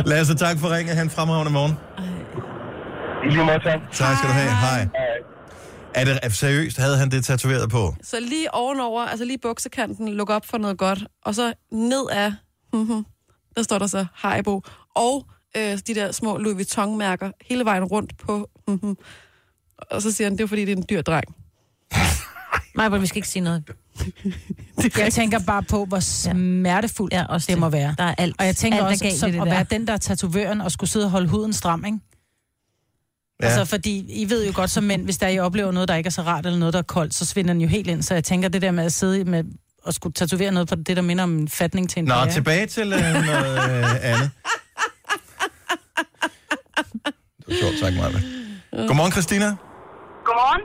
[SPEAKER 1] Lasse, tak for ringen. Han fremragende morgen.
[SPEAKER 9] I lige måde, tak.
[SPEAKER 1] Tak skal du have. Hej.
[SPEAKER 9] Hej.
[SPEAKER 1] Er det er- seriøst? Havde han det tatoveret på?
[SPEAKER 3] Så lige ovenover, altså lige buksekanten, luk op for noget godt, og så ned af, mhm, der står der så Haribo, og øh, de der små Louis Vuitton-mærker hele vejen rundt på, mhm. og så siger han, det er fordi, det er en dyr dreng.
[SPEAKER 4] Nej, men vi skal ikke sige noget.
[SPEAKER 2] Jeg tænker bare på, hvor smertefuldt ja,
[SPEAKER 4] Ja, også
[SPEAKER 2] det må være.
[SPEAKER 4] Der er alt.
[SPEAKER 2] Og jeg tænker
[SPEAKER 4] alt er
[SPEAKER 2] også,
[SPEAKER 4] galt i
[SPEAKER 2] som
[SPEAKER 4] det
[SPEAKER 2] at
[SPEAKER 4] der.
[SPEAKER 2] være den, der er tatovøren, og skulle sidde og holde huden stram, ikke? Ja.
[SPEAKER 1] Ja.
[SPEAKER 2] Altså, fordi I ved jo godt som mænd, hvis der I oplever noget, der ikke er så rart, eller noget, der er koldt, så svinder den jo helt ind. Så jeg tænker, det der med at sidde med og skulle tatovere noget på det, der minder om en fatning til en
[SPEAKER 1] Nå,
[SPEAKER 2] pære.
[SPEAKER 1] tilbage til øh, noget øh, andet. Det var sjovt, tak Maja. Godmorgen, Christina.
[SPEAKER 8] Godmorgen.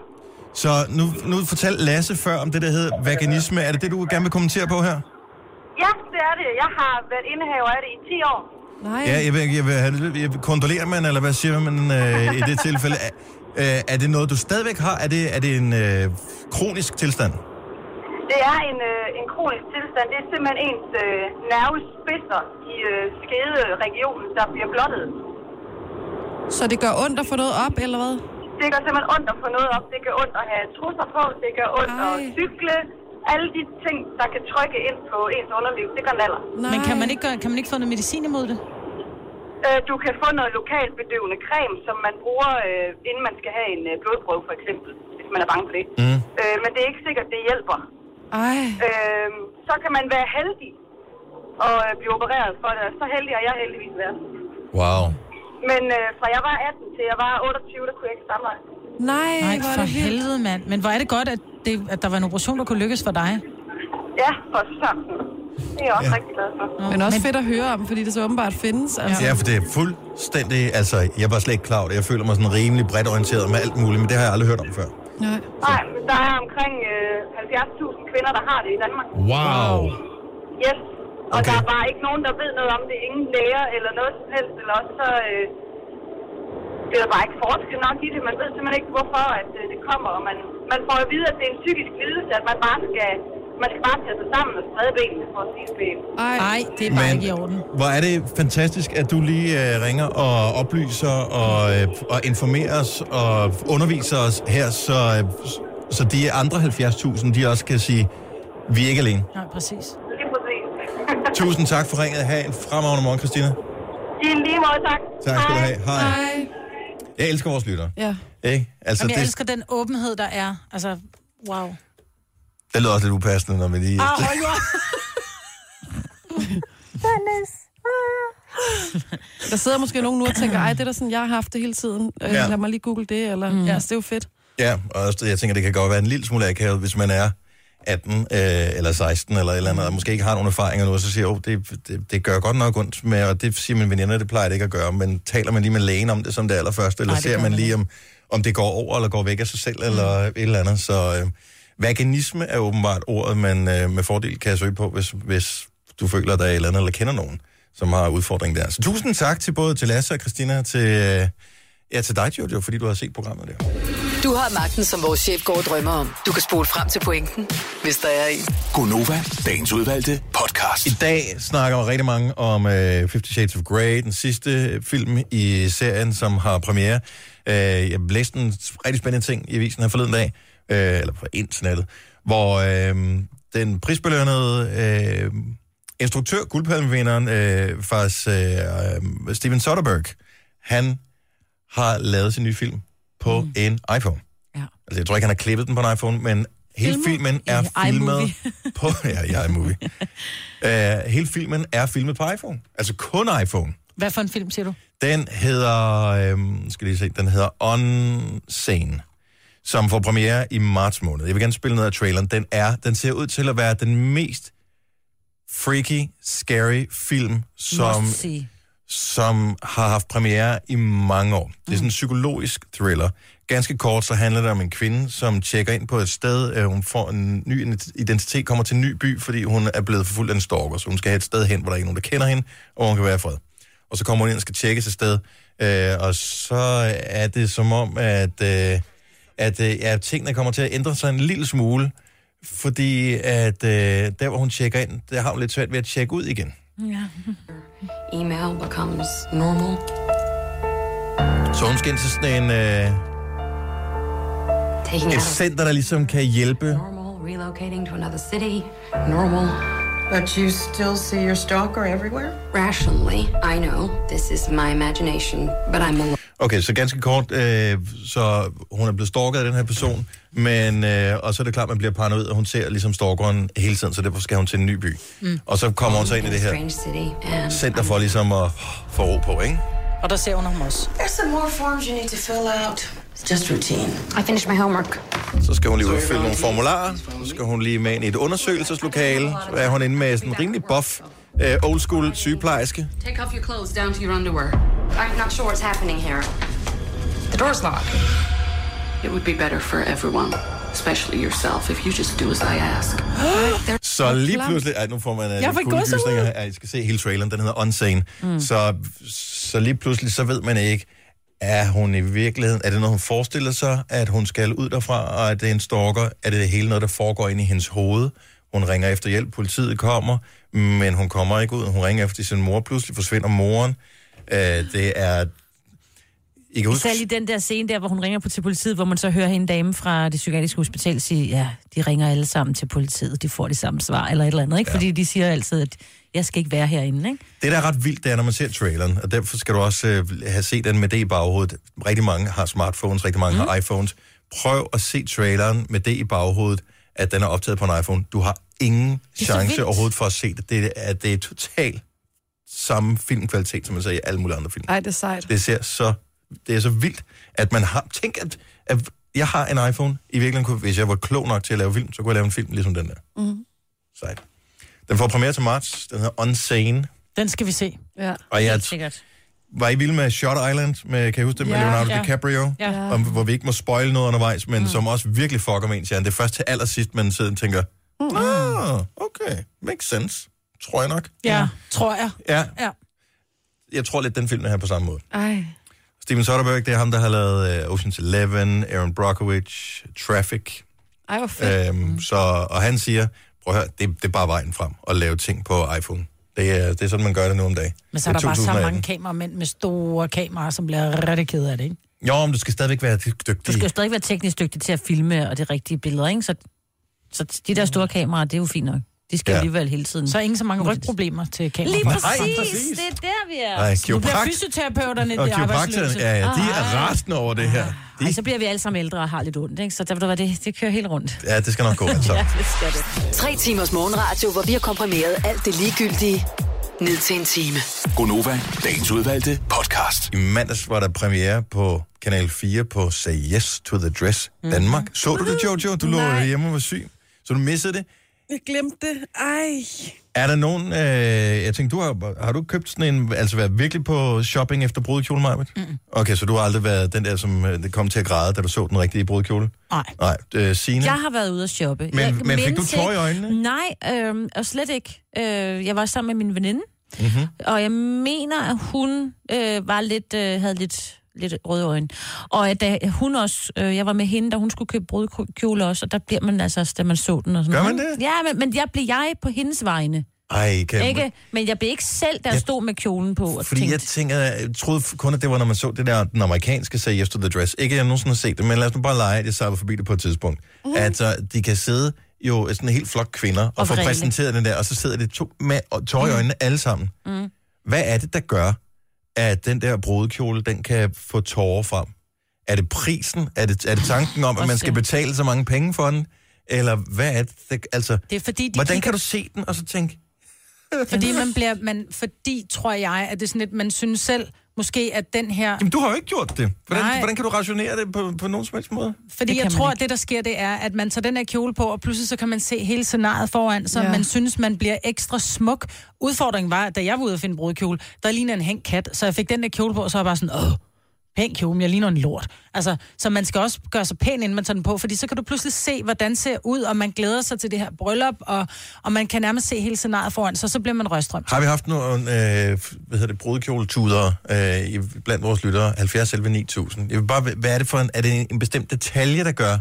[SPEAKER 1] Så nu, nu fortalte Lasse før om det, der hedder veganisme. Er det det, du gerne vil kommentere på her?
[SPEAKER 8] Ja, det er det. Jeg har været indehaver af det i 10 år.
[SPEAKER 3] Nej,
[SPEAKER 1] Ja, jeg vil, jeg vil, have- jeg vil kondolere man, eller hvad siger man øh, i det tilfælde? Er, øh, er det noget, du stadigvæk har? Er det, er det en øh, kronisk tilstand?
[SPEAKER 8] Det er en, øh, en kronisk tilstand. Det er simpelthen ens øh, nervespidser i øh, skede-regionen, der bliver blottet.
[SPEAKER 3] så det gør ondt at få noget op, eller hvad?
[SPEAKER 8] Det gør simpelthen ondt at få noget op. Det gør ondt at have trusser på. Det gør ondt
[SPEAKER 3] Ej.
[SPEAKER 8] at cykle. Alle de ting, der kan trykke ind på ens underliv, det gør naller.
[SPEAKER 3] Nej.
[SPEAKER 2] Men kan man, ikke, gøre- kan man ikke få noget medicin imod det?
[SPEAKER 8] Øh, du kan få noget lokalt bedøvende creme, som man bruger, øh, inden man skal have en øh, blodprøve, for eksempel, hvis man er bange for det.
[SPEAKER 1] Mm.
[SPEAKER 8] Øh, men det er ikke sikkert, det hjælper.
[SPEAKER 3] Ej,
[SPEAKER 8] Øh, så kan man være heldig og øh, blive opereret for det. Så heldig har jeg heldigvis været.
[SPEAKER 1] Wow.
[SPEAKER 8] Men øh, fra jeg var 18 til jeg var 28, der kunne jeg ikke stamme.
[SPEAKER 3] nej,
[SPEAKER 2] Nej,
[SPEAKER 3] hvor er
[SPEAKER 2] for
[SPEAKER 3] det vildt.
[SPEAKER 2] helvede, mand. Men hvor er det godt, at, det, at der var en operation, der kunne lykkes for dig.
[SPEAKER 8] Ja, for sådan. Det er jeg også
[SPEAKER 1] Ja.
[SPEAKER 8] ja. rigtig glad for.
[SPEAKER 3] Men også fedt at høre om, fordi det så åbenbart findes. Altså.
[SPEAKER 1] Ja, for det er fuldstændig... Altså, jeg var slet ikke klar over det. Jeg føler mig sådan rimelig bredt orienteret med alt muligt, men det har jeg aldrig hørt om før.
[SPEAKER 3] Nej.
[SPEAKER 8] Nej, men der er omkring øh, 70.000 kvinder, der har det i Danmark.
[SPEAKER 1] Wow.
[SPEAKER 8] Yes. Og
[SPEAKER 1] Okay.
[SPEAKER 8] okay. der er bare ikke nogen, der ved noget om det. Ingen læger eller noget som helst. Eller også så... Øh, det er der bare ikke forsket nok i det. Man ved simpelthen ikke, hvorfor at, øh, det kommer. Og man, man får at vide, at det er en psykisk lidelse, at man bare skal... Man skal bare tage sig sammen og sprede benene for at sige det. pænt.
[SPEAKER 3] Ej,
[SPEAKER 2] Nej, det er bare
[SPEAKER 1] Men-
[SPEAKER 2] Men... ikke i orden.
[SPEAKER 1] Hvor er det fantastisk, at du lige øh, ringer og oplyser og, øh, og informerer os og underviser os her, så, øh, så de andre 70.000, de også kan sige, vi er ikke alene.
[SPEAKER 2] Nej, præcis.
[SPEAKER 8] Lige præcis.
[SPEAKER 1] Tusind tak for ringet. Ha' en fremragende morgen, Christina.
[SPEAKER 8] I lige måde, tak.
[SPEAKER 1] Tak skal du
[SPEAKER 8] Hej.
[SPEAKER 1] have. Hej.
[SPEAKER 3] nej.
[SPEAKER 1] Jeg elsker vores lyttere.
[SPEAKER 3] Ja.
[SPEAKER 1] Ikke? Altså,
[SPEAKER 2] Jamen, jeg
[SPEAKER 1] det,
[SPEAKER 2] elsker den åbenhed, der er. Altså, wow.
[SPEAKER 1] det lyder også lidt upassende, når vi lige...
[SPEAKER 2] Ah, hold nu op.
[SPEAKER 3] Der sidder måske nogen nu og tænker, ej, det er da sådan, jeg har haft det hele tiden. Øh,
[SPEAKER 1] Ja.
[SPEAKER 3] Lad mig lige google det, eller mm. ja, det er jo fedt.
[SPEAKER 1] Ja, og også, det- jeg tænker, det kan godt være en lille smule akavet, hvis man er 18 øh, eller 16 eller et eller
[SPEAKER 2] Mm.
[SPEAKER 1] andet, og måske ikke har nogen erfaring eller noget, så siger jeg, oh, det, det, det gør godt nok ondt, med, og det siger mine veninder, det plejer det ikke at gøre, men taler man lige med lægen om det som det allerførste, eller
[SPEAKER 2] Nej,
[SPEAKER 1] Nej,
[SPEAKER 2] det
[SPEAKER 1] ser
[SPEAKER 2] gør
[SPEAKER 1] man
[SPEAKER 2] man Mm.
[SPEAKER 1] lige, om, om det går over eller går væk af sig selv eller et eller andet, så øh, veganisme er åbenbart ordet, man øh, med fordel kan søge på, hvis, hvis du føler, der er et eller andet, eller kender nogen, som har udfordring der. Så tusind tak til både til Lasse og Christina, til, øh, ja, til dig, Jojo, fordi du har set programmet der.
[SPEAKER 5] Du har magten, som vores chef går og drømmer om. Du kan spole frem til pointen, hvis der er en.
[SPEAKER 6] Gonova, dagens udvalgte podcast.
[SPEAKER 1] I dag snakker rigtig mange om øh, Fifty Shades of Grey, den sidste film i serien, som har premiere. Øh, jeg læste en rigtig spændende ting i avisen her forleden dag, øh, eller på internettet, hvor øh, den prisbelønnede øh, instruktør, guldpalmevinderen, øh, faktisk øh, øh, Steven Soderbergh, han har lavet sin nye film på mm. en iPhone. Ja. Altså, jeg tror ikke, han har klippet den på en iPhone, men hele
[SPEAKER 4] Filmet
[SPEAKER 1] filmen er
[SPEAKER 4] i
[SPEAKER 1] filmet
[SPEAKER 4] iMovie.
[SPEAKER 1] på... Ja, i iMovie. uh, hele filmen er filmet på iPhone. Altså kun iPhone.
[SPEAKER 2] Hvad for en film, siger du?
[SPEAKER 1] Den hedder... Øhm, skal lige se. Den hedder On Scene, som får premiere i marts måned. Jeg vil gerne spille noget af traileren. Den er... Den ser ud til at være den mest freaky, scary film, som
[SPEAKER 4] Must see.
[SPEAKER 1] som har haft premiere i mange år. Det er sådan en psykologisk thriller. Ganske kort, så handler det om en kvinde, som tjekker ind på et sted. Øh, Hun får en ny identitet, kommer til en ny by, fordi hun er blevet forfulgt af en stalker, så hun skal have et sted hen, hvor der ikke er nogen, der kender hende, og hun kan være i fred. Og så kommer hun ind og skal tjekkes et sted, øh, og så er det som om, at, øh, at øh, ja, tingene kommer til at ændre sig en lille smule, fordi at øh, der, hvor hun tjekker ind, der har hun lidt svært ved at tjekke ud igen.
[SPEAKER 10] Yeah. Email becomes normal.
[SPEAKER 1] Så hun skal ind til sådan en... Øh,
[SPEAKER 10] Taking
[SPEAKER 1] et
[SPEAKER 10] out.
[SPEAKER 1] center, der ligesom kan hjælpe.
[SPEAKER 10] Normal. Relocating to another city. Normal. But you still see your stalker everywhere? Rationally, I know this is my imagination, but I'm alone.
[SPEAKER 1] Okay, så ganske kort, øh, så hun er blevet stalket af den her person, men, øh, og så er det klart, man bliver paranoid, og hun ser ligesom stalkeren hele tiden, så derfor skal hun til en ny by. Mm. Og så kommer hun så ind i det her
[SPEAKER 10] Strange city, and
[SPEAKER 1] center for ligesom at få ro på, ikke?
[SPEAKER 2] Og der ser hun ham også.
[SPEAKER 10] There's some more forms you need to fill out. It's just routine. I finished my homework.
[SPEAKER 1] Så skal hun lige udfylde nogle formularer, så skal hun lige med ind i et undersøgelseslokale, så er hun inde med sådan en rimelig buff, øh, old school sygeplejerske.
[SPEAKER 10] Take off your clothes down to your underwear. I'm not sure what's happening here. The door's locked.
[SPEAKER 11] It would be better for everyone, especially yourself, if you just do as I ask.
[SPEAKER 1] Så lige pludselig... Ej, nu får man øh,
[SPEAKER 11] Jeg fik gåsehud.
[SPEAKER 1] kuldegysninger. Ja, I skal se hele traileren, den hedder Unsane. Mm.
[SPEAKER 11] Mm.
[SPEAKER 1] Så, så lige pludselig, så ved man ikke, er hun i virkeligheden... Er det noget, hun forestiller sig, at hun skal ud derfra, og er det en stalker? Er det hele noget, der foregår inde i hendes hoved? Hun ringer efter hjælp, politiet kommer, men hun kommer ikke ud. Hun ringer efter sin mor, pludselig forsvinder moren. Øh, det er... I kan huske,
[SPEAKER 4] Især lige den der scene der, hvor hun ringer på til politiet, hvor man så hører hende dame fra det psykiatriske hospital sige, ja, de ringer alle sammen til politiet, de får de samme svar, eller et eller andet, ikke?
[SPEAKER 1] Ja.
[SPEAKER 4] Fordi de siger altid, at jeg skal ikke være herinde, ikke?
[SPEAKER 1] Det, der er ret vildt, det er, når man ser traileren, og derfor skal du også øh, have set den med det i baghovedet. Rigtig mange har smartphones, rigtig
[SPEAKER 3] Mhm.
[SPEAKER 1] mange mm. har iPhones. Prøv at se traileren med det i baghovedet, at den er optaget på en iPhone. Du har ingen
[SPEAKER 12] så
[SPEAKER 1] chance
[SPEAKER 12] vildt.
[SPEAKER 1] overhovedet for at se det. Det er, det er totalt samme filmkvalitet, som man ser i alle mulige andre film.
[SPEAKER 3] Ej, det er sejt.
[SPEAKER 1] Det ser så, det er så vildt, at man har... Tænk, at, at jeg har en iPhone. I virkeligheden, kunne, hvis jeg var klog nok til at lave film, så kunne jeg lave en film ligesom den der.
[SPEAKER 3] Mm.
[SPEAKER 1] Sejt. Den får premiere til marts. Den hedder Unsane.
[SPEAKER 2] Den skal vi se.
[SPEAKER 3] Ja.
[SPEAKER 1] Og jeg,
[SPEAKER 4] sikkert.
[SPEAKER 1] var I vilde med Shot Island, med, kan I huske det, med
[SPEAKER 2] Ja,
[SPEAKER 1] Leonardo
[SPEAKER 2] ja.
[SPEAKER 1] DiCaprio?
[SPEAKER 2] Ja.
[SPEAKER 1] Om, hvor vi ikke må spoil noget undervejs, men mm. som også virkelig fucker med ens hjerne. Det er først til allersidst, man sidder og tænker,
[SPEAKER 2] Mm.
[SPEAKER 1] ah, okay, makes sense, tror jeg nok.
[SPEAKER 2] Ja, tror jeg.
[SPEAKER 1] Ja,
[SPEAKER 2] Ja.
[SPEAKER 1] jeg tror lidt, den film er her på samme måde.
[SPEAKER 3] Ej.
[SPEAKER 1] Steven Soderbergh, det er ham, der har lavet uh, Ocean's Eleven, Aaron Brockovich, Traffic.
[SPEAKER 3] Ej, hvor fedt.
[SPEAKER 1] Øhm,
[SPEAKER 2] Mm.
[SPEAKER 1] så, og han siger, prøv at høre, det, det er bare vejen frem at lave ting på iPhone. Det er, det er sådan, man gør det nu om dagen.
[SPEAKER 2] Men så er
[SPEAKER 1] Det
[SPEAKER 2] der bare så
[SPEAKER 1] 2018.
[SPEAKER 2] mange kameramænd med store kameraer, som bliver rigtig ked af det, ikke?
[SPEAKER 1] Jo, men du skal stadigvæk være dygtig.
[SPEAKER 4] Du skal jo stadig være teknisk dygtig til at filme og det rigtige billeder, ikke? Så, så de der store kameraer, det er jo fint nok. De skal
[SPEAKER 1] Ja.
[SPEAKER 4] ja. alligevel hele tiden.
[SPEAKER 2] Så ingen så mange rygproblemer til kameraet.
[SPEAKER 4] Lige
[SPEAKER 2] Nej,
[SPEAKER 4] præcis, Nej,
[SPEAKER 2] præcis.
[SPEAKER 4] præcis. det er der, vi er.
[SPEAKER 1] Ej,
[SPEAKER 2] Nu bliver
[SPEAKER 1] kiropraktor-
[SPEAKER 2] fysioterapeuterne
[SPEAKER 1] Og
[SPEAKER 2] det
[SPEAKER 1] kiropraktorerne,
[SPEAKER 2] arbejdsløse.
[SPEAKER 1] ja, ja, de
[SPEAKER 4] Ej.
[SPEAKER 1] er rasende over det her.
[SPEAKER 4] Ah. Ej, så bliver vi alle sammen ældre og har lidt ondt, ikke? Så der, det, det, det kører helt rundt.
[SPEAKER 1] Ja, det skal nok gå, altså.
[SPEAKER 5] Tre timers morgenradio, hvor vi har komprimeret alt det ligegyldige ned til en time.
[SPEAKER 6] Gonova, dagens udvalgte podcast.
[SPEAKER 1] I mandags var der premiere på Kanal 4 på Say Yes to the Dress Danmark. Så du det, Jojo? Du lå hjemme og var syg. Så du missede det.
[SPEAKER 3] Jeg glemte det. Ej.
[SPEAKER 1] Er der nogen... Øh, jeg tænkte, du har, har du købt sådan en... Altså været virkelig på shopping efter brudekjole, Majbet? Mm. Okay, så du har aldrig været den der, som øh, det kom til at græde, da du så den rigtige brudekjole?
[SPEAKER 2] Nej.
[SPEAKER 1] Nej, øh, Signe?
[SPEAKER 4] Jeg har været ude at shoppe.
[SPEAKER 1] Men-
[SPEAKER 4] jeg
[SPEAKER 1] men fik du
[SPEAKER 4] mindes
[SPEAKER 1] tårer i
[SPEAKER 4] ikke-
[SPEAKER 1] øjnene?
[SPEAKER 4] Nej, øh, og slet ikke. Øh, jeg var sammen med min veninde,
[SPEAKER 1] Mm-hmm.
[SPEAKER 4] og jeg mener, at hun øh, var lidt, øh, havde lidt lidt røde øjne. Og at da hun også, øh, jeg var med hende, da hun skulle købe brudkjole også, og der bliver man altså, da man så den og sådan
[SPEAKER 1] Gør
[SPEAKER 4] noget.
[SPEAKER 1] man det?
[SPEAKER 4] Ja, men, men jeg blev jeg på hendes vegne.
[SPEAKER 1] Ej, kan
[SPEAKER 4] Ikke? Men jeg blev ikke selv, der
[SPEAKER 1] Jeg-
[SPEAKER 4] jeg... stod med kjolen på og
[SPEAKER 1] Fordi
[SPEAKER 4] tænkte,
[SPEAKER 1] jeg tænker, jeg troede kun, at det var, når man så det der, den amerikanske Say Yes to the Dress. Ikke, at jeg nogensinde har set det, men lad os nu bare lege, at jeg sejlede forbi det på et tidspunkt. Mm.
[SPEAKER 2] Mhm.
[SPEAKER 1] Altså, de kan sidde jo øh, sådan en helt flok kvinder og,
[SPEAKER 12] Og
[SPEAKER 1] få
[SPEAKER 12] vrille.
[SPEAKER 1] præsenteret den der, og så sidder de to med og tårer i
[SPEAKER 2] Mhm.
[SPEAKER 1] øjnene alle sammen.
[SPEAKER 12] Mm.
[SPEAKER 1] Hvad er det, der gør, at den der brudekjole, den kan få tårer frem? Er det prisen? Er det, er det tanken om, at man skal betale så mange penge for den? Eller hvad er det? der- Altså,
[SPEAKER 2] Det er fordi, de
[SPEAKER 1] hvordan
[SPEAKER 2] kigger-
[SPEAKER 1] kan du se den, og så tænke,
[SPEAKER 2] Fordi man bliver, man, fordi tror jeg, at det er sådan lidt, man synes selv, måske at den her...
[SPEAKER 1] jamen, du har jo ikke gjort det. Hvordan,
[SPEAKER 2] Nej.
[SPEAKER 1] hvordan kan du rationere det på, på nogen som helst måde?
[SPEAKER 2] Fordi jeg tror, at det, der sker, det er, at man tager den her kjole på, og pludselig så kan man se hele scenariet foran, så
[SPEAKER 8] Ja.
[SPEAKER 2] ja. man synes, man bliver ekstra smuk. Udfordringen var, at da jeg var ude og finde brudekjole, der ligner en hængt kat, så jeg fik den der kjole på, og så var jeg bare sådan, åh, pæn kjole, men jeg ligner en lort. Altså, så man skal også gøre sig pæn, inden man tager den på, fordi så kan du pludselig se, hvordan det ser ud, og man glæder sig til det her bryllup, og, og man kan nærmest se hele scenariet foran, så så bliver man røstrømt.
[SPEAKER 1] Har vi haft nogle, øh, hvad hedder det, brudekjoletudere øh, i- blandt vores lyttere? 70 selv 9000. Jeg vil bare, hvad er det for en, er det en, en bestemt detalje, der gør?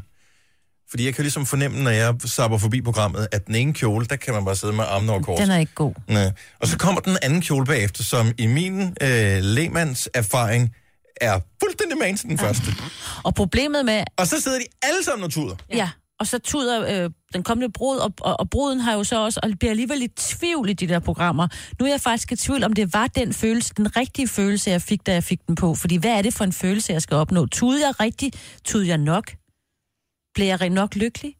[SPEAKER 1] Fordi jeg kan jo ligesom fornemme, når jeg sapper forbi programmet, at den ene kjole, der kan man bare sidde med armen over kors.
[SPEAKER 4] den er ikke god.
[SPEAKER 1] Nej. Og så kommer den anden kjole bagefter, som i min øh, lægmands erfaring er fuldstændig man til den første.
[SPEAKER 4] Ah. Og problemet med...
[SPEAKER 1] Og så sidder de alle sammen og tuder.
[SPEAKER 4] Ja. ja. Og så tuder øh, den kommende brud, og, og, og bruden har jo så også, og bliver alligevel i tvivl i de der programmer. Nu er jeg faktisk i tvivl, om det var den følelse, den rigtige følelse, jeg fik, da jeg fik den på. Fordi hvad er det for en følelse, jeg skal opnå? Tudede jeg rigtigt? Tudede jeg nok? Blev jeg rigtig nok lykkelig?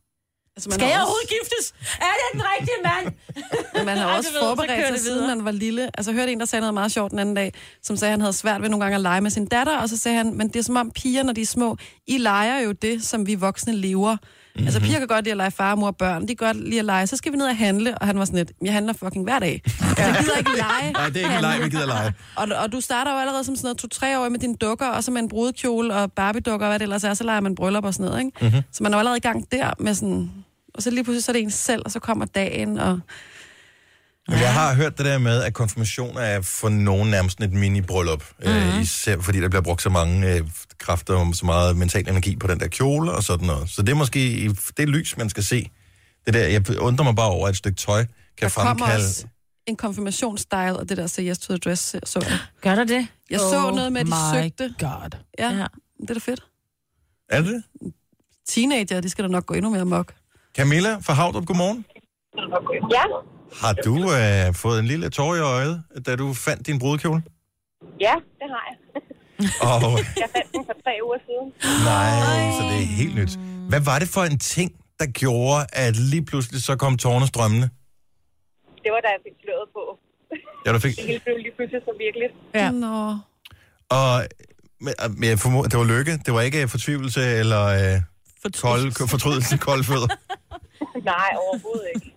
[SPEAKER 3] Altså,
[SPEAKER 4] Skal jeg overhovedet giftes? Er det den rigtige mand?
[SPEAKER 3] Man har
[SPEAKER 4] Ej,
[SPEAKER 3] også
[SPEAKER 4] du ved, så
[SPEAKER 3] forberedt
[SPEAKER 4] kører
[SPEAKER 3] sig,
[SPEAKER 4] det
[SPEAKER 3] siden
[SPEAKER 4] videre.
[SPEAKER 3] man var lille. Altså, jeg hørte en, der sagde noget meget sjovt den anden dag, som sagde, at han havde svært ved nogle gange at lege med sin datter, og så sagde han, men det er som om piger, når de er små, I leger jo det, som vi voksne lever.
[SPEAKER 1] Mhm.
[SPEAKER 3] Mm-hmm. Altså, piger kan godt lide at lege far, mor og børn. De kan godt lide at lege. Så skal vi ned og handle, og han var sådan lidt, jeg handler fucking hver dag. Altså, jeg gider ikke lege.
[SPEAKER 1] Nej, det er ikke en leg, vi gider lege.
[SPEAKER 3] Og, og du starter jo allerede som sådan noget to-tre år med dine dukker, og så med en brudekjole og barbiedukker og hvad det ellers er, så leger man bryllup og sådan noget, ikke?
[SPEAKER 1] Mhm.
[SPEAKER 3] Mm-hmm. Så man er jo allerede i gang der med sådan... Og så lige pludselig så er det en selv, og så kommer dagen, og...
[SPEAKER 1] Men jeg har hørt det der med, at konfirmationer er for nogen nærmest sådan et mini-bryllup. Mm-hmm. Øh, især fordi der bliver brugt så mange øh, kræfter og så meget mental energi på den der kjole og sådan noget. Så det er måske det er lys, man skal se. Det der, jeg undrer mig bare over, at et stykke tøj kan
[SPEAKER 3] Der kommer
[SPEAKER 1] fremkalde...
[SPEAKER 3] også en konfirmationsstyle, og det der Say Yes to the Dress, så jeg.
[SPEAKER 4] Gør der det?
[SPEAKER 3] Jeg så
[SPEAKER 4] Oh
[SPEAKER 3] noget med, at de
[SPEAKER 4] my
[SPEAKER 3] søgte.
[SPEAKER 2] God.
[SPEAKER 3] Ja, ja, det er da fedt.
[SPEAKER 1] Er det?
[SPEAKER 3] Teenager, de skal da nok gå endnu mere mok.
[SPEAKER 1] Camilla fra Havdrup, godmorgen.
[SPEAKER 9] Ja,
[SPEAKER 1] Har du øh, fået en lille tår i øjet, da du fandt din brudekjole?
[SPEAKER 9] ja, det har jeg.
[SPEAKER 1] Og
[SPEAKER 9] Jeg fandt den for tre uger siden.
[SPEAKER 1] nej, så det er helt nyt. Hvad var det for en ting, der gjorde, at lige pludselig så kom tårne strømmende?
[SPEAKER 9] Det var da jeg fik sløret på.
[SPEAKER 1] Ja, du fik...
[SPEAKER 9] Det hele blev lige pludselig så virkeligt.
[SPEAKER 3] Ja. Nå.
[SPEAKER 1] Og men, men jeg formoder, det var lykke. Det var ikke øh, fortvivlelse eller øh, kolde, fortrydelse, kolde fødder.
[SPEAKER 9] Nej, overhovedet ikke.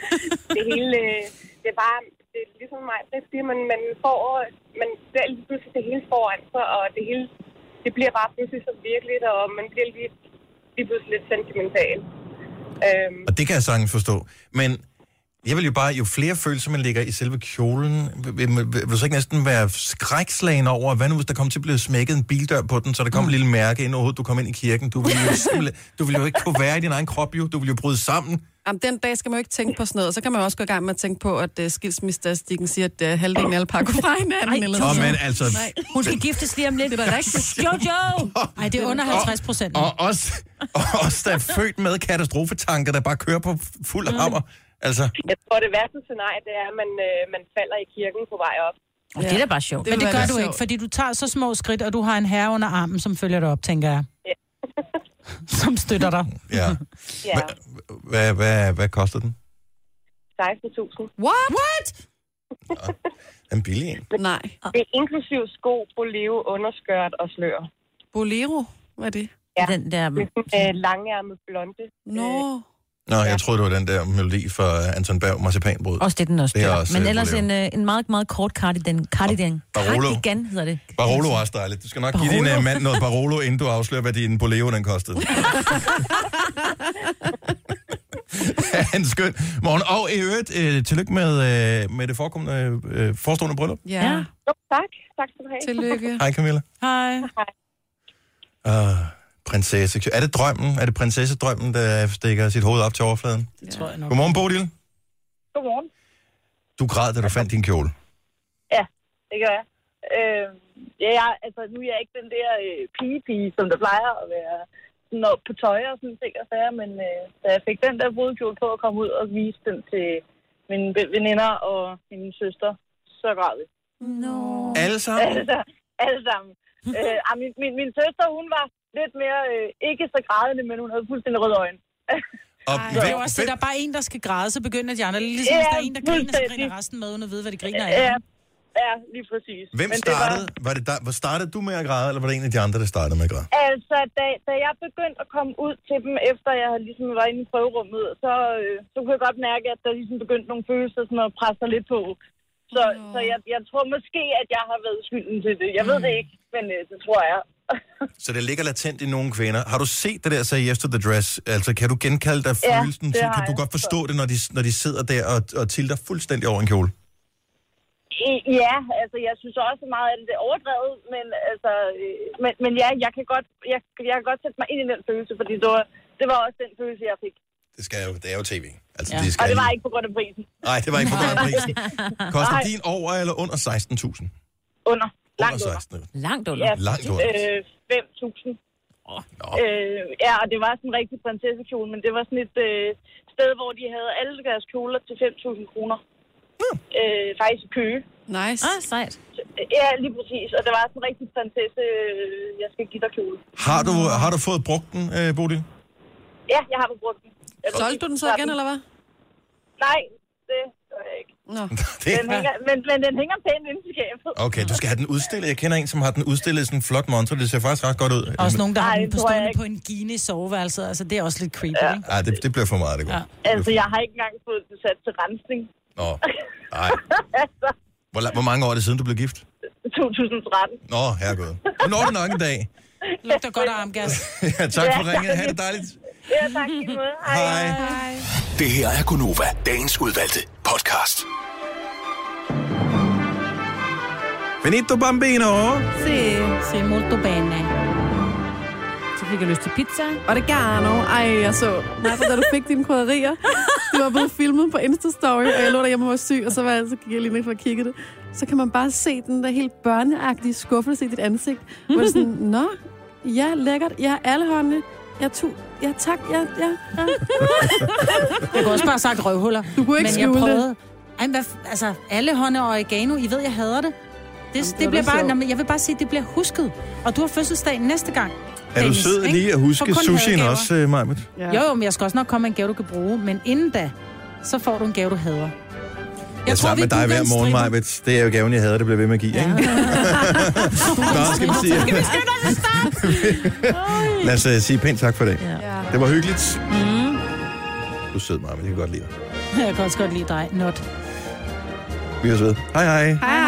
[SPEAKER 9] det hele, øh, det er bare, det er ligesom mig, det siger, man, man får, man ser lige pludselig det hele foran sig, og det hele, det bliver bare pludselig så virkeligt, og man bliver lige, lige pludselig lidt sentimental. Øhm,
[SPEAKER 1] Og det kan jeg sagtens forstå. Men jeg vil jo bare, jo flere følelser man lægger i selve kjolen, vil, vil, vil du så ikke næsten være skrækslagen over, hvad nu hvis der kom til at blive smækket en bildør på den, så der kom mm. et lille mærke ind overhovedet, du kom ind i kirken. Du ville jo, simpelthen- du ville jo ikke kunne være i din egen krop, jo. du ville jo bryde sammen.
[SPEAKER 3] Jamen, den dag skal man jo ikke tænke på sådan noget. Så kan man jo også gå i gang med at tænke på, at uh, skilsmistatistikken siger, at uh, halvdelen af alle par går fra hinanden.
[SPEAKER 4] Ej,
[SPEAKER 3] eller
[SPEAKER 1] Åh,
[SPEAKER 3] sådan
[SPEAKER 1] men
[SPEAKER 3] noget.
[SPEAKER 1] altså-
[SPEAKER 3] Nej.
[SPEAKER 4] Hun skal giftes lige om lidt.
[SPEAKER 3] Det er da rigtigt.
[SPEAKER 4] Jojo!
[SPEAKER 2] Nej, det er under 50 procent.
[SPEAKER 1] Og os, og os, der er født med katastrofetanker, der bare kører på fuld hammer.
[SPEAKER 2] Mm.
[SPEAKER 1] Altså,
[SPEAKER 9] jeg tror, det værste scenarie, det er, at man, øh, man falder i kirken på vej op.
[SPEAKER 4] Og det er da bare sjovt.
[SPEAKER 2] Men det gør du ikke, fordi du tager så små skridt, og du har en herre under armen, som følger dig op, tænker jeg. som støtter dig.
[SPEAKER 1] ja.
[SPEAKER 9] Ja,
[SPEAKER 1] Hvad, hvad, hvad koster den?
[SPEAKER 9] 16.000.
[SPEAKER 3] What?
[SPEAKER 2] What?
[SPEAKER 1] En billig en.
[SPEAKER 3] Nej.
[SPEAKER 9] Det er inklusiv sko, boleo, underskørt og slør.
[SPEAKER 3] Bolero, hvad er det?
[SPEAKER 9] Ja.
[SPEAKER 4] Den der...
[SPEAKER 9] Med sådan, øh, langærmet blonde. øh.
[SPEAKER 3] Nå.
[SPEAKER 1] Nå, jeg troede, det var den der melodi fra Anton Berg, Marcipanbrød.
[SPEAKER 4] Også det er den også.
[SPEAKER 1] Det er
[SPEAKER 4] der.
[SPEAKER 1] også,
[SPEAKER 4] Men
[SPEAKER 1] øh,
[SPEAKER 4] ellers en,
[SPEAKER 1] Bolero.
[SPEAKER 4] øh, en meget, meget kort cardigan. Cardigan.
[SPEAKER 1] Barolo.
[SPEAKER 4] Cardigan hedder det.
[SPEAKER 1] Barolo er også dejligt. Du skal nok give din
[SPEAKER 4] Barolo.
[SPEAKER 1] uh, mand noget Barolo, inden du afslører, hvad din Boleo den kostede. en skøn morgen. Og i øvrigt, øh, tillykke med, øh, med det forekommende, øh, forestående bryllup.
[SPEAKER 3] Ja. ja.
[SPEAKER 13] Jo, tak. Tak skal du have.
[SPEAKER 3] Tillykke.
[SPEAKER 1] Hej Camilla.
[SPEAKER 2] Hej.
[SPEAKER 1] Uh, prinsesse. Er det drømmen? Er det prinsessedrømmen, der stikker sit hoved op til overfladen?
[SPEAKER 2] Det tror jeg nok.
[SPEAKER 1] Godmorgen, Bodil.
[SPEAKER 13] Godmorgen.
[SPEAKER 1] Du græd, da du fandt din kjole.
[SPEAKER 13] Ja, det gør jeg. Øh, ja, jeg, altså, nu er jeg ikke den der øh, pige-pige, som der plejer at være sådan op på tøj og sådan ting og sager, men øh, da jeg fik den der brudekjole på at komme ud og vise den til mine ve- veninder og min søster, så græd vi.
[SPEAKER 14] No.
[SPEAKER 1] Alle sammen?
[SPEAKER 13] Altså, alle sammen. øh, ah, min, min, min søster, hun var lidt mere, øh, ikke så grædende, men hun havde fuldstændig røde øjne.
[SPEAKER 1] Og
[SPEAKER 2] Ej, det er jo også det, der er bare en, der skal græde, så begynder de andre. Ligesom hvis der er en, der griner, så griner resten med, uden at vide, hvad de griner af.
[SPEAKER 13] Ja, ja lige præcis.
[SPEAKER 1] Hvem
[SPEAKER 13] Men det var-
[SPEAKER 1] startede? Var... det der, hvor startede du med at græde, eller var det en af de andre, der startede med at græde?
[SPEAKER 13] Altså, da, da jeg begyndte at komme ud til dem, efter jeg havde ligesom var inde i prøverummet, så, øh, så kunne jeg godt mærke, at der ligesom begyndte nogle følelser sådan at presse sig lidt på. Så, oh. så jeg, jeg tror måske, at jeg har været skylden til det. Jeg ved det ikke, men øh, det tror jeg.
[SPEAKER 1] Så det ligger latent i nogle kvinder. Har du set det der, sagde Yes to the Dress? Altså, kan du genkalde dig
[SPEAKER 13] Ja,
[SPEAKER 1] følelsen?
[SPEAKER 13] det
[SPEAKER 1] Så
[SPEAKER 13] har
[SPEAKER 1] kan du
[SPEAKER 13] jeg.
[SPEAKER 1] godt forstå det, når de, når de sidder der og, og tilter fuldstændig over en kjole?
[SPEAKER 13] I- Ja, altså jeg synes også at meget af det er overdrevet, men, altså, øh, men, men ja, jeg kan, godt, jeg, jeg kan godt sætte mig ind i den følelse, fordi det var, det var også den følelse, jeg fik.
[SPEAKER 1] Det, skal jo, det er jo tv. Altså,
[SPEAKER 13] Ja.
[SPEAKER 1] ja. det skal
[SPEAKER 13] Og det var
[SPEAKER 1] lige-
[SPEAKER 13] ikke på grund af prisen.
[SPEAKER 1] Nej, det var ikke på grund af prisen. Koster
[SPEAKER 13] Nej.
[SPEAKER 1] din over eller under 16.000?
[SPEAKER 13] Under. Langt
[SPEAKER 1] Under
[SPEAKER 13] under.
[SPEAKER 1] 16.
[SPEAKER 14] Langt
[SPEAKER 1] under. Langt under.
[SPEAKER 13] Øh, 5.000. Øh, ja, og det var sådan en rigtig prinsessekjole, men det var sådan et øh, sted, hvor de havde alle deres kjoler til 5.000 kroner. Øh, faktisk i Køge.
[SPEAKER 3] Nice.
[SPEAKER 14] Ah, sejt.
[SPEAKER 13] Ja, lige præcis. Og det var sådan en rigtig prinsesse, øh, jeg skal give dig kjole.
[SPEAKER 1] Har du, har du fået brugt den, øh, Bodil?
[SPEAKER 13] Ja, jeg har brugt den. Jeg ved
[SPEAKER 3] Solgte
[SPEAKER 13] ikke,
[SPEAKER 3] du den så
[SPEAKER 13] hvor
[SPEAKER 3] igen, eller hvad?
[SPEAKER 13] Nej, det gør jeg ikke.
[SPEAKER 3] Nå.
[SPEAKER 13] Den hænger, men, men den hænger pænt inde i skabet.
[SPEAKER 1] Okay, du skal have den udstillet. Jeg kender en, som har den udstillet i sådan en flot montre. Det ser faktisk ret godt ud.
[SPEAKER 2] Også
[SPEAKER 1] Men-
[SPEAKER 2] nogen, der har
[SPEAKER 13] Ej,
[SPEAKER 2] den på
[SPEAKER 13] det tror jeg
[SPEAKER 2] stående på en gine i soveværelset. Altså, det er også lidt creepy, ja. ikke?
[SPEAKER 1] Ej, det, det bliver for meget, det går.
[SPEAKER 2] Ja.
[SPEAKER 13] Altså, jeg har ikke engang fået den sat til rensning.
[SPEAKER 1] Nå, nej. Hvor, la- hvor mange år er det siden, du blev gift?
[SPEAKER 13] 2013.
[SPEAKER 1] Nå, herregud. Nu når det nok en dag.
[SPEAKER 2] Lugter godt af armgas.
[SPEAKER 1] Ja, tak for ringet. Ha' det dejligt.
[SPEAKER 13] Ja, tak i lige måde.
[SPEAKER 1] Hej.
[SPEAKER 13] Hej.
[SPEAKER 6] Det her er Gunova, dagens udvalgte podcast.
[SPEAKER 1] Benito Bambino.
[SPEAKER 3] Se.
[SPEAKER 2] Se molto bene.
[SPEAKER 14] Så fik jeg lyst til pizza.
[SPEAKER 3] Oregano. Ej, jeg så. Nej, for da du fik dine krydderier, det var blevet filmet på Insta-story, og jeg lå derhjemme og var syg, og så, var jeg, så gik jeg lige ned for at kigge det. Så kan man bare se den der helt børneagtige skuffelse i dit ansigt. Hvor det er sådan, nå, ja, lækkert, ja, alle håndene, ja, tu, ja, tak, ja, ja, ja.
[SPEAKER 2] Jeg kunne også bare have sagt røvhuller.
[SPEAKER 3] Du kunne ikke
[SPEAKER 2] men jeg
[SPEAKER 3] skjule det.
[SPEAKER 2] prøvede. Ej, men hvad, f- altså, alle hånder og oregano, I ved, jeg hader det. Det, Jamen, det,
[SPEAKER 3] var
[SPEAKER 2] bliver
[SPEAKER 3] da
[SPEAKER 2] bare,
[SPEAKER 3] sjovt.
[SPEAKER 2] nå, men jeg vil bare sige, det bliver husket. Og du har fødselsdag næste gang.
[SPEAKER 1] Er du
[SPEAKER 2] Dennis,
[SPEAKER 1] sød
[SPEAKER 2] ikke?
[SPEAKER 1] lige at huske
[SPEAKER 2] For kun
[SPEAKER 1] sushien
[SPEAKER 2] hadegaver.
[SPEAKER 1] også, uh, Majbet?
[SPEAKER 3] Ja.
[SPEAKER 2] Jo, jo, men jeg skal også nok komme med en gave, du kan bruge. Men inden da, så får du en gave, du hader. Jeg,
[SPEAKER 1] Jeg er sammen med dig hver morgen, Majbet. Det er jo gaven, jeg havde, det bliver ved med at give, ikke? Nå, skal vi sige.
[SPEAKER 2] Skal vi skynde os at starte?
[SPEAKER 1] Lad os uh, sige pænt tak for det.
[SPEAKER 3] Ja.
[SPEAKER 1] Det var hyggeligt.
[SPEAKER 2] Mm.
[SPEAKER 1] Du er sød, Majbet. Jeg kan godt lide dig.
[SPEAKER 2] Jeg kan også godt lide dig, Not.
[SPEAKER 1] Vi er søde. Hej hej.
[SPEAKER 3] Hej.